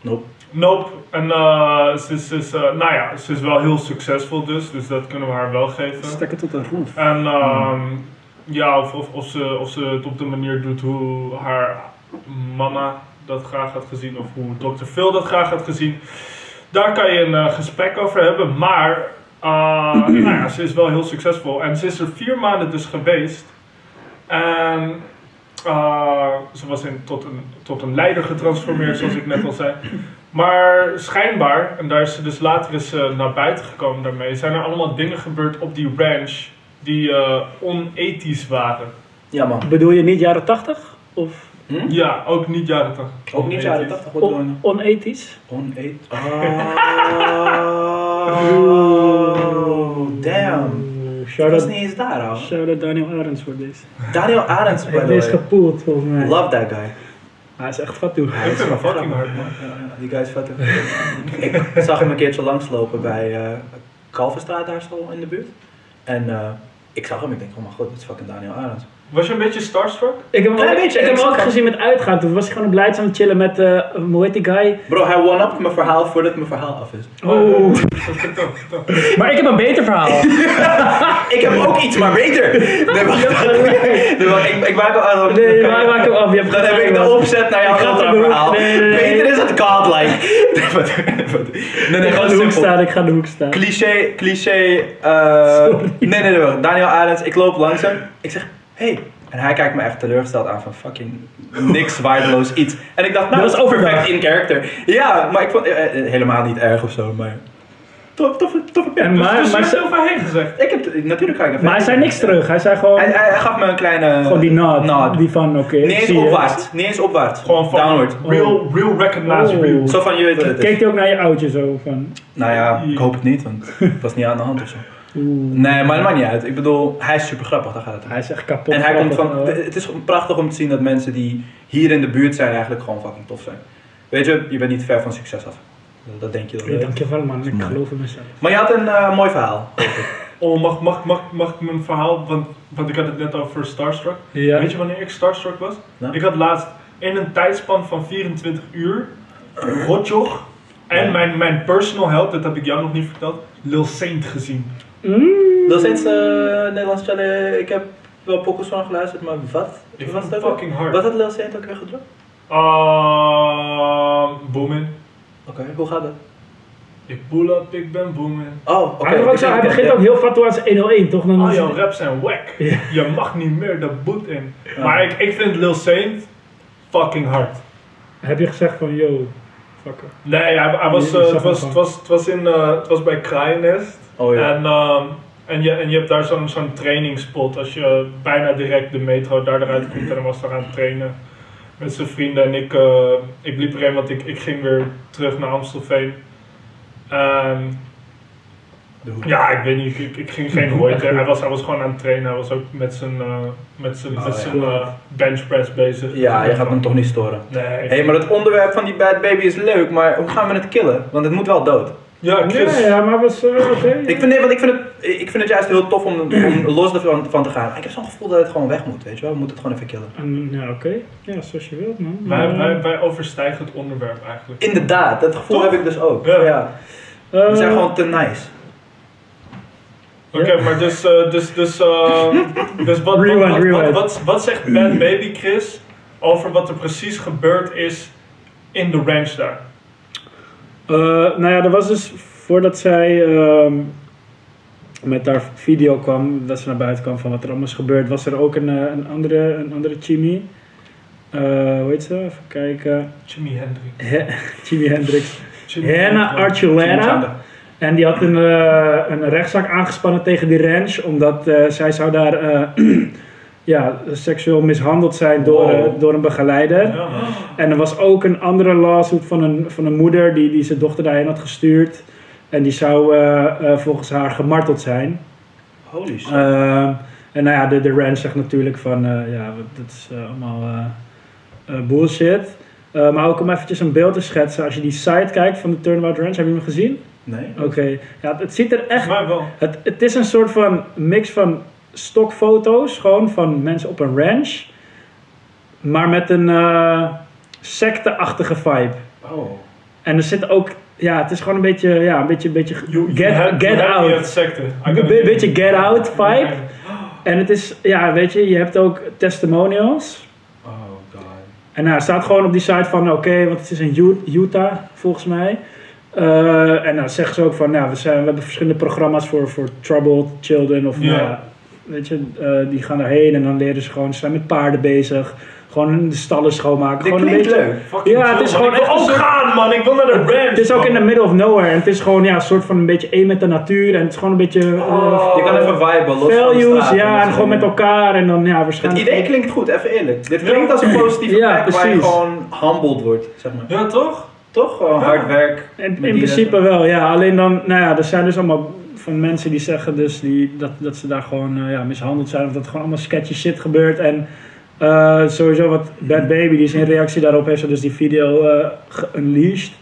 C: Nope.
B: Nope. En eh, ze, is, ze is, eh, nou ja, ze is wel heel succesvol dus, dus dat kunnen we haar wel geven.
A: Stekken tot een roof.
B: En ehm, ja, of, of, of, ze, of ze het op de manier doet hoe haar mama dat graag had gezien, of hoe dokter Phil dat graag had gezien. Daar kan je een eh, gesprek over hebben, maar eh, nou ja, ze is wel heel succesvol. En ze is er vier maanden dus geweest. En eh, ze was in, tot, een, tot een leider getransformeerd, zoals ik net al zei. Maar schijnbaar, en daar is ze dus later is eh, naar buiten gekomen daarmee, zijn er allemaal dingen gebeurd op die ranch die eh, onethisch waren.
C: Ja, man.
A: Bedoel je niet jaren 80? Of
B: Ja, ook niet jaren 80.
C: Ook niet jaren
B: Onethisch.
C: 80 goed
A: on-
C: doen.
A: onethisch?
C: On eight. Ah. Oh, damn.
A: Oeh,
C: Ik
A: Shout
C: was
A: out,
C: niet eens daar, ouwe.
A: shout out Daniel Arends voor deze.
C: Daniel Arends, by
A: Hij is
C: the
A: gepoeld volgens
C: way.
A: mij.
C: Love that guy.
A: Hij is echt fat toe.
B: Ik vind hem fucking hard, man.
C: Die guy is vet. ik zag hem een keertje langslopen bij eh Kalverstraat daar zo in de buurt. En eh, ik zag hem, ik denk, oh mijn god, dit is fucking Daniel Arends.
B: Was je een beetje starstruck?
A: Ik heb hem
C: Klein
A: ook,
C: beetje,
A: ik heb
C: ik
A: hem ook
C: zag-
A: gezien met uitgaan. Toen was hij gewoon op Leids aan het chillen met, eh hoe heet die guy?
C: Bro, hij one-up mijn verhaal voordat mijn verhaal af is.
A: Oeh.
B: Dat vind ik ook, vertel.
A: Oh. Maar ik heb een beter verhaal.
C: Ik heb ook iets, maar beter. Nee, wacht. Nee, wacht, ik, ik maak al aan.
A: Nee, waar maak hem af? Je hebt
C: Dan heb
A: gelijk,
C: ik de
A: man.
C: opzet naar jouw
A: Ik ga het
C: andere
A: doen.
C: verhaal.
A: Nee, nee, nee.
C: Beter is het godlike. nee, nee,
A: Ik ga aan
C: gewoon
A: de hoek
C: simpel.
A: staan, ik ga aan de hoek staan.
C: Cliché, cliché. eh nee, nee, nee, wacht. Daniel Arends, ik loop langzaam. Ik zeg, Hey. En hij kijkt me echt teleurgesteld aan van fucking niks waardeloos iets. En ik dacht, nou,
A: Dat
C: dat
A: was
C: is
A: overdag.
C: perfect in character. Ja, maar ik vond eh, eh, helemaal niet erg of zo, maar... Tof, tof, tof. dus,
A: En maar,
B: dus
A: maar,
B: je
A: ze-
B: hebt overheen gezegd.
C: Ik heb, natuurlijk ga ik even-
A: maar hij zei niks terug. Hij zei gewoon,
C: Hij, hij, hij gaf me een kleine...
A: gewoon die nod. Die van, oké, ik
C: Nee eens
A: zie je.
C: opwaarts. Nee eens opwaarts.
B: Gewoon van
C: downward.
B: real, real recognize
A: Oh.
B: real.
C: Zo van, je weet wat het is.
A: Keek hij ook naar je oudje zo van,
C: Nou ja, ik hoop het niet, want het was niet aan de hand of zo.
A: oeh.
C: Nee, maar dat maakt niet uit. Ik bedoel, hij is super grappig, daar gaat het om.
A: Hij is echt kapot.
C: En hij komt van,
A: grappig, hoor.
C: het is gewoon prachtig om te zien dat mensen die hier in de buurt zijn eigenlijk gewoon fucking tof zijn. Weet je, je bent niet ver van succes af. Dat denk je dan
A: Nee,
C: wel.
A: dankjewel man, ik geloof in mezelf.
C: Maar je had een eh, mooi verhaal.
B: Oh, mag, mag, mag, mag ik mijn verhaal, want, want ik had het net over starstruck.
A: Ja.
B: Weet je wanneer ik starstruck was?
C: Nou?
B: Ik had laatst in een tijdspan van 24 uur Rotjoch en mijn, mijn personal help, dat heb ik jou nog niet verteld, Lil Saint gezien.
A: Mm.
C: Dat is eens eh Nederlands channel. Ik heb wel pokkels van geluisterd, maar wat?
B: Ik
C: wat
B: vond
C: dat
B: het fucking hard.
C: Wat had Lil Saint ook weer gedropt?
B: Ehm, Boomin.
C: Oké, hoe gaat dat?
B: Ik pull up, ik ben Boomin.
C: Oh, oké.
A: hij, heeft ook zo- Ah, hij begint ook heel fatsoen aan zijn 101, toch? Dan
B: Al jouw raps zijn wack.
A: Ja.
B: Je mag niet meer de boet in. Maar ik, ik vind Lil Saint fucking hard.
A: Heb je gezegd van, yo, fucker.
B: Nee, hij, hij was,
A: Je- je
B: eh,
A: zag
B: het,
A: hem
B: was,
A: gewoon.
B: het, was, het, was in, eh, het was bij Kraaienest.
C: Oh ja.
B: En, ehm, en, je, en je hebt daar zo'n zo'n trainingspot. Als je bijna direct de metro daar eruit komt en hij was daar aan het trainen. Met zijn vrienden en ik, eh, ik liep erheen, want ik, ik ging weer terug naar Amstelveen. En ja, ik weet niet, ik, ik ging geen hooi tegen. Hij was, hij was gewoon aan het trainen. Hij was ook met zijn, eh, met zijn,
C: Oh,
B: met
C: ja.
B: zijn eh, bench press bezig.
C: Ja, je gaat hem toch niet storen.
B: Nee.
C: Hé, hey, maar het onderwerp van die bad baby is leuk, maar hoe gaan we het killen? Want het moet wel dood.
B: Ja, Chris.
A: Ja, ja, maar was, eh, oké.
C: Ik vind, nee, want ik vind, het, ik vind het juist heel tof om, om los ervan van te gaan. Ik heb zo'n gevoel dat het gewoon weg moet, weet je wel. We moeten het gewoon even killen.
A: En, ja, oké. Ja, zoals je wilt, man. Eh,
B: Wij,
C: Mm.
A: Maar,
B: wij, wij overstijgen het onderwerp eigenlijk.
C: Inderdaad, dat gevoel
B: Toch?
C: heb ik dus ook.
B: Ja.
C: Ja.
A: eh,
C: We zijn gewoon te nice.
B: Oké, maar dus, eh, dus, dus, eh, dus wat,
A: Rewind,
B: wat, wat,
A: rewind.
B: wat, wat, wat zegt Bad Baby Chris over wat er precies gebeurd is in de ranch daar?
A: Eh, nou ja, er was dus voordat zij ehm, met daar video kwam, dat ze naar buiten kwam van wat er allemaal is gebeurd, was er ook een, eh, een andere, een andere Jimmy. Eh, hoe heet ze? Even kijken.
B: Jimi Hendrix.
A: He- Jimi Hendrix.
B: Jimi
A: Hannah
B: Hendrix.
A: Archuleta. En die had een, eh, een rechtszaak aangespannen tegen die ranch, omdat eh, zij zou daar eh, ja, seksueel mishandeld zijn door,
C: Wow.
A: eh, door een begeleider.
B: Ja, man.
A: En er was ook een andere lawsuit van een, van een moeder die, die zijn dochter daarheen had gestuurd. En die zou eh, eh, volgens haar gemarteld zijn.
C: Holy shit.
A: Ehm, en nou ja, de, de ranch zegt natuurlijk van, eh, ja, wat- dat is eh, allemaal eh, eh, bullshit. Eh, maar ook om eventjes een beeld te schetsen, als je die site kijkt van de Turnabout Ranch, heb je hem gezien?
C: Nee.
A: Oké, ja, het ziet er echt
B: Maar wel.
A: het, het is een soort van mix van stokfoto's, gewoon van mensen op een ranch, maar met een eh secteachtige vibe.
C: Oh.
A: En er zit ook, ja, het is gewoon een beetje, ja, een beetje, een beetje
B: You- you
A: get,
B: had- you
A: get
B: had me at
A: out.
B: secte. I
A: Een
B: gotta
A: be-
B: get
A: beetje
B: it. Oh,
A: get out vibe.
B: Ja.
A: En het is, ja, weet je, je hebt ook testimonials.
C: Oh god.
A: En nou, het staat gewoon op die site van, oké, want het is in U- Utah, volgens mij. Eh, en dan zeggen ze ook van, nou, we, zijn, we hebben verschillende programma's voor, voor troubled children. Of,
B: Ja.
A: nou ja, weet je, eh, die gaan daarheen en dan leren ze gewoon, ze zijn met paarden bezig. Gewoon de stallen schoonmaken.
C: Dit
A: gewoon
C: klinkt
A: een beetje,
C: leuk.
B: Fucking
A: Ja, het
B: chill,
A: is
B: man.
A: gewoon
B: Ik wil
A: echt een
B: ook
A: soort-
B: gaan, man. Ik wil naar de ranch.
A: Het is ook
B: man.
A: in the middle of nowhere. En het is gewoon, ja, een soort van een beetje één met de natuur. En het is gewoon een beetje... eh,
B: Oh.
C: Je kan even viben, los van de
A: values,
C: straat.
A: ja, en
C: zo.
A: gewoon met elkaar. En dan, ja,
C: Het
A: waarschijnlijk...
C: idee klinkt goed, even eerlijk. Dit klinkt als een positieve
A: Ja,
C: plek waar je
A: precies.
C: gewoon humbled wordt, zeg maar.
B: Ja, toch?
C: Toch? Gewoon hard werk.
A: In,
C: Met
A: in
C: die eh,
A: principe wel, ja. Alleen dan, nou ja, er zijn dus allemaal van mensen die zeggen dus die, dat, dat ze daar gewoon eh, ja, mishandeld zijn. Of dat er gewoon allemaal sketchy shit gebeurt. En eh, sowieso wat Bad Baby, die is in reactie daarop, heeft ze dus die video eh geunleashed.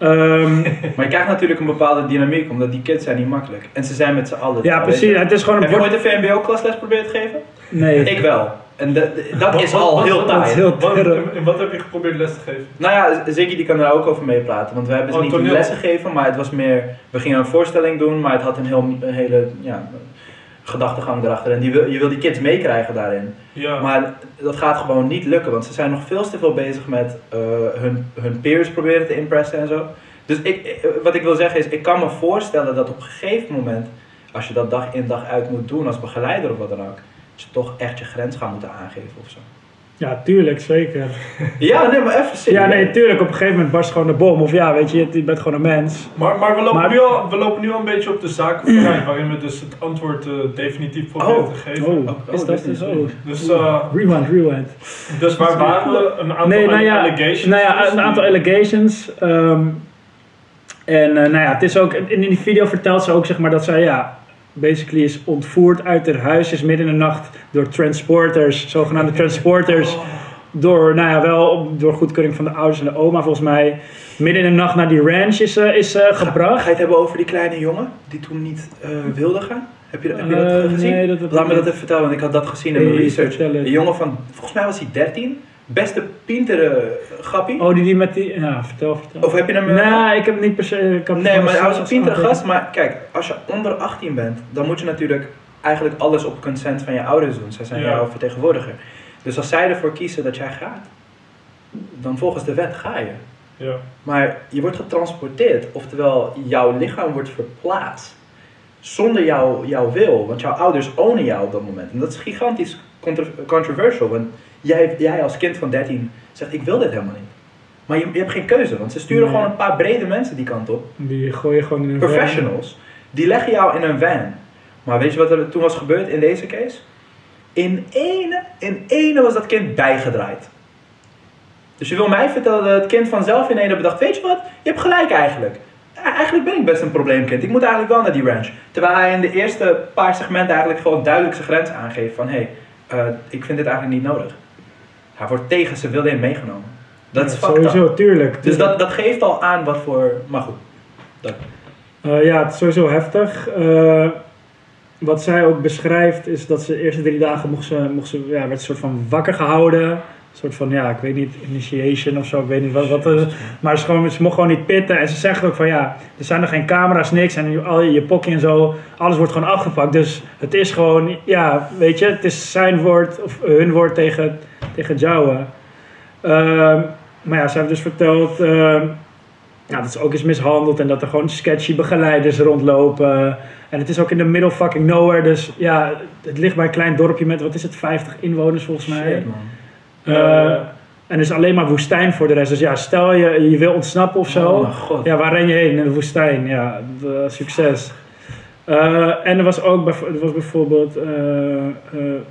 A: Ehm,
C: Maar je krijgt natuurlijk een bepaalde dynamiek, omdat die kids zijn niet makkelijk. En ze zijn met z'n allen.
A: ja,
C: weet
A: precies.
C: je.
A: Het is gewoon een
C: Heb je
A: bord...
C: ooit een VMBO-klasles proberen te geven?
A: Nee.
C: Ik wel. En de- de- dat
B: Wat-
C: is
B: wat-
C: al
B: wat-
C: heel
B: wat-
A: Dat is
C: taai.
A: heel
B: Wat,
A: terror.
B: en wat heb je geprobeerd les te geven?
C: Nou ja, Ziggy die kan daar ook over meepraten. Want we hebben ze
B: Oh,
C: niet
B: toneel.
C: lessen gegeven, maar het was meer... We gingen een voorstelling doen, maar het had een, heel, een hele ja, gedachtegang erachter. En die wil, je wil die kids meekrijgen daarin.
B: Ja.
C: Maar dat gaat gewoon niet lukken, want ze zijn nog veel te veel bezig met eh, hun, hun peers proberen te impressen en zo. Dus ik, ik- wat ik wil zeggen is, ik kan me voorstellen dat op een gegeven moment, als je dat dag in dag uit moet doen als begeleider of wat dan ook, dat je toch echt je grens gaan moeten aangeven of zo.
A: Ja, tuurlijk, zeker.
C: Ja, nee, maar even serieus.
A: Ja, nee, tuurlijk. Op een gegeven moment barst gewoon de bom. Of ja, weet je, je bent gewoon een mens.
B: Maar, maar, we, lopen
A: Maar-
B: Nu al, we lopen nu al een beetje op de zaken vooruit, waarin we dus het antwoord eh, definitief proberen
C: Oh.
B: te geven.
A: Oh, is
C: oh,
A: dat
C: dit is-
A: zo?
B: Dus, eh,
A: Rewind, rewind.
B: dus waar waren we? Een aantal
A: Nee, nou ja,
B: allegations?
A: nou ja,
B: dus
A: een aantal
B: die-
A: allegations. ehm, en eh, nou ja, het is ook, in, in die video vertelt ze ook zeg maar dat zij ja, basically is ontvoerd uit haar huis, is midden in de nacht door transporters, zogenaamde transporters. Door, nou ja, wel op- door goedkeuring van de ouders en de oma volgens mij. Midden in de nacht naar die ranch is, eh, is eh,
C: Ga
A: gebracht.
C: je het hebben over die kleine jongen die toen niet eh, wilde gaan? Heb je, heb je dat
A: Eh,
C: gezien?
A: nee, dat heb ik
C: Laat me dat
A: niet.
C: even vertellen, want ik had dat gezien in
A: Nee,
C: mijn research.
A: vertel het.
C: Een jongen van, volgens mij was hij 13, beste pintere eh, grappie.
A: Oh, die, die met die, ja, vertel, vertel.
C: Of heb je hem... eh,
A: nee, ik heb het niet per se. ik heb het
C: Nee,
A: gewoon
C: maar hij was
A: als-
C: een
A: als
C: pintere
A: aantekening.
C: gast. Maar kijk, als je onder 18 bent, dan moet je natuurlijk eigenlijk alles op consent van je ouders doen. Zij zijn
B: Ja.
C: jouw vertegenwoordiger. Dus als zij ervoor kiezen dat jij gaat, dan volgens de wet ga je.
B: Ja.
C: Maar je wordt getransporteerd, oftewel jouw lichaam wordt verplaatst. Zonder jouw, jouw wil, want jouw ouders ownen jou op dat moment. En dat is gigantisch contra- controversial, want jij, jij als kind van 13 zegt ik wil dit helemaal niet. Maar je, je hebt geen keuze, want ze sturen
A: Nee.
C: gewoon een paar brede mensen die kant op
A: Die gooi je gewoon in een van.
C: professionals, die leggen jou in een van. Maar weet je wat er toen was gebeurd in deze case? In ene, in ene was dat kind bijgedraaid. Dus je wil mij vertellen dat het kind vanzelf in ene bedacht, weet je wat, je hebt gelijk eigenlijk. E- Eigenlijk ben ik best een probleemkind. Ik moet eigenlijk wel naar die ranch. Terwijl hij in de eerste paar segmenten eigenlijk gewoon duidelijk zijn grens aangeeft van, hé, hey, eh, ik vind dit eigenlijk niet nodig. Hij wordt tegen zijn wil in meegenomen. Dat is
A: Ja,
C: fucked up.
A: Sowieso, tuurlijk.
C: Dus
A: tuurlijk.
C: dat, dat geeft al aan wat voor, maar goed. Dat.
A: Eh, ja, het is sowieso heftig. Eh, wat zij ook beschrijft is dat ze de eerste drie dagen mocht ze, mocht ze, ja, werd een soort van wakker gehouden. Een soort van, ja, ik weet niet, initiation of zo, ik weet niet wat. wat eh, maar ze, gewoon, ze mocht gewoon niet pitten. En ze zegt ook van, ja, er zijn er geen camera's, niks. En je- al je, je pokkie en zo, alles wordt gewoon afgepakt. Dus het is gewoon, ja, weet je, het is zijn woord of hun woord tegen, tegen Jawa. Ehm, maar ja, ze hebben dus verteld... ehm, ja, dat ze ook is mishandeld en dat er gewoon sketchy begeleiders rondlopen. En het is ook in de middle fucking nowhere. Dus ja, het ligt bij een klein dorpje met, wat is het, 50 inwoners volgens mij.
C: Shit, man.
A: Eh, en er is alleen maar woestijn voor de rest. Dus ja, stel je, je wil ontsnappen of zo.
B: nou.
C: Oh mijn god.
A: Ja, waar ren je heen? In de woestijn. Ja, de- succes. Eh, en er was ook bijv- er was bijvoorbeeld eh, eh,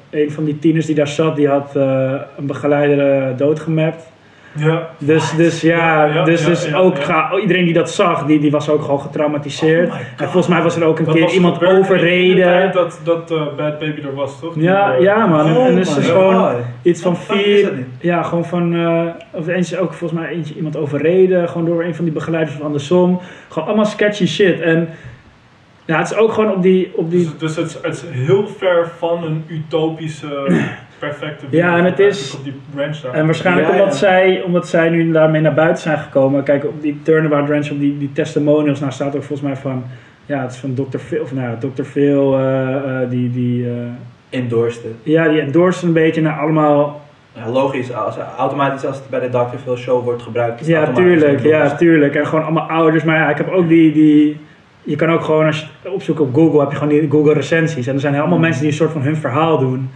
A: een van die tieners die daar zat, die had eh, een begeleider eh, doodgemapt.
B: Ja.
A: Dus, dus ja,
B: Ja, ja,
A: dus,
B: ja,
A: dus
B: ja,
A: ook
B: ja.
A: Ga, iedereen die dat zag, die, die was ook gewoon getraumatiseerd.
C: Oh my
A: en volgens mij was er ook een keer
B: was
A: iemand
B: gebeurd in de tijd
A: overreden.
B: Dat, dat eh, Bad Baby er was, toch?
A: Ja,
B: Die, eh,
A: ja man.
C: Oh
A: en dus
C: my
A: het is
C: god.
A: gewoon iets van
C: Wat de fuck is dat
A: vier.
C: nu?
A: Ja, gewoon van. eh, of eens ook volgens mij eentje iemand overreden. Gewoon door een van die begeleiders of andersom. Gewoon allemaal sketchy shit. En ja, het is ook gewoon op die. Op die
B: Dus, dus het, is, het is heel ver van een utopische, perfecte
A: Ja, en het
B: eigenlijk
A: is-
B: Op die ranch daar.
A: en waarschijnlijk
C: Ja, ja.
A: omdat, Zij, omdat zij nu daarmee naar buiten zijn gekomen. Kijk, op die Turnabout Ranch, op die, die testimonials, nou staat ook volgens mij van. Ja, het is van Dr. Phil. Of nou, ja, Dr. Phil, eh, eh, die. die eh,
C: Endorsed it.
A: ja, die endorse een beetje naar allemaal.
C: Ja, logisch, als, automatisch als het bij de Dr. Phil show wordt gebruikt. is het
A: Ja,
C: automatisch
A: tuurlijk.
C: een
A: Ja,
C: endorsed.
A: tuurlijk. En gewoon allemaal ouders. Maar ja, ik heb ook die. die je kan ook gewoon, als je het opzoekt op Google, heb je gewoon die Google recensies. En er zijn
C: Hmm.
A: allemaal mensen die een soort van hun verhaal doen.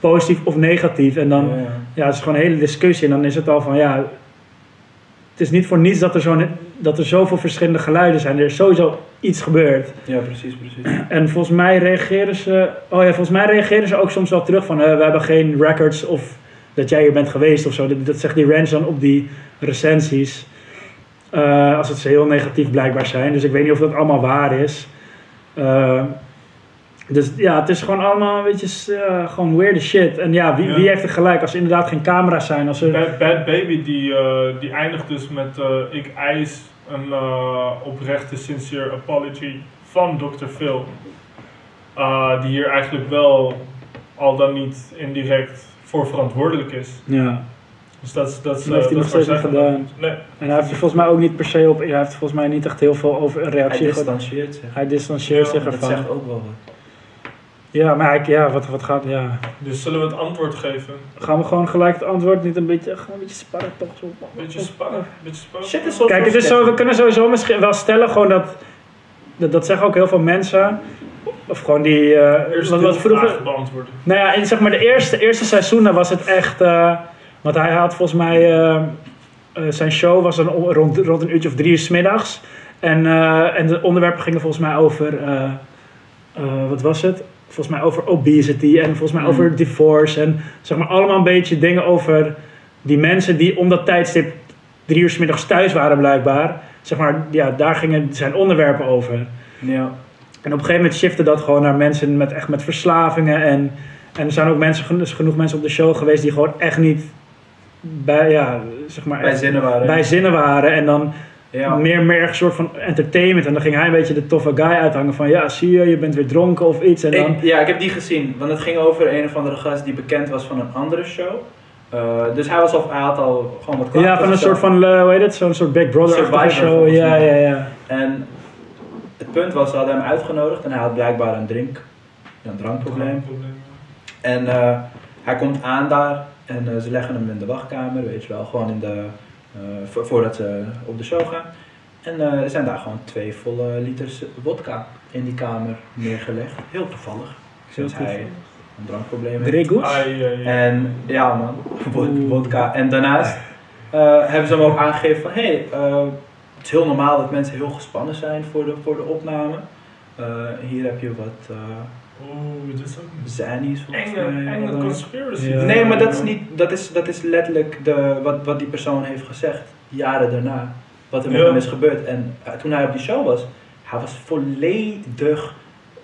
A: Positief of negatief. En dan,
C: Ja, ja.
A: ja, het is gewoon een hele discussie. En dan is het al van, ja... Het is niet voor niets dat er, zo'n, dat er zoveel verschillende geluiden zijn. Er is sowieso iets gebeurd.
C: Ja, precies, precies.
A: En volgens mij reageren ze... Oh ja, volgens mij reageren ze ook soms wel terug van... eh, we hebben geen records of dat jij hier bent geweest of zo. Dat, dat zegt die ranch dan op die recensies. Eh, als het ze heel negatief blijkbaar zijn. Dus ik weet niet of dat allemaal waar is. Eh, dus ja, het is gewoon allemaal een beetje s- eh, gewoon weirde shit. En ja wie,
B: Ja.
A: wie heeft er gelijk als er inderdaad geen camera's zijn? Als er,
B: Bad, Bad Baby die, eh, die eindigt dus met eh, ik eis een eh, oprechte sincere apology van Dr. Phil. Eh, die hier eigenlijk wel al dan niet indirect voor verantwoordelijk is.
A: ja.
B: Dus dat is dat is,
A: Dat heeft
B: eh,
A: hij nog
B: dat is
A: steeds niet
B: waar zij
A: gedaan.
B: vandaan- Nee.
A: En hij heeft er volgens mij ook niet per se op. Hij heeft volgens mij niet echt heel veel over een
C: Hij
A: reactie gehad.
C: distancieert zich.
A: Hij distancieert
B: Ja,
A: zich
C: Dat
A: ervan.
C: zegt ook wel wat.
A: Ja, maar ik, ja, wat, wat gaat. Ja.
B: Dus zullen we het antwoord geven?
A: Gaan we gewoon gelijk het antwoord niet een beetje. Gewoon een beetje sparren toch? Zo.
B: Beetje sparren, beetje sparren.
C: Shit is zo
A: Kijk, het is zo, we kunnen sowieso misschien wel stellen gewoon dat. Dat, dat zeggen ook heel veel mensen. Of gewoon die. eh,
B: Eerst
A: wat,
B: de
A: wat vroeger.
B: vraag beantwoorden.
A: Nou ja, in zeg maar de eerste, eerste seizoenen was het echt. eh, want hij had volgens mij. eh, eh, zijn show was dan om- rond, rond een uurtje of drie uur smiddags. En, eh, en de onderwerpen gingen volgens mij over. eh, eh, wat was het? Volgens mij over obesity en volgens mij over divorce. En zeg maar allemaal een beetje dingen over die mensen die om dat tijdstip drie uur smiddags thuis waren, blijkbaar. Zeg maar, ja, daar gingen zijn onderwerpen over.
C: Ja.
A: En op een gegeven moment shifte dat gewoon naar mensen met, echt met verslavingen. En, en er zijn ook mensen, geno- dus genoeg mensen op de show geweest die gewoon echt niet bij, ja, zeg maar,
C: Bij
A: echt
C: zinnen waren.
A: bij zinnen waren. En dan
C: ja.
A: meer, meer echt een soort van entertainment. En dan ging hij een beetje de toffe guy uithangen van ja, zie je, je bent weer dronken of iets. En dan,
C: Ik, ja, ik heb die gezien. Want het ging over een of andere gast die bekend was van een andere show. Eh, dus hij, was al, hij had al gewoon wat klachten
A: ja, van een
C: of zo.
A: soort van, eh, hoe heet het, zo'n soort Big Brother
C: Survivor,
A: show.
C: volgens
A: Ja, ja,
C: mij.
A: ja.
C: En het punt was, ze hadden hem uitgenodigd en hij had blijkbaar een drink. Een drankprobleem.
B: Probleem.
C: En eh, hij komt aan daar en eh, ze leggen hem in de wachtkamer, weet je wel, gewoon in de, eh, vo- voordat ze op de show gaan. En eh, er zijn daar gewoon twee volle liters wodka in die kamer neergelegd. Heel toevallig. Sinds hij een drankprobleem heeft.
A: Dregoes?
B: Ai, ai, ai.
C: En ja man, wod-
A: Oeh.
C: wodka. En daarnaast eh, hebben ze hem ook aangegeven van, hé, hey, eh, het is heel normaal dat mensen heel gespannen zijn voor de, voor de opname. Eh, hier heb je wat eh
B: Oeh, dit is ook een
C: zannies volgens
B: enge,
C: mij.
B: enge
C: Eh,
B: conspiracy.
A: Ja.
C: Nee, maar dat is, niet, dat is, dat is letterlijk de, wat, wat die persoon heeft gezegd, jaren daarna. Wat er met
B: Ja.
C: hem is gebeurd. En eh, toen hij op die show was, hij was volledig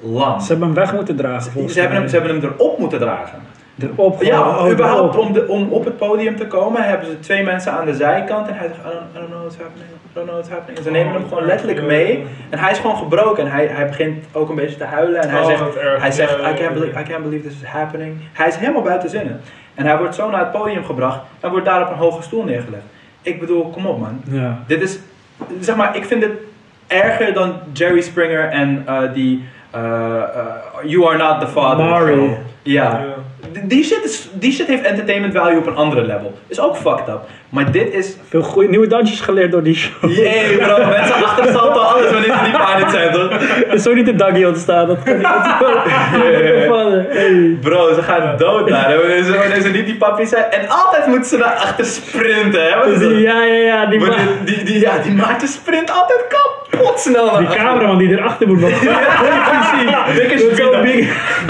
C: lam.
A: Ze
C: Ze,
A: hebben hem weg moeten dragen volgens
C: ze hebben, hem, ze
A: mij.
C: hebben hem erop moeten dragen.
A: Erop gewoon,
C: ja,
A: oh,
C: überhaupt
A: erop.
C: om, de, om op het podium te komen hebben ze twee mensen aan de zijkant. En hij zegt, I don't, I don't know what's happening, I don't know what's happening. En ze nemen hem
A: Oh,
C: gewoon letterlijk mee. En hij is gewoon gebroken. En hij, hij begint ook een beetje te huilen. En hij
B: Oh,
C: zegt,
B: wat erg.
C: hij zegt,
B: Ja, ja,
C: I can't,
B: ja.
C: believe, I can't believe this is happening. Hij is helemaal buiten zinnen. En hij wordt zo naar het podium gebracht en wordt daar op een hoge stoel neergelegd. Ik bedoel, kom op man.
A: Ja.
C: Dit is, zeg maar, ik vind dit erger dan Jerry Springer en eh, die eh, eh, You Are Not The Father.
A: Mari.
C: Ja.
B: Ja.
C: d- die shit, is, die shit heeft entertainment value op een andere level. Is ook fucked up. Maar dit is...
A: Veel goede nieuwe dansjes geleerd door die show.
C: Jee bro, mensen achterstand al alles wanneer ze niet paard zijn toch?
A: Er is zo niet een dagje ontstaan. Dat kan niet ontstaan. Hey.
C: Bro, ze gaan dood daar. hè, Wanneer ze, wanneer ze niet die papies zijn. En altijd moeten ze naar achter sprinten. Hè? Wat is
A: Dus die-
C: dat?
A: Ja, ja, ja. Die, ma-
C: Wanneer- die, die, ja, die maakt de sprint altijd kapot snel. naar
A: die
C: achter.
A: cameraman die erachter moet. want-
C: Dik is
A: Dat is zo
C: binnen.
A: big.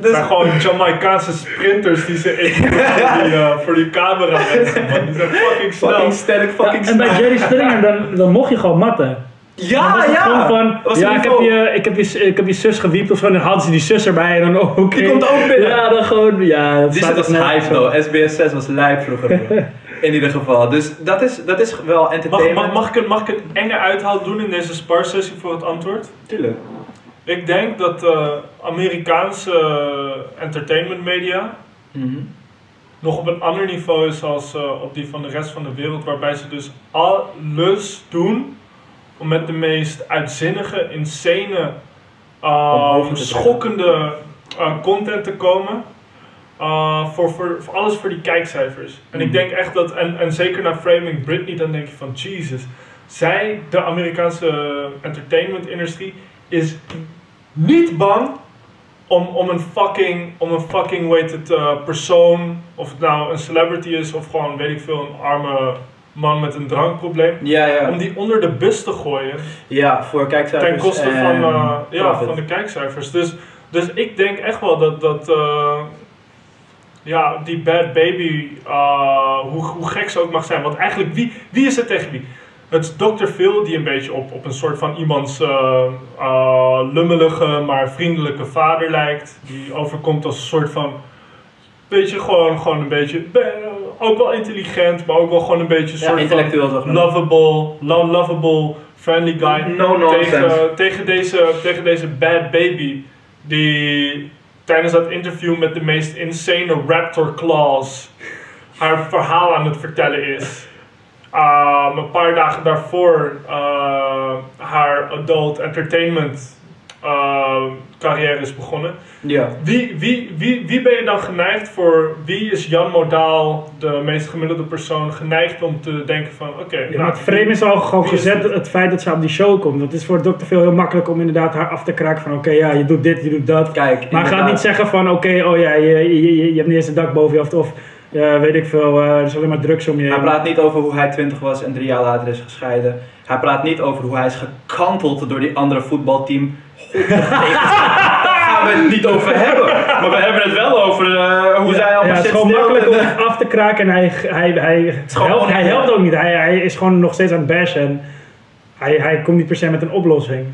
B: Het zijn gewoon Jamaicaanse sprinters die ze in voor die, eh, voor die camera mensen, man. Die zijn fucking snel.
C: Fucking sterk, fucking
A: En bij
C: snel.
A: Jerry Springer, dan, dan mocht je gewoon matten.
C: Ja,
A: Het is
C: Ah, ja.
A: gewoon van,
C: Was
A: ja, ik heb,
C: niveau.
A: je, ik, heb je, ik heb je zus gewiept of zo, en dan hadden ze die zus erbij en dan ook.
C: Die komt ook binnen.
A: eh, Ja, dan gewoon, ja. dat
C: Dit
A: staat
C: shit was
A: toch net
C: hype
A: zo.
C: though. SBS 6 was lijp vroeger. bro. In ieder geval. Dus dat is, dat is wel
B: Mag,
C: entertainment.
B: mag, mag, ik een, mag ik een enge uithaal doen in deze sparsessie voor het antwoord?
C: Tuurlijk.
B: Ik denk dat eh, Amerikaanse eh, entertainment media
C: Mhm.
B: nog op een ander niveau is als eh, op die van de rest van de wereld, waarbij ze dus alles doen om met de meest uitzinnige, insane, eh,
C: Om over te
B: schokkende eh, content te komen. eh, voor, voor, voor alles voor die kijkcijfers. En
C: Mhm.
B: ik denk echt dat, en, en zeker na Framing Britney, dan denk je van Jesus. Zij, de Amerikaanse entertainment-industrie, is niet bang om, om een fucking, om een fucking, hoe heet het, eh, persoon, of het nou een celebrity is, of gewoon, weet ik veel, een arme man met een drankprobleem,
C: Ja, ja.
B: om die onder de bus te gooien
C: Ja, voor kijkcijfers.
B: ten koste
C: en
B: van, eh, ja,
C: profit.
B: van de kijkcijfers. Dus, dus ik denk echt wel dat, dat eh, ja, die bad baby, eh, hoe, hoe gek ze ook mag zijn. Want eigenlijk, wie, wie is het tegen wie? Het is Dr. Phil die een beetje op, op een soort van iemands eh, eh, lummelige, maar vriendelijke vader lijkt. Die overkomt als een soort van, beetje gewoon, gewoon een beetje, eh, ook wel intelligent, maar ook wel gewoon een beetje een
C: Ja,
B: soort van
C: intellectueel toch.
B: lovable, lo- lovable, friendly guy.
C: No nonsense.
B: tegen, tegen, deze, tegen deze bad baby die tijdens dat interview met de meest insane raptor claws haar verhaal aan het vertellen is. Um, een paar dagen daarvoor eh, haar adult entertainment eh, carrière is begonnen.
C: Ja.
B: Wie, wie, wie, wie ben je dan geneigd voor? Wie is Jan Modaal, de meest gemiddelde persoon, geneigd om te denken van oké, nou,
A: Ja, maar het
B: die-
A: frame is al gewoon
B: wie is
A: gezet,
B: dit?
A: het feit dat ze op die show komt. Dat is voor Dr. Phil heel makkelijk om inderdaad haar af te kraken van oké, ja, je doet dit, je doet dat.
C: Kijk,
A: maar ga
C: inderdaad.
A: niet zeggen van oké, oh ja, je, je, je, je hebt niet eens een dak boven je hoofd of ja, weet ik veel, eh, er is alleen maar drugs om je
C: Hij
A: heen.
C: praat niet over hoe hij 20 was en drie jaar later is gescheiden. Hij praat niet over hoe hij is gekanteld door die andere voetbalteam. Daar gaan we het niet over hebben. Maar we hebben het wel over eh, hoe zij
A: ja,
C: allemaal
A: het is
C: zit
A: gewoon
C: stil
A: makkelijk
C: en,
A: om
C: eh,
A: het af te kraken en hij, hij, hij,
C: gewoon
A: helpt, hij
C: onhandig.
A: helpt ook niet. Hij, hij is gewoon nog steeds aan het bashen en hij, hij komt niet per se met een oplossing.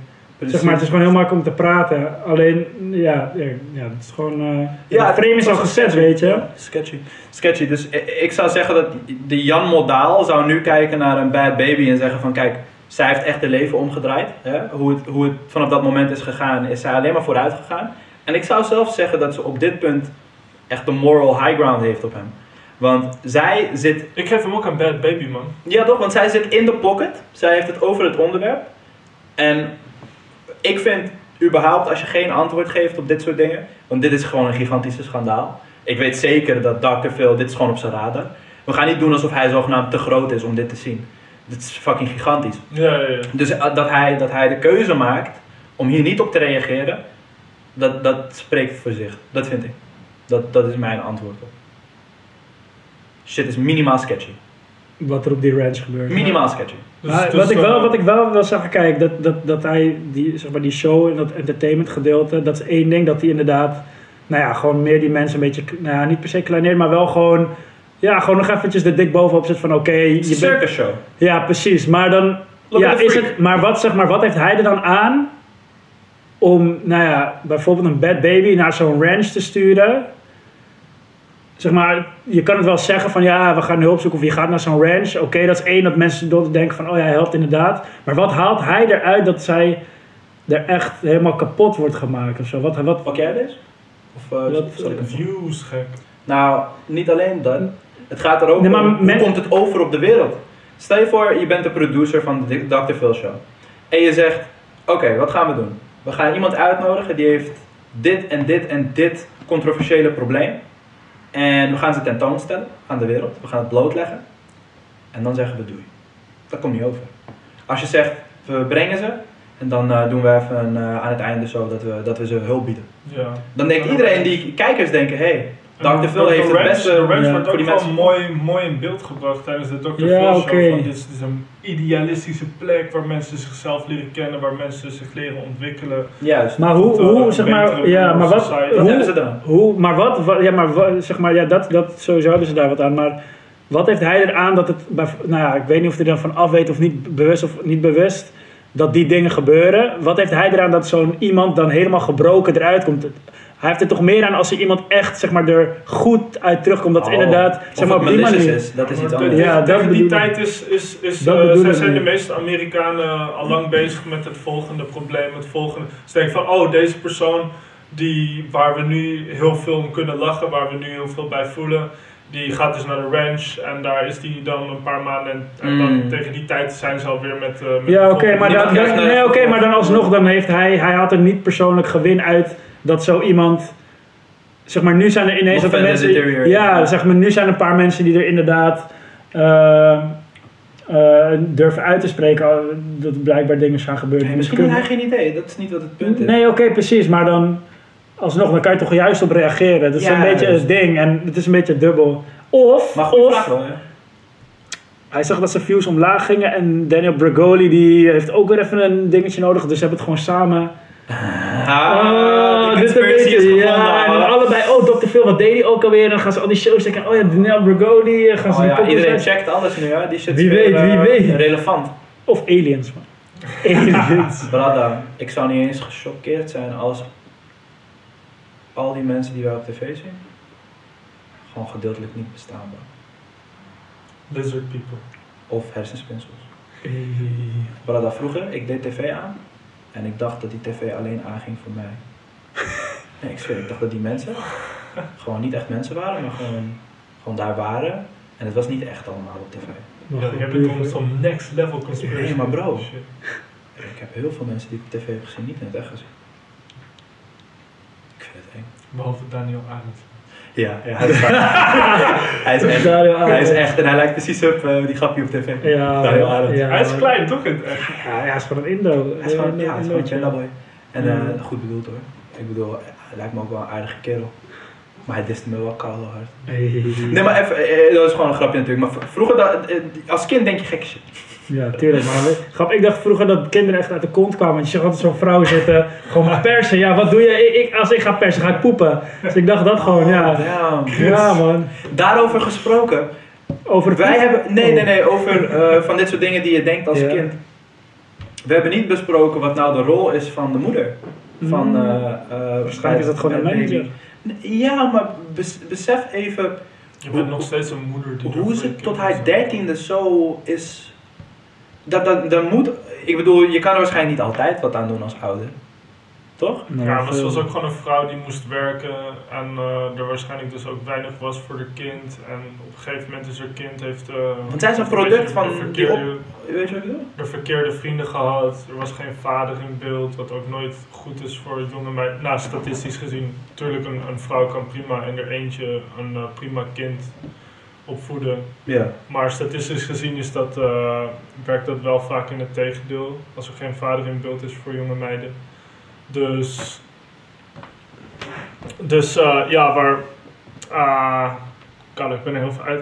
A: Zeg maar, het is gewoon heel makkelijk om te praten. Alleen, ja, ja, ja het is gewoon... eh
C: Ja,
A: het frame is al
C: was
A: gezet,
C: sketchy.
A: weet je.
C: Ja, sketchy. Sketchy. Dus i- ik zou zeggen dat de Jan Modaal zou nu kijken naar een bad baby en zeggen van kijk, zij heeft echt haar leven omgedraaid. Hè? Hoe, het, hoe het vanaf dat moment is gegaan, is zij alleen maar vooruit gegaan. En ik zou zelf zeggen dat ze op dit punt echt de moral high ground heeft op hem. Want zij zit,
B: Ik geef hem ook een bad baby man.
C: ja toch, want zij zit in de pocket. Zij heeft het over het onderwerp. En ik vind überhaupt als je geen antwoord geeft op dit soort dingen, want dit is gewoon een gigantische schandaal. Ik weet zeker dat Dr. Phil, dit is gewoon op zijn radar. We gaan niet doen alsof hij zogenaamd te groot is om dit te zien. Dit is fucking gigantisch.
B: Ja, ja, ja.
C: Dus eh, dat hij, dat hij de keuze maakt om hier niet op te reageren, dat, dat spreekt voor zich. Dat vind ik. Dat, dat is mijn antwoord op. Shit is minimaal sketchy.
A: Wat er op die ranch gebeurt.
C: Minimaal sketchy.
B: Dus-
A: Maar
B: dus,
A: wat, ik wel,
B: eh,
A: wat ik wel wil zeggen, kijk, dat, dat, dat hij die, zeg maar, die show en dat entertainment gedeelte, dat is één ding dat hij inderdaad, nou ja, gewoon meer die mensen een beetje, nou ja, niet per se kleineert, maar wel gewoon, ja, gewoon nog eventjes de dik bovenop zet van oké,
C: Het is
A: je
C: een
A: bent,
C: circus show.
A: ja, precies, maar dan,
C: Look
A: ja,
C: at the
A: is
C: freak.
A: het, maar wat, zeg maar, wat heeft hij er dan aan om, nou ja, bijvoorbeeld een bad baby naar zo'n ranch te sturen? Zeg maar, je kan het wel zeggen van ja, we gaan hulp zoeken of je gaat naar zo'n ranch. Oké, dat is één dat mensen door denken van oh ja, hij helpt inderdaad. Maar wat haalt hij eruit dat zij er echt helemaal kapot wordt gemaakt of zo? Wat, wat,
C: Pak jij deze? Of, eh,
A: Dat-
C: zal ik hem-
B: Views gek.
C: Nou, niet alleen dat. Het gaat er ook
A: Nee, maar
C: om,
A: men-
C: hoe komt het over op de wereld? Stel je voor, je bent de producer van de Dr. Phil Show. En je zegt, oké, wat gaan we doen? We gaan iemand uitnodigen die heeft dit en dit en dit controversiële probleem. En we gaan ze tentoonstellen aan de wereld. We gaan het blootleggen. En dan zeggen we doei. Dat komt niet over. Als je zegt, we brengen ze. En dan eh, doen we even een, eh, aan het einde zo dat we, dat we ze hulp bieden.
B: Ja.
C: Dan denkt iedereen, die kijkers denken, hé, hey, Dr. Phil
B: Dr.
C: heeft het
B: Ranch-
C: beste
B: Ranch
A: ja,
B: wordt
C: voor
B: ook
C: die
B: wel
C: mensen.
B: mooi, mooi in beeld gebracht tijdens de Dr.
A: Ja,
B: Phil show.
A: oké.
B: Van, dit, is, dit is een idealistische plek waar mensen zichzelf leren kennen, waar mensen zich leren ontwikkelen.
C: Juist.
A: Maar hoe,
B: Tot, eh,
A: hoe zeg maar,
B: betere
A: ja, maar wat,
B: society.
C: Dat
A: hoe,
C: hebben ze dan.
A: Hoe, maar wat, wa- ja, maar wa- zeg maar, ja, dat, dat, sowieso hebben ze daar wat aan, maar wat heeft hij eraan dat het, bij- nou ja, ik weet niet of hij er dan van af weet of niet bewust of niet bewust, dat die dingen gebeuren. Wat heeft hij eraan dat zo'n iemand dan helemaal gebroken eruit komt? Hij heeft er toch meer aan als er iemand echt, zeg maar, er goed uit terugkomt, dat
C: Oh,
A: inderdaad,
C: of
A: zeg maar,
C: het
A: op die
C: malicious
A: manier.
C: is, dat is iets
B: Maar
C: anders.
B: tegen-
A: Ja, dat
B: tegen die
A: bedoel ik.
B: tijd is, is, is,
A: Dat
B: eh,
A: bedoel
B: zijn,
A: ik
B: zijn de
A: niet.
B: meeste Amerikanen eh, al lang bezig met het volgende probleem. Het volgende. Ze denken van, oh, deze persoon die, waar we nu heel veel om kunnen lachen, waar we nu heel veel bij voelen. Die gaat dus naar de ranch en daar is die dan een paar maanden. En, en dan
C: Mm.
B: tegen die tijd zijn ze alweer met. eh, met
A: Ja,
B: de
A: oké,
B: volgende-
A: maar,
C: Niemand
A: dan,
C: krijgt
A: dan-
C: naar
A: nee,
C: het
A: oké,
C: gevoel.
A: maar dan alsnog, dan heeft hij, hij had er niet persoonlijk gewin uit dat zo iemand, zeg maar, nu zijn er ineens
C: Nog
A: wat
C: verder
A: mensen, die-
C: deterioreert.
A: ja, zeg maar, nu zijn er een paar mensen die er inderdaad eh, eh, durven uit te spreken eh, dat er blijkbaar dingen zijn gebeurd.
C: Nee,
A: die
C: misschien
A: niet
C: had
A: kunnen.
C: hij geen idee, dat is niet wat het punt is.
A: Nee, oké, precies, maar dan alsnog, dan kan je toch juist op reageren. Dat is
C: Ja, dus-
A: een beetje
C: dat is-
A: het ding en het is een beetje dubbel. Of,
C: Maar goed, vraag
A: of
C: wel, hè.
A: hij zag dat zijn views omlaag gingen en Daniel Bragoli die heeft ook weer even een dingetje nodig, dus ze hebben het gewoon samen.
C: Ah,
A: Oh,
C: de
A: dit een
C: conspiracy is
A: beetje,
C: gevonden.
A: ja, en dan
C: hoor.
A: allebei, oh Dr. Phil, wat deed hij ook alweer? En dan gaan ze al die shows denken, oh ja, Daniel Bragoli, eh, gaan ze
C: Oh
A: die
C: ja,
A: koppels
C: iedereen
A: uit-
C: checkt alles nu, hè? Die shit
A: Wie
C: is weer,
A: weet, wie
C: eh,
A: weet.
C: Relevant.
A: Of aliens, man. Aliens.
C: Brada, ik zou niet eens gechoqueerd zijn als al die mensen die wij op tv zien, gewoon gedeeltelijk niet bestaan. bro.
B: Lizard people.
C: Of hersenspinsels. Brada, vroeger, ik deed tv aan en ik dacht dat die tv alleen aanging voor mij. Nee, ik zweer, ik dacht dat die mensen gewoon niet echt mensen waren, maar gewoon, gewoon daar waren. En het was niet echt allemaal op tv.
B: Ja, je hebt het om zo'n next level conspiracy.
C: Nee, maar bro.
B: Shit.
C: Ik heb heel veel mensen die ik op tv heb gezien, niet in het echt gezien. Ik vind het eng.
B: Behalve Daniel Arendt.
C: Ja, ja hij is waar. hij is echt.
A: Dario
C: Hij is
A: Arend.
C: echt en hij lijkt precies op eh, die grapje op tv.
A: Ja,
C: Dario Arend.
A: ja.
B: Hij is klein, toch? in het echt?
A: Ja, hij is gewoon een Indo.
C: Hij is gewoon, ja, hij is gewoon een
A: Indootje.
C: chatterboy. En
A: Ja.
C: eh, goed bedoeld hoor. Ik bedoel, hij lijkt me ook wel een aardige kerel. Maar hij diste me wel koude hard.
A: Hey.
C: Nee, maar even, eh, dat is gewoon een grapje natuurlijk. Maar v- vroeger, da- eh, als kind denk je gekke shit.
A: Ja, tuurlijk. Maar we- grap, ik dacht vroeger dat kinderen echt uit de kont kwamen. Want je zag altijd zo'n vrouw zitten, gewoon persen. Ja, wat doe je? Ik, ik- als ik ga persen, ga ik poepen. Dus ik dacht dat gewoon, ja.
C: Ja.
A: Ja, man.
C: Daarover gesproken.
A: Over Oh.
C: Wij hebben, nee, nee, nee, over eh, van dit soort dingen die je denkt als
A: Ja.
C: kind. We hebben niet besproken wat nou de rol is van de moeder. Van, eh, eh, bij-
A: Mm. Waarschijnlijk is dat gewoon
C: bij
A: een manager.
C: baby. Ja, maar bes- besef even
B: Je bent nog steeds een moeder die.
C: hoe
B: durft
C: ze
B: voor je
C: tot
B: kinderen
C: haar
B: te zorgen.
C: dertiende zo is. Dat, dat, dat moet, ik bedoel, je kan er waarschijnlijk niet altijd wat aan doen als ouder. Toch?
A: Nee,
B: Ja, maar ze
A: veel.
C: eh?
B: was ook gewoon een vrouw die moest werken en eh, er waarschijnlijk dus ook weinig was voor haar kind. En op een gegeven moment is haar kind heeft... eh,
C: Want zij is een
B: een
C: product
B: beetje
C: van
B: de
C: die
B: verkeerde,
C: Weet je wat ik bedoel?
B: de verkeerde vrienden gehad, er was geen vader in beeld, wat ook nooit goed is voor jonge meiden. Nou, statistisch gezien, natuurlijk een, een vrouw kan prima in haar eentje een eh, prima kind opvoeden.
C: Ja.
B: Maar statistisch gezien is dat, eh, werkt dat wel vaak in het tegendeel. Als er geen vader in beeld is voor jonge meiden. Dus. Dus eh, ja, waar. ah, kan, ik ben er heel veel uit.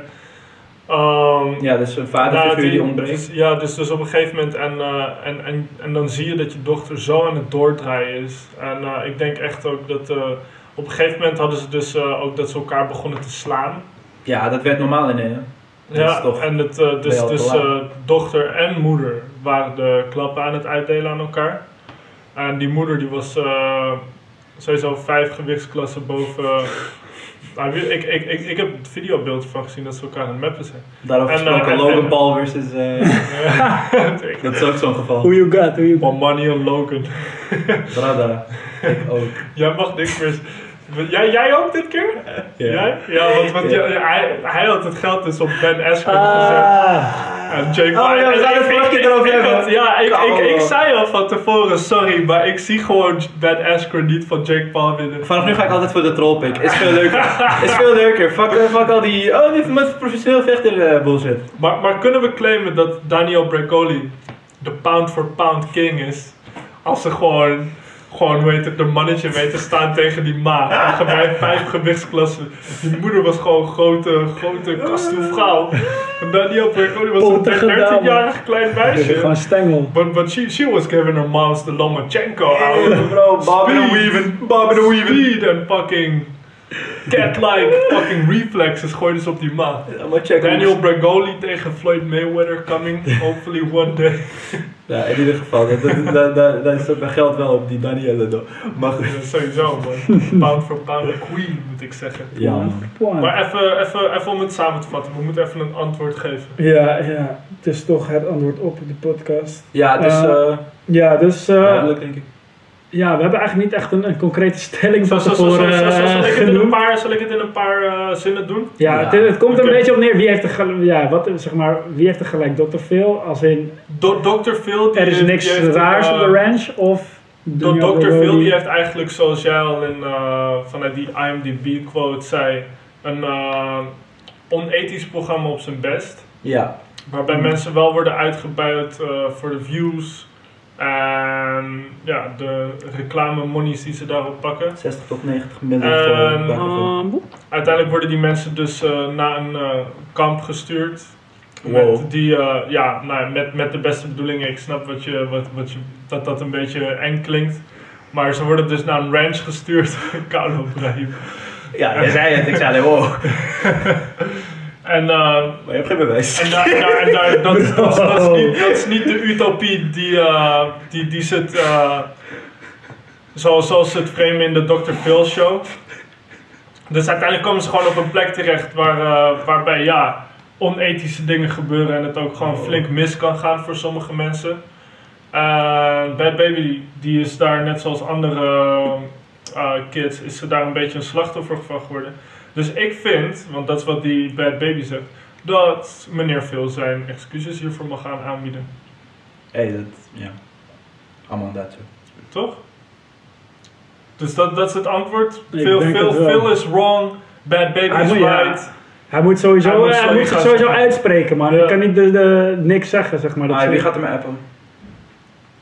B: Ehm,
C: Ja, dus een
B: nou,
C: vaderfiguur die
B: die-
C: ontbreekt.
B: dus- ja, dus, dus op een gegeven moment en, eh, en, en, en dan zie je dat je dochter zo aan het doordraaien is. En eh, ik denk echt ook dat eh, op een gegeven moment hadden ze dus eh, ook dat ze elkaar begonnen te slaan.
C: Ja, dat werd normaal in eh, hè? Dat
B: Ja,
C: is toch-
B: en het, eh,
C: ben je
B: dus,
C: al te
B: dus
C: laat.
B: eh, dochter en moeder waren de klappen aan het uitdelen aan elkaar. En die moeder die was eh, sowieso vijf gewichtsklassen boven. Nou, ik, ik, ik, ik, ik heb het videobeeld van gezien dat ze elkaar aan het mappen zijn.
C: Daarover
B: En,
C: gesproken,
B: eh, en-
C: Logan
B: en-
C: Paul versus... eh, dat is ook zo'n
A: Who
C: geval.
A: you got,
B: Oh,
A: who you got.
B: One money on Logan.
C: Brada, ik ook.
B: Jij mag niks meer. Jij, jij ook dit keer? Jij? Ja, want, want je- hij, hij had het geld dus op Ben Askren
C: Ah.
B: gezet. En Jake
C: Oh ja, we
B: en
C: zouden
B: ik-
C: het vorige
B: ik-
C: keer
B: ik-
C: erover
B: ik
C: hebben.
B: had- Ja, ik, ik, ik,
C: Kauw.
B: zei al van tevoren, sorry, maar ik zie gewoon Ben Askren niet van Jake Paul winnen.
C: Vanaf nu ga ik altijd voor de trollpick. Is veel leuker. Is veel leuker. Fuck, eh, fuck al die. Oh, dit is professioneel vechter eh, bullshit.
B: Maar, maar kunnen we claimen dat Daniel Braccoli de pound for pound king is? Als ze gewoon, gewoon weet het, de mannetje weten staan tegen die ma. Gewijd vijf gewichtsklassen. Die moeder was gewoon grote, grote kastoevrouw. En Daniel Braccoli was een
A: Potige dame.
B: 13-jarig klein
A: Ah, Gewoon
B: meisje.
A: stengel.
B: But, but she, she was giving her moms the Lomachenko out.
C: Bro, Bob
B: Speed.
C: and Weaven. Bob and Weaven.
B: Speed en fucking cat-like fucking reflexes gooiden ze op die ma.
C: Ja, maar check
B: Daniel Bragoli tegen Floyd Mayweather coming, hopefully one day.
C: Ja, in ieder geval. Daar dat, dat, dat, dat staat mijn geld wel op die Danielle. dan. Maar goed.
B: Ja, Sowieso man, pound for pound queen moet ik zeggen.
C: Ja, man.
A: Point.
B: Maar even, even, even om het samen te vatten, we moeten even een antwoord geven.
A: Ja, ja. Het is toch het antwoord op de podcast.
C: Ja, dus.
A: Eh,
C: eh
A: Ja, dus eh,
C: duidelijk, denk ik.
A: ja, we hebben eigenlijk niet echt een, een concrete stelling
B: Zo,
A: van
B: zo, zo, zo,
A: tevoren
B: zo, zo,
A: eh,
B: Zal ik het in een
A: genoemd.
B: paar, zal ik het in een paar eh, zinnen doen?
A: Ja, het, het komt er
B: Oké.
A: een beetje op neer wie heeft er gelijk, ja, wat, zeg maar, wie heeft er gelijk, Dr. Phil? Als in,
B: Do- Dr. Phil die
A: er is
B: die
A: niks
B: heeft,
A: raars
B: eh,
A: op de ranch of...
B: Do-
A: Daniel
B: Dr. Phil
A: Brody?
B: die heeft eigenlijk, zoals jij al in, eh, vanuit die IMDb quote zei, een eh, onethisch programma op zijn best.
C: Ja.
B: Waarbij mensen wel worden uitgebuit eh, voor de views. En ja, de reclame monies die ze daarop pakken.
C: 60 tot 90 miljoen voor
B: Ehm,
C: Dr. Phil.
B: Uiteindelijk worden die mensen dus eh, naar een eh, kamp gestuurd.
C: Wow.
B: Met, die, eh, ja, nou, ja, met, met de beste bedoelingen. Ik snap wat je, wat, wat je, dat dat een beetje eng klinkt. Maar ze worden dus naar een ranch gestuurd. Carlo Brahim.
C: Ja, jij zei het. oh. Ik zei alleen, wow.
B: En, eh,
C: Maar je hebt geen bewijs.
B: En, daar, en, daar, en daar- dat, is- dat, is- dat is niet, dat is niet de utopie die, eh, die, die zit. eh, zoals, zoals ze het framen in de Dr. Phil show. Dus uiteindelijk komen ze gewoon op een plek terecht waar, eh, waarbij ja, onethische dingen gebeuren en het ook gewoon
A: Oh.
B: flink mis kan gaan voor sommige mensen. Eh, Bad Baby die is daar net zoals andere eh, kids, is ze daar een beetje een slachtoffer van geworden. Dus ik vind, want dat is wat die Bad Baby zegt, dat meneer Phil zijn excuses hiervoor mag gaan aanbieden.
C: hey, dat. Ja. Allemaal dat zo.
B: Toch? Dus dat, dat is het antwoord.
A: Ik
B: Phil,
A: denk
B: Phil,
A: het wel.
B: Phil is wrong. Bad baby
A: Hij
B: is
A: moet- ja.
B: right.
A: Hij moet sowieso, eh,
B: Hij
A: hij moet,
B: moet sorry
A: zich
B: gaan
A: sowieso
B: zeggen.
A: uitspreken, maar
B: Ja.
A: hij kan niet de, de, niks zeggen, zeg maar. Dat
C: Ah,
A: ze-
C: wie gaat er met Apple?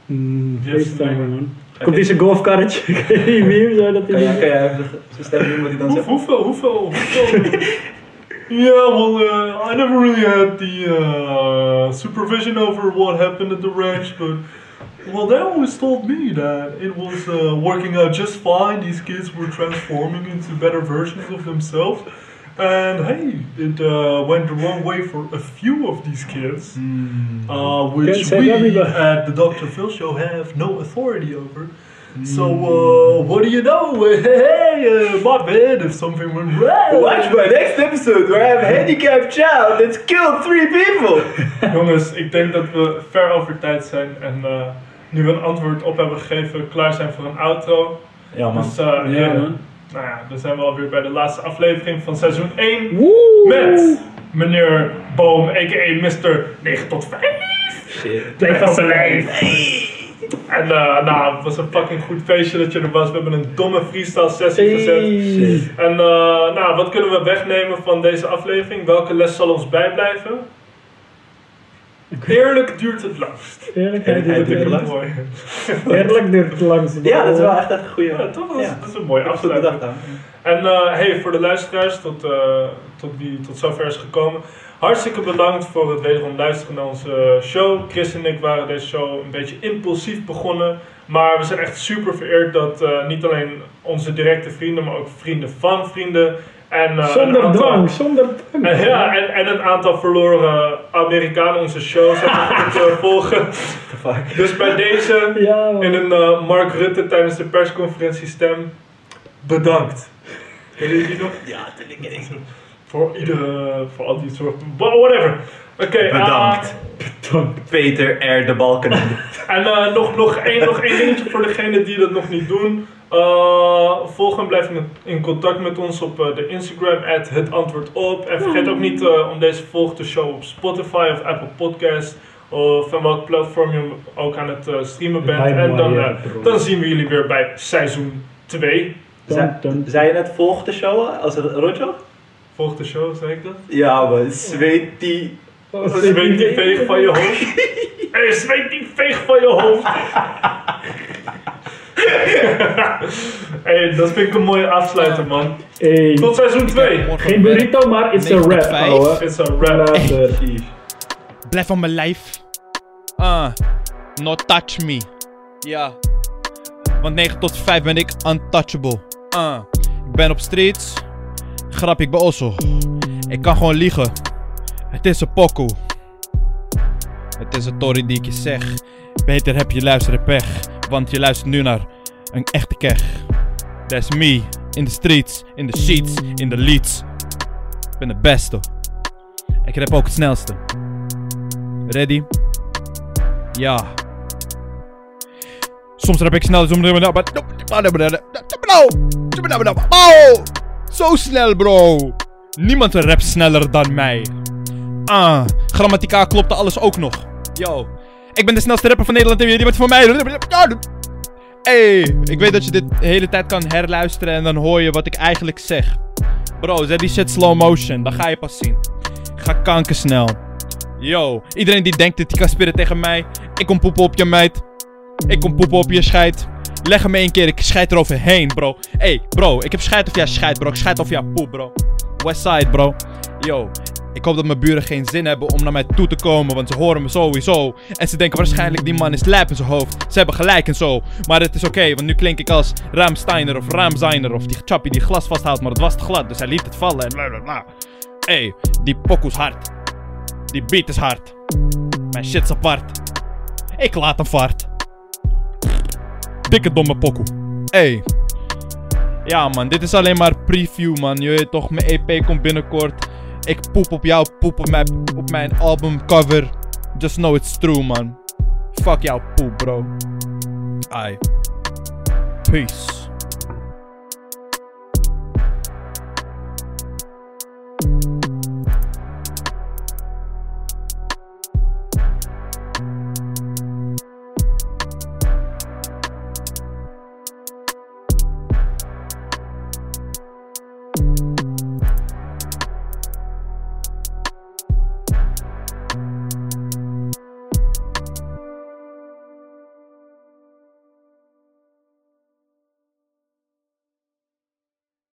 A: Hmm,
B: Yes,
A: FaceTime,
B: nee.
A: man. Komt in zijn golfkarretje, ik weet niet wie, zo dat
C: Kan
A: hij...
C: jij, kan jij even de- zijn stem doen wat hij dan
B: Hoe,
C: zegt?
B: hoeveel, hoeveel, hoeveel? yeah, well, uh, I never really had the uh, supervision over what happened at the ranch, but well, they always told me that it was uh, working out just fine. These kids were transforming into better versions of themselves. And hey, it uh, went the wrong way for a few of these kids.
C: Hmm.
B: uh,
A: Hmm. Can't
B: which
A: save
B: we
A: everybody.
B: at the Dr. Phil show have no authority over.
A: Hmm.
B: So, uh, what do you know? Hey, uh, my bad if something went wrong.
C: Oh, my next episode where I have a handicapped child that's killed three people.
B: Jongens, ik denk dat we ver over tijd zijn en eh, nu we een antwoord op hebben gegeven, klaar zijn voor een outro.
C: Ja, man.
B: Dus, eh,
A: Ja,
B: heren,
A: man.
B: nou ja, dan zijn we alweer bij de laatste aflevering van seizoen 1
A: Woe!
B: met meneer Boom, a.k.a. Mr. 9 tot 5.
C: Shit.
A: Blijf van zijn lijf.
B: En eh, nou, het was een fucking goed feestje dat je er was. We hebben een domme freestyle sessie gezet.
A: Hey.
B: En eh, nou, wat kunnen we wegnemen van deze aflevering? Welke les zal ons bijblijven? Eerlijk duurt het langst.
A: Eerlijkheid
C: Eerlijkheid
A: duurt
C: duurt
A: lang.
C: lang.
B: Mooi.
A: Eerlijk duurt het lang.
C: Ja, dat is wel echt echt een goede.
B: Ja, toch? Dat is,
C: Ja.
B: dat is een mooie
C: Ik heb goed bedacht
B: afsluiting.
C: aan.
B: En eh, hey, voor de luisteraars, tot, eh, tot wie tot zover is gekomen. Hartstikke bedankt voor het wederom luisteren naar onze eh, show. Chris en ik waren deze show een beetje impulsief begonnen. Maar we zijn echt super vereerd dat eh, niet alleen onze directe vrienden, maar ook vrienden van vrienden. En, eh, een
A: Zonder
B: aantal-
A: dwang, zonder dwang.
B: En, ja, en, en een aantal verloren Amerikanen onze show zijn goed eh, volgen.
C: Fuck.
B: Dus bij deze,
A: Ja, man.
B: in een eh, Mark Rutte tijdens de persconferentie stem, bedankt. Weet je die nog?
C: Ja, natuurlijk.
B: Voor iedere, voor al die soort, whatever. Oké, eh,
C: Bedankt. Peter R. de Balken.
B: En eh, nog, nog, één, nog één dingetje voor degenen die dat nog niet doen. Eh, volg en blijf met- in contact met ons op eh, de Instagram, at het antwoord op. En vergeet ook niet eh, om deze volg te showen op Spotify of Apple Podcasts. Of van welk platform je ook aan het eh, streamen bent.
A: Bij
B: En dan,
A: Maria
B: eh,
A: Bron.
B: dan zien we jullie weer bij seizoen 2.
A: Dun, dun.
C: Zei je net volg de show als Roger?
B: Volg de show, zei ik dat?
C: Ja, maar zweet die.
B: Zweet die veeg van je hoofd. Hey, zweet die veeg van je hoofd. hey, dat vind ik een mooie afsluiter, man.
A: Hey,
B: Tot seizoen 2.
A: geen burrito, maar it's a wrap, ouwe.
B: It's a wrap.
A: Later.
F: Blijf van mijn lijf. Uh, not touch me. Ja. Want 9 tot 5 ben ik untouchable. Uh, ik ben op streets. Grap, ik ben ossel. Ik kan gewoon liegen. Het is een pokoe. Het is een tory die ik je zeg. Beter heb je luisteren pech. Want je luistert nu naar een echte kech. That's me. In the streets, in the sheets, in the leads. Ik ben de beste. Ik rap ook het snelste. Ready? Ja. Soms rap ik snel, soms rap ik snel, maar... Oh! Zo snel, bro! Niemand rapt sneller dan mij. Ah, grammatica klopte alles ook nog. Yo. Ik ben de snelste rapper van Nederland en jullie wordt voor mij... Hey, ik weet dat je dit de hele tijd kan herluisteren en dan hoor je wat ik eigenlijk zeg. Bro, zet die shit slow motion, dan ga je pas zien. Ik ga kankersnel. Yo, iedereen die denkt dat hij kan spitten tegen mij. Ik kom poepen op je meid. Ik kom poepen op je scheid. Leg hem één keer, ik scheid eroverheen, bro. Hey, bro, ik heb scheid of jij scheid, bro. Ik scheid of jij poep, bro. Westside, bro. Yo, ik hoop dat mijn buren geen zin hebben om naar mij toe te komen, want ze horen me sowieso. En ze denken waarschijnlijk die man is lijp in zijn hoofd. Ze hebben gelijk en zo. Maar het is oké, want nu klink ik als Raamsteiner of Raamzijner of die chappie die glas vasthoudt, maar het was te glad, dus hij liet het vallen en bla bla bla. Hey, die pokoe is hard. Die beat is hard. Mijn shit is apart. Ik laat hem vaart. Dikke domme pokoe. Ey. Ja man, dit is alleen maar preview man. Je weet toch, mijn EP komt binnenkort. Ik poep op jou, poep op mijn, op mijn albumcover. Just know it's true man. Fuck jouw poep bro. Ai. Peace.